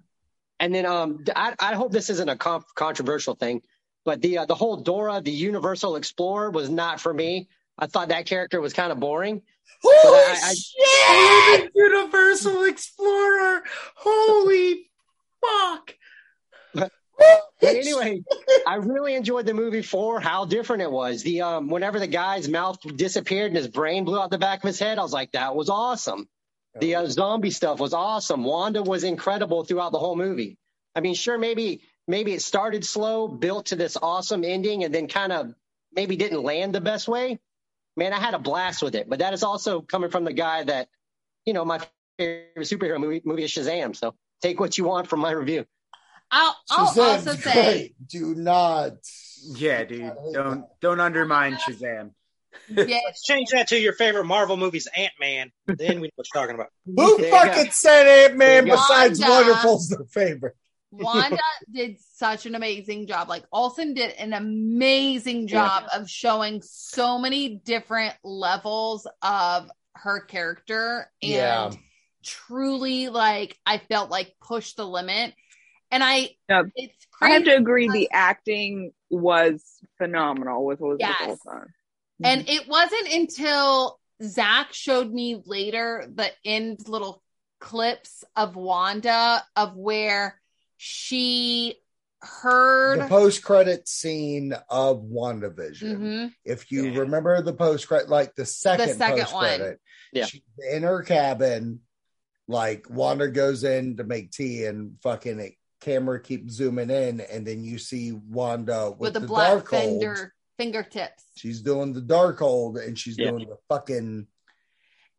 [SPEAKER 6] And then um, I, I hope this isn't a con controversial thing, but the uh, the whole Dora, the Universal Explorer, was not for me. I thought that character was kind of boring.
[SPEAKER 4] Holy
[SPEAKER 6] I- I-
[SPEAKER 4] shit!
[SPEAKER 7] Universal Explorer. Holy fuck.
[SPEAKER 6] But anyway, I really enjoyed the movie for how different it was. The um, whenever the guy's mouth disappeared and his brain blew out the back of his head, I was like, that was awesome. The
[SPEAKER 4] Oh.
[SPEAKER 6] uh, zombie stuff was awesome. Wanda was incredible throughout the whole movie. I mean, sure, maybe maybe it started slow, built to this awesome ending, and then kind of maybe didn't land the best way. Man, I had a blast with it. But that is also coming from the guy that, you know, my favorite superhero movie movie is Shazam. So take what you want from my review.
[SPEAKER 5] I'll, I'll
[SPEAKER 4] Shazam's
[SPEAKER 5] also say
[SPEAKER 4] great. do not.
[SPEAKER 7] Yeah, dude. Don't don't undermine Shazam.
[SPEAKER 8] Let's change that to your favorite Marvel movies, Ant Man. Then we know what you're talking about.
[SPEAKER 4] Who
[SPEAKER 6] There you
[SPEAKER 4] fucking said Ant Man
[SPEAKER 6] There you go.
[SPEAKER 4] besides
[SPEAKER 5] Wanda.
[SPEAKER 4] Wonderful's their favorite?
[SPEAKER 5] Wanda did such an amazing job. Like Olsen did an amazing job of showing so many different levels of her character and
[SPEAKER 4] Yeah.
[SPEAKER 5] truly like I felt like pushed the limit. And I
[SPEAKER 1] Yeah.
[SPEAKER 5] it's
[SPEAKER 1] I
[SPEAKER 5] crazy.
[SPEAKER 1] have to agree, the acting was phenomenal with Elizabeth
[SPEAKER 5] Yes.
[SPEAKER 1] Olsen. Mm-hmm.
[SPEAKER 5] And it wasn't until Zach showed me later the end little clips of Wanda of where she heard.
[SPEAKER 4] the post credit scene of WandaVision.
[SPEAKER 5] Mhm.
[SPEAKER 4] If you
[SPEAKER 8] Yeah.
[SPEAKER 4] remember the post credit, like the second,
[SPEAKER 5] second
[SPEAKER 4] post credit,
[SPEAKER 6] Yeah.
[SPEAKER 4] in her cabin, like Wanda goes in to make tea and fucking it, camera keeps zooming in, and then you see Wanda with,
[SPEAKER 5] With,
[SPEAKER 4] the,
[SPEAKER 5] the, black
[SPEAKER 4] dark hold.
[SPEAKER 5] finger fingertips.
[SPEAKER 4] She's doing the dark hold and she's
[SPEAKER 6] Yeah.
[SPEAKER 4] doing the fucking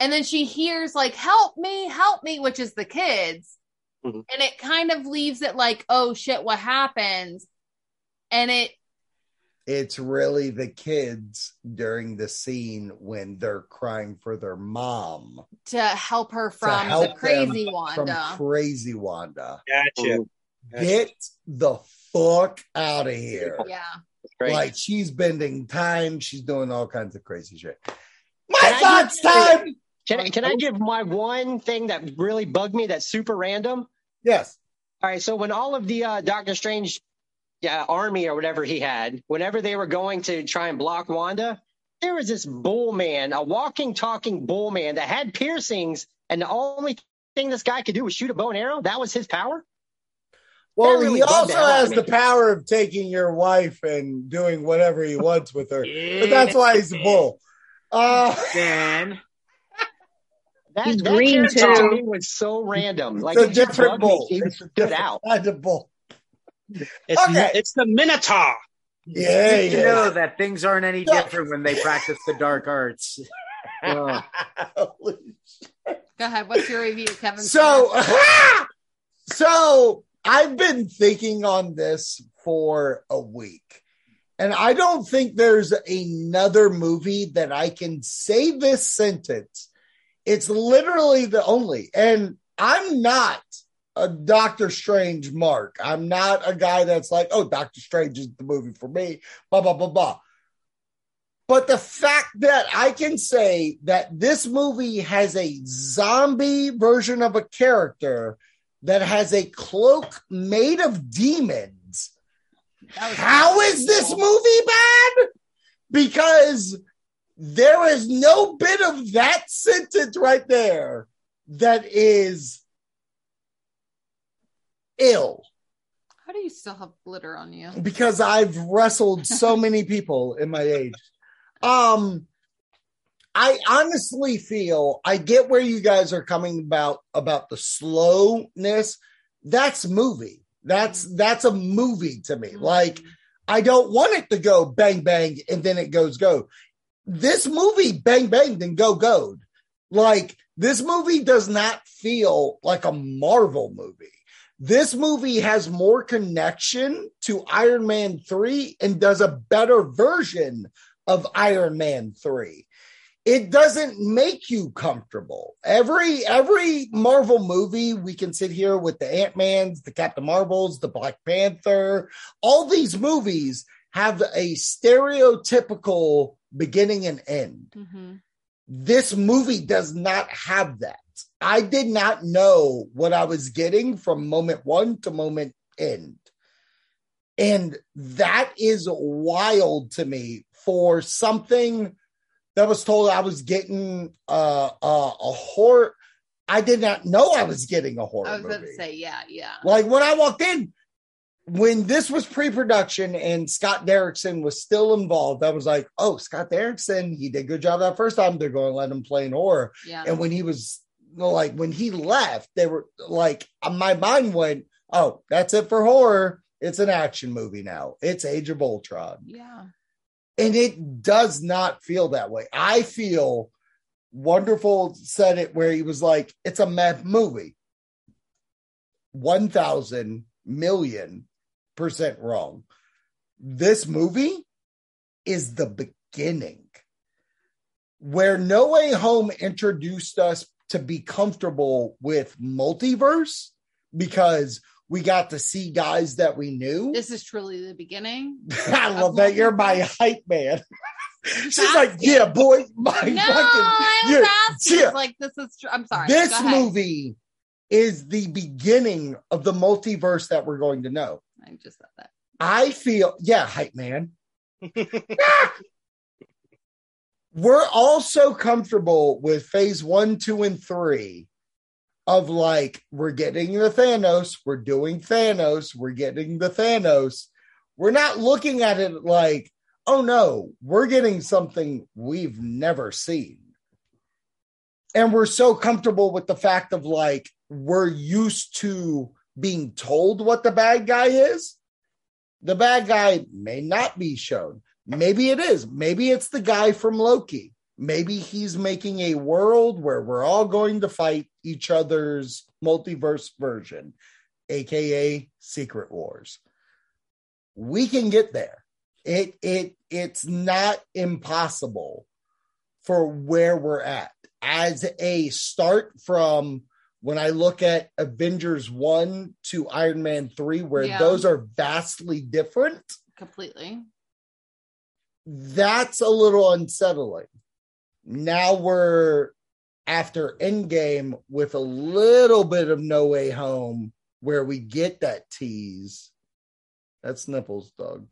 [SPEAKER 5] And then she hears like, help me, help me, which is the kids.
[SPEAKER 4] Mm-hmm.
[SPEAKER 6] Mhm.
[SPEAKER 5] And it kind of leaves it like, oh shit, what happens? And it
[SPEAKER 4] it's really the kids during the scene when they're crying for their mom
[SPEAKER 5] to help her
[SPEAKER 4] to
[SPEAKER 5] from
[SPEAKER 4] help
[SPEAKER 5] the
[SPEAKER 4] them
[SPEAKER 5] crazy
[SPEAKER 4] from
[SPEAKER 5] Wanda.
[SPEAKER 4] crazy Wanda.
[SPEAKER 8] Gotcha. Gotcha.
[SPEAKER 4] Get the fuck out of here.
[SPEAKER 5] yeah.
[SPEAKER 6] Great.
[SPEAKER 4] Like she's bending time, she's doing all kinds of crazy shit.
[SPEAKER 6] Can
[SPEAKER 4] My
[SPEAKER 6] I
[SPEAKER 4] thoughts
[SPEAKER 6] get-
[SPEAKER 4] time.
[SPEAKER 6] Can, I- can I give my one thing that really bugged me that's super random?
[SPEAKER 4] Yes.
[SPEAKER 6] All right, so when all of the uh, Doctor Strange yeah, army or whatever he had, whenever they were going to try and block Wanda, there was this bull man, a walking, talking bull man that had piercings, and the only thing this guy could do was shoot a bow and arrow. That was his power.
[SPEAKER 4] Well, he
[SPEAKER 6] really bugged
[SPEAKER 4] also
[SPEAKER 6] the hell out
[SPEAKER 4] has
[SPEAKER 6] of
[SPEAKER 4] the
[SPEAKER 6] me.
[SPEAKER 4] power of taking your wife and doing whatever he wants with her.
[SPEAKER 7] Yeah.
[SPEAKER 4] But that's why he's a bull. Uh,
[SPEAKER 7] Dan.
[SPEAKER 6] That,
[SPEAKER 1] He's
[SPEAKER 6] that
[SPEAKER 1] green,
[SPEAKER 6] character to
[SPEAKER 1] too.
[SPEAKER 6] me was so random. Like
[SPEAKER 4] it's
[SPEAKER 6] it
[SPEAKER 4] a
[SPEAKER 6] just
[SPEAKER 4] different
[SPEAKER 6] bugged me.
[SPEAKER 4] bull.
[SPEAKER 6] He
[SPEAKER 4] It's a
[SPEAKER 6] stood
[SPEAKER 4] different
[SPEAKER 6] out.
[SPEAKER 4] kind of bull.
[SPEAKER 8] It's,
[SPEAKER 4] Okay.
[SPEAKER 8] it's the Minotaur.
[SPEAKER 4] Yeah,
[SPEAKER 7] you
[SPEAKER 4] yeah.
[SPEAKER 7] know that things aren't any
[SPEAKER 4] Yeah.
[SPEAKER 7] different when they practice the dark arts.
[SPEAKER 6] Uh,
[SPEAKER 5] Go ahead. What's your review, Kevin?
[SPEAKER 4] so uh, so i've been thinking on this for a week and i don't think there's another movie that i can say this sentence it's literally the only and i'm not a doctor strange mark i'm not a guy that's like oh doctor strange is the movie for me blah blah blah blah but the fact that I can say that this movie has a zombie version of a character that has a cloak made of demons.
[SPEAKER 5] That was-
[SPEAKER 4] How is this movie bad? Because there is no bit of that sentence right there that is ill
[SPEAKER 5] How do you still have glitter on you?
[SPEAKER 4] because I've wrestled so many people in my age. Um, I honestly feel I get where you guys are coming about about the slowness. That's movie. That's that's a movie to me. Like I don't want it to go bang bang and then it goes go. This movie bang bang then go go. Like this movie does not feel like a Marvel movie. This movie has more connection to Iron Man 3 and does a better version of Iron Man 3. It doesn't make you comfortable. Every every Marvel movie we can sit here with the Ant-Mans, the Captain Marvels, the Black Panther, all these movies have a stereotypical beginning and end
[SPEAKER 5] Mhm.
[SPEAKER 4] this movie does not have that. I did not know what I was getting from moment one to moment end. And that is wild to me for something that was told I was getting uh, uh, a horror. I did not know I was getting a horror
[SPEAKER 5] I was
[SPEAKER 4] movie.
[SPEAKER 5] about to say, yeah, yeah.
[SPEAKER 4] Like when I walked in, when this was pre-production and Scott Derrickson was still involved, I was like, "Oh, Scott Derrickson, he did a good job that first time. They're going to let him play in horror."
[SPEAKER 5] Yeah.
[SPEAKER 4] And when he was like, when he left, they were like, uh, my mind went, "Oh, that's it for horror. It's an action movie now. It's Age of Ultron."
[SPEAKER 5] yeah.
[SPEAKER 4] and it does not feel that way. I feel wonderful said it where he was like, it's a meth movie. 1000 million percent wrong. This movie is the beginning where No Way Home introduced us to be comfortable with multiverse because we got to see guys that we knew.
[SPEAKER 5] This is truly the beginning.
[SPEAKER 4] I love that you're my hype man. She's like,
[SPEAKER 5] asking.
[SPEAKER 4] yeah, boy, my
[SPEAKER 5] no, I
[SPEAKER 4] fucking
[SPEAKER 5] was
[SPEAKER 4] yeah,
[SPEAKER 5] asking.
[SPEAKER 4] yeah.
[SPEAKER 5] Like, this is. Tr- I'm sorry. Go
[SPEAKER 4] This
[SPEAKER 5] ahead.
[SPEAKER 4] movie is the beginning of the multiverse that we're going to know.
[SPEAKER 5] I just said that.
[SPEAKER 4] I feel, yeah, hype man. we're all so comfortable with phase one, two, and three of like we're getting the Thanos, we're doing Thanos, we're getting the Thanos. We're not looking at it like, oh no, we're getting something we've never seen. And we're so comfortable with the fact of like we're used to being told what the bad guy is. The bad guy may not be shown. Maybe it is. Maybe it's the guy from Loki maybe he's making a world where we're all going to fight each other's multiverse version, aka Secret Wars. We can get there. It it it's not impossible for where we're at. As a start from when I look at Avengers 1 to Iron Man 3 where
[SPEAKER 5] Yeah.
[SPEAKER 4] those are vastly different,
[SPEAKER 5] completely.
[SPEAKER 4] that's a little unsettling. Now we're after Endgame with a little bit of No Way Home where we get that tease. That's nipples, dog.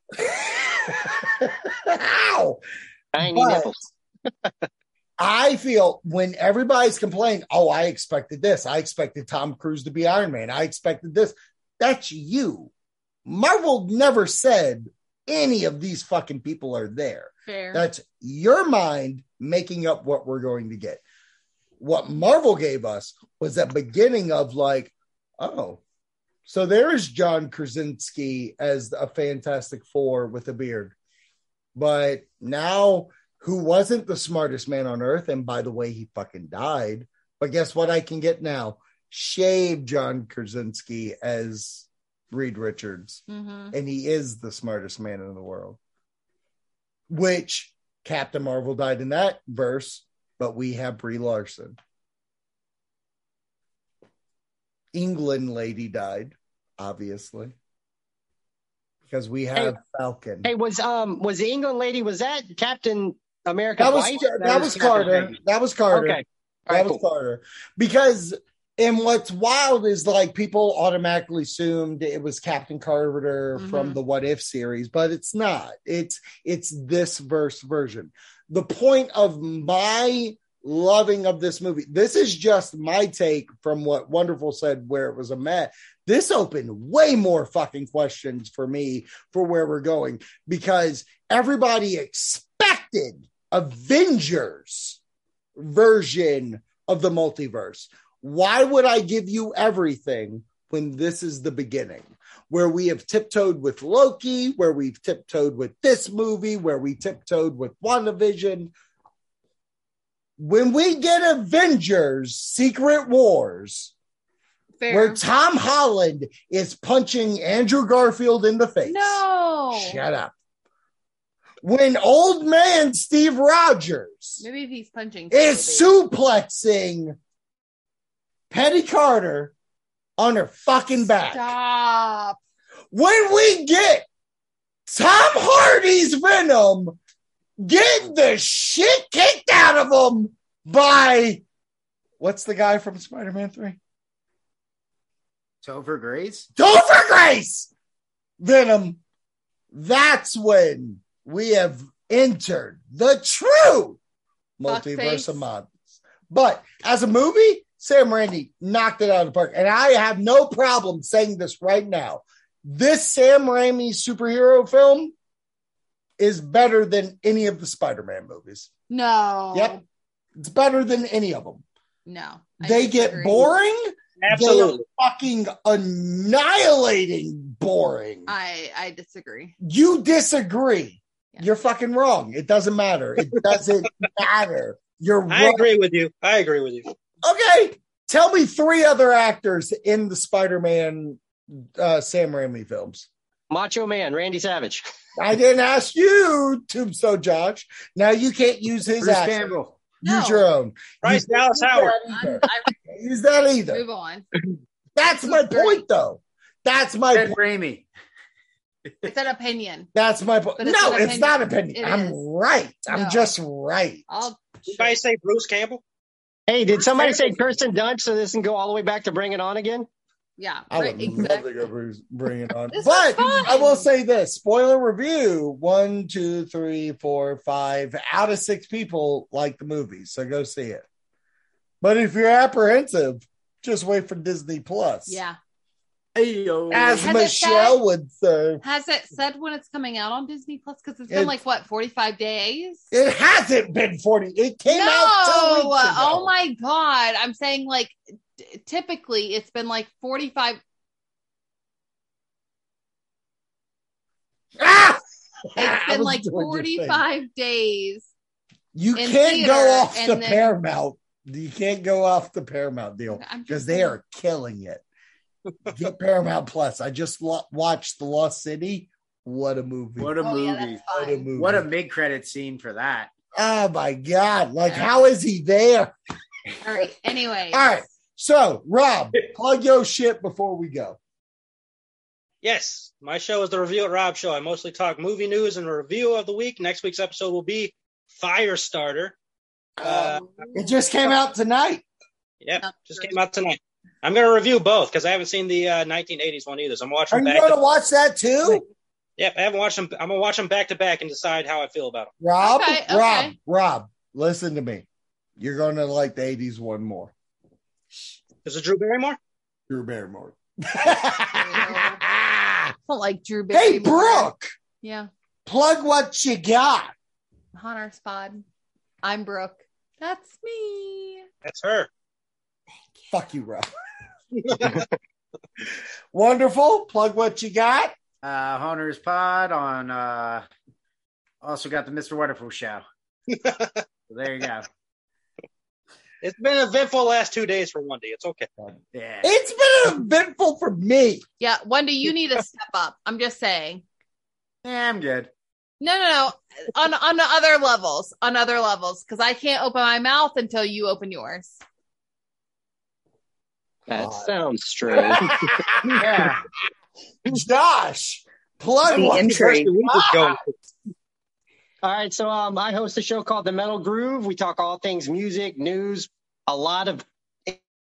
[SPEAKER 4] Ow!
[SPEAKER 6] Tiny
[SPEAKER 4] But-
[SPEAKER 6] nipples.
[SPEAKER 4] I feel when everybody's complaining, oh, I expected this. I expected Tom Cruise to be Iron Man. I expected this. That's you. Marvel never said any of these fucking people are there.
[SPEAKER 5] Fair.
[SPEAKER 4] That's your mind making up what we're going to get. What Marvel gave us was that beginning of like, oh, so there is John Krasinski as a Fantastic Four with a beard. But now, who wasn't the smartest man on earth? And by the way, he fucking died. But guess what? I can get now shave John Krasinski as Reed Richards
[SPEAKER 5] mm-hmm.
[SPEAKER 4] and he is the smartest man in the world. Which Captain Marvel died in that verse, but we have Brie Larson. England lady died, obviously, because we have Falcon.
[SPEAKER 6] Hey, was um was the England lady was that Captain America?
[SPEAKER 4] that was
[SPEAKER 6] wife?
[SPEAKER 4] that was Carter. That was Carter.
[SPEAKER 6] Okay.
[SPEAKER 4] That
[SPEAKER 6] All right,
[SPEAKER 4] was
[SPEAKER 6] cool.
[SPEAKER 4] Carter. Because and what's wild is like people automatically assumed it was Captain Carter from
[SPEAKER 5] Mhm.
[SPEAKER 4] the What If series, but it's not. It's it's this verse version. The point of my loving of this movie, this is just my take from what Wonderful said where it was a mat. This opened way more fucking questions for me for where we're going because everybody expected Avengers version of the multiverse. Why would I give you everything when this is the beginning? Where we have tiptoed with Loki, where we've tiptoed with this movie, where we tiptoed with WandaVision. When we get Avengers Secret Wars,
[SPEAKER 5] Fair.
[SPEAKER 4] where Tom Holland is punching Andrew Garfield in the face.
[SPEAKER 5] no.
[SPEAKER 4] Shut up. When old man Steve Rogers
[SPEAKER 5] Maybe if he's punching.
[SPEAKER 4] is
[SPEAKER 5] somebody.
[SPEAKER 4] suplexing Petty Carter on her fucking back.
[SPEAKER 5] Stop.
[SPEAKER 4] When we get Tom Hardy's Venom getting the shit kicked out of him by what's the guy from Spider Man 3?
[SPEAKER 7] Topher Grace.
[SPEAKER 4] Topher Grace Venom. That's when we have entered the true multiverse
[SPEAKER 5] Fuckface.
[SPEAKER 4] of models. But as a movie, Sam Randy knocked it out of the park. And I have no problem saying this right now. This Sam Raimi superhero film is better than any of the Spider Man movies.
[SPEAKER 5] No.
[SPEAKER 4] Yep. It's better than any of them.
[SPEAKER 5] No. I
[SPEAKER 4] they get
[SPEAKER 5] disagree.
[SPEAKER 4] boring. They
[SPEAKER 8] Absolutely.
[SPEAKER 4] are fucking annihilating boring.
[SPEAKER 5] I I disagree.
[SPEAKER 4] you disagree.
[SPEAKER 5] Yeah.
[SPEAKER 4] You're fucking wrong. It doesn't matter. It doesn't matter. You're
[SPEAKER 8] I
[SPEAKER 4] wrong.
[SPEAKER 8] agree with you. I agree with you.
[SPEAKER 4] Okay. Tell me three other actors in the Spider Man uh, Sam Raimi films.
[SPEAKER 6] Macho Man, Randy Savage.
[SPEAKER 4] I didn't ask you, Tombstone Josh. Now you can't use his
[SPEAKER 7] Bruce
[SPEAKER 4] accent.
[SPEAKER 7] Campbell.
[SPEAKER 4] Use
[SPEAKER 5] No.
[SPEAKER 4] your own.
[SPEAKER 8] Bryce
[SPEAKER 4] You
[SPEAKER 8] Dallas
[SPEAKER 4] can't use
[SPEAKER 8] Howard.
[SPEAKER 4] that
[SPEAKER 5] I'm,
[SPEAKER 4] either.
[SPEAKER 5] I
[SPEAKER 4] Can't Use that either.
[SPEAKER 5] move on.
[SPEAKER 4] That's my point, though. That's my
[SPEAKER 7] Ted
[SPEAKER 4] point.
[SPEAKER 7] Raimi.
[SPEAKER 5] It's an opinion.
[SPEAKER 4] That's my point.
[SPEAKER 5] But
[SPEAKER 4] no,
[SPEAKER 5] it's an
[SPEAKER 4] it's
[SPEAKER 5] opinion.
[SPEAKER 4] not opinion.
[SPEAKER 5] It
[SPEAKER 4] I'm
[SPEAKER 5] is.
[SPEAKER 4] right. I'm
[SPEAKER 5] No.
[SPEAKER 4] just right.
[SPEAKER 5] I'll.
[SPEAKER 8] Did I say Bruce Campbell?
[SPEAKER 6] Hey, did somebody say
[SPEAKER 4] Savage.
[SPEAKER 6] Kirsten Dunst so this can go all the way back to Bring It On again?
[SPEAKER 5] Yeah.
[SPEAKER 4] I
[SPEAKER 5] Right.
[SPEAKER 4] would love to
[SPEAKER 5] Exactly.
[SPEAKER 4] go bring, bring it on.
[SPEAKER 5] This
[SPEAKER 4] but
[SPEAKER 5] is fun.
[SPEAKER 4] I will say this spoiler review one, two, three, four, five out of six people like the movie. So go see it. But if you're apprehensive, just wait for Disney Plus.
[SPEAKER 5] Yeah.
[SPEAKER 7] Ayo.
[SPEAKER 4] As
[SPEAKER 5] Has it
[SPEAKER 4] Michelle
[SPEAKER 5] said-
[SPEAKER 4] would say,
[SPEAKER 5] Has it said when it's coming out on Disney Plus? Because it's been
[SPEAKER 4] It's-
[SPEAKER 5] like what forty five days.
[SPEAKER 4] it hasn't been 40. It came
[SPEAKER 5] no!
[SPEAKER 4] out two weeks ago.
[SPEAKER 5] Oh my god! I'm saying like t- typically it's been like forty five.
[SPEAKER 4] Ah!
[SPEAKER 5] It's
[SPEAKER 4] I
[SPEAKER 5] been
[SPEAKER 4] was
[SPEAKER 5] like
[SPEAKER 4] doing your thing.
[SPEAKER 5] forty five days.
[SPEAKER 4] You
[SPEAKER 5] in
[SPEAKER 4] can't
[SPEAKER 5] theater,
[SPEAKER 4] go off
[SPEAKER 5] and
[SPEAKER 4] the
[SPEAKER 5] then-
[SPEAKER 4] Paramount. You can't go off the Paramount deal
[SPEAKER 5] I'm just
[SPEAKER 4] because they
[SPEAKER 5] saying.
[SPEAKER 4] are killing it. Get Paramount Plus. I just lo- watched The Lost City. What a movie!
[SPEAKER 7] What a
[SPEAKER 5] Oh, yeah,
[SPEAKER 7] movie.
[SPEAKER 5] that's
[SPEAKER 4] What a
[SPEAKER 5] fine.
[SPEAKER 4] movie!
[SPEAKER 7] What a mid credit scene for that.
[SPEAKER 4] oh my god! Like, how is he there?
[SPEAKER 5] All right. Anyway.
[SPEAKER 4] All right. So, Rob, plug your shit before we go.
[SPEAKER 8] Yes, my show is the Review at Rob show. I mostly talk movie news and review of the week. Next week's episode will be Firestarter.
[SPEAKER 4] Oh.
[SPEAKER 8] Uh,
[SPEAKER 4] It just came out tonight.
[SPEAKER 8] yep, just came out tonight. I'm going to review both because I haven't seen the uh, 1980s one either. So I'm
[SPEAKER 4] Are
[SPEAKER 8] watching
[SPEAKER 4] you
[SPEAKER 8] back.
[SPEAKER 4] going to watch that too,
[SPEAKER 8] Yep, I haven't watched them. I'm going to watch them back to back and decide how I feel about them.
[SPEAKER 4] Rob?
[SPEAKER 5] Okay, okay.
[SPEAKER 4] Rob, Rob, listen to me. You're going to like the '80s one more.
[SPEAKER 8] Is it Drew Barrymore?
[SPEAKER 4] Drew Barrymore.
[SPEAKER 5] I don't like Drew Barry.
[SPEAKER 4] hey, Brooke,
[SPEAKER 5] Yeah.
[SPEAKER 4] plug what you got.
[SPEAKER 5] Hunter Spod. I'm Brooke. That's me.
[SPEAKER 8] That's her.
[SPEAKER 4] Fuck you, Rob. Wonderful. Plug what you got.
[SPEAKER 7] Uh Hunter's Pod on uh also got the Mr. Wonderful show. So there you go.
[SPEAKER 8] It's been an eventful last two days for one day. It's okay.
[SPEAKER 7] Yeah.
[SPEAKER 4] It's been eventful for me.
[SPEAKER 5] Yeah, Wendy, you need to step up. I'm just saying.
[SPEAKER 7] yeah, I'm good.
[SPEAKER 5] No, no, no. On on the other levels, on other levels, because I can't open my mouth until you open yours.
[SPEAKER 6] That
[SPEAKER 4] God.
[SPEAKER 6] sounds strange.
[SPEAKER 7] Yeah.
[SPEAKER 4] Josh, plug
[SPEAKER 1] The
[SPEAKER 4] what
[SPEAKER 1] intrigue.
[SPEAKER 8] We just go.
[SPEAKER 6] All right, so um, I host a show called The Metal Groove. We talk all things music, news, a lot of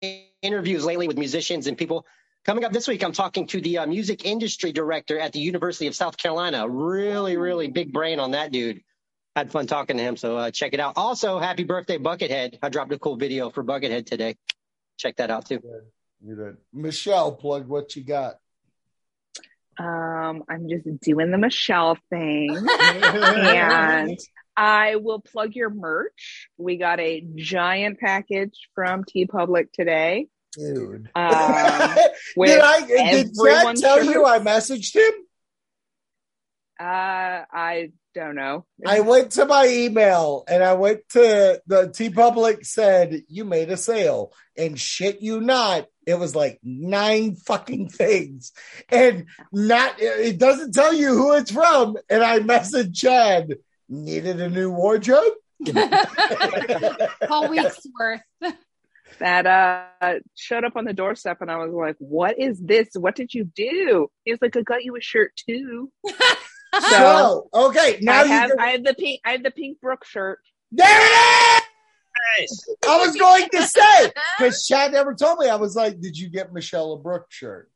[SPEAKER 6] i- interviews lately with musicians and people. Coming up this week, I'm talking to the uh, music industry director at the University of South Carolina. Really, really big brain on that dude. Had fun talking to him, so uh, check it out. Also, happy birthday, Buckethead. I dropped a cool video for Buckethead today. Check that out too.
[SPEAKER 4] You did. Michelle, plug what you got.
[SPEAKER 1] Um, I'm just doing the Michelle thing. and I will plug your merch. We got a giant package from T Public today.
[SPEAKER 4] Dude.
[SPEAKER 1] Um, with
[SPEAKER 4] did I did Jack
[SPEAKER 1] everyone's
[SPEAKER 4] tell you
[SPEAKER 1] shirts.
[SPEAKER 4] I messaged him?
[SPEAKER 1] uh, I don't know.
[SPEAKER 4] I went to my email and I went to the T Public said you made a sale and shit you not it was like nine fucking things and not it doesn't tell you who it's from and I messaged Chad needed a new wardrobe
[SPEAKER 5] Whole week's worth.
[SPEAKER 1] that uh showed up on the doorstep and I was like, What is this? What did you do? He was like, I got you a shirt too. so
[SPEAKER 4] so okay now
[SPEAKER 1] I
[SPEAKER 4] you
[SPEAKER 1] have
[SPEAKER 4] can,
[SPEAKER 1] I have the pink I have the pink Brook shirt.
[SPEAKER 4] there it is
[SPEAKER 8] Nice.
[SPEAKER 4] I was going to say because Chad never told me I was like did you get Michelle a Brooke shirt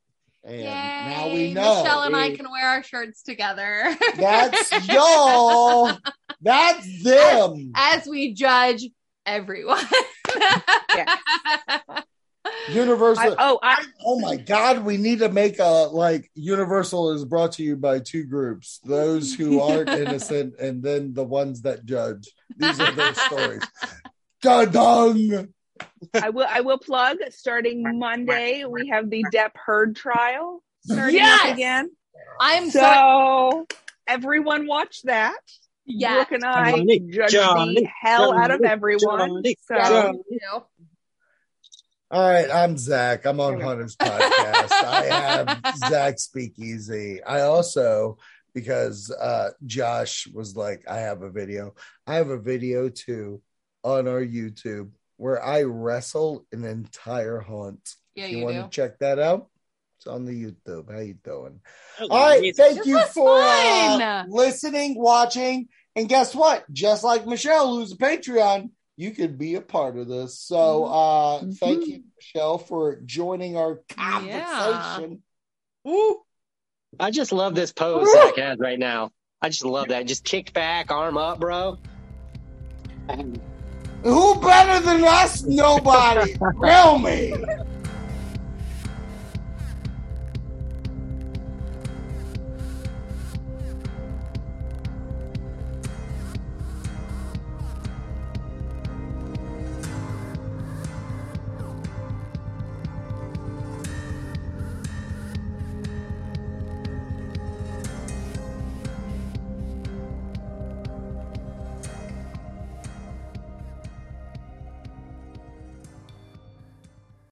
[SPEAKER 4] and now we
[SPEAKER 5] Yay.
[SPEAKER 4] know
[SPEAKER 5] Michelle and I
[SPEAKER 4] We-
[SPEAKER 5] can wear our shirts together
[SPEAKER 4] That's y'all. That's them.
[SPEAKER 5] as we judge everyone.
[SPEAKER 1] I,
[SPEAKER 4] Universal.
[SPEAKER 1] oh, I
[SPEAKER 4] oh my God, we need to make a like Universal is brought to you by two groups those who aren't innocent and then the ones that judge. These are their stories. Dun-dun.
[SPEAKER 1] I will I will plug starting Monday we have the Depp Heard trial starting
[SPEAKER 4] Yes!
[SPEAKER 1] up again.
[SPEAKER 5] I'm
[SPEAKER 1] so
[SPEAKER 5] sorry.
[SPEAKER 1] everyone watch that.
[SPEAKER 5] Yeah.
[SPEAKER 1] Brooke and I
[SPEAKER 8] Johnny,
[SPEAKER 1] judge
[SPEAKER 8] Johnny,
[SPEAKER 1] the hell out of
[SPEAKER 8] Johnny,
[SPEAKER 1] everyone.
[SPEAKER 8] Johnny,
[SPEAKER 1] so
[SPEAKER 5] Yeah,
[SPEAKER 8] Johnny.
[SPEAKER 5] you do.
[SPEAKER 4] All right, I'm Zach. I'm on
[SPEAKER 1] Okay.
[SPEAKER 4] Hunter's podcast. I have Zach Speakeasy. I also, because uh, Josh was like, I have a video. I have a video too on our YouTube where I wrestle an entire hunt.
[SPEAKER 5] Yeah,
[SPEAKER 4] you
[SPEAKER 5] you
[SPEAKER 4] want
[SPEAKER 5] do.
[SPEAKER 4] to check that out? It's on the YouTube. How you doing?
[SPEAKER 8] That was
[SPEAKER 4] All right,
[SPEAKER 8] amazing.
[SPEAKER 4] thank
[SPEAKER 5] This
[SPEAKER 4] you
[SPEAKER 5] was
[SPEAKER 4] for uh,
[SPEAKER 5] fun.
[SPEAKER 4] listening, watching, and guess what? Just like Michelle, who's a Patreon, you could be a part of this. So, uh, thank you, Michelle, for joining our conversation.
[SPEAKER 6] I just love this pose Zach has right now. I just love that. Just kicked back, arm up, bro.
[SPEAKER 4] Who better than us? Nobody. Tell me.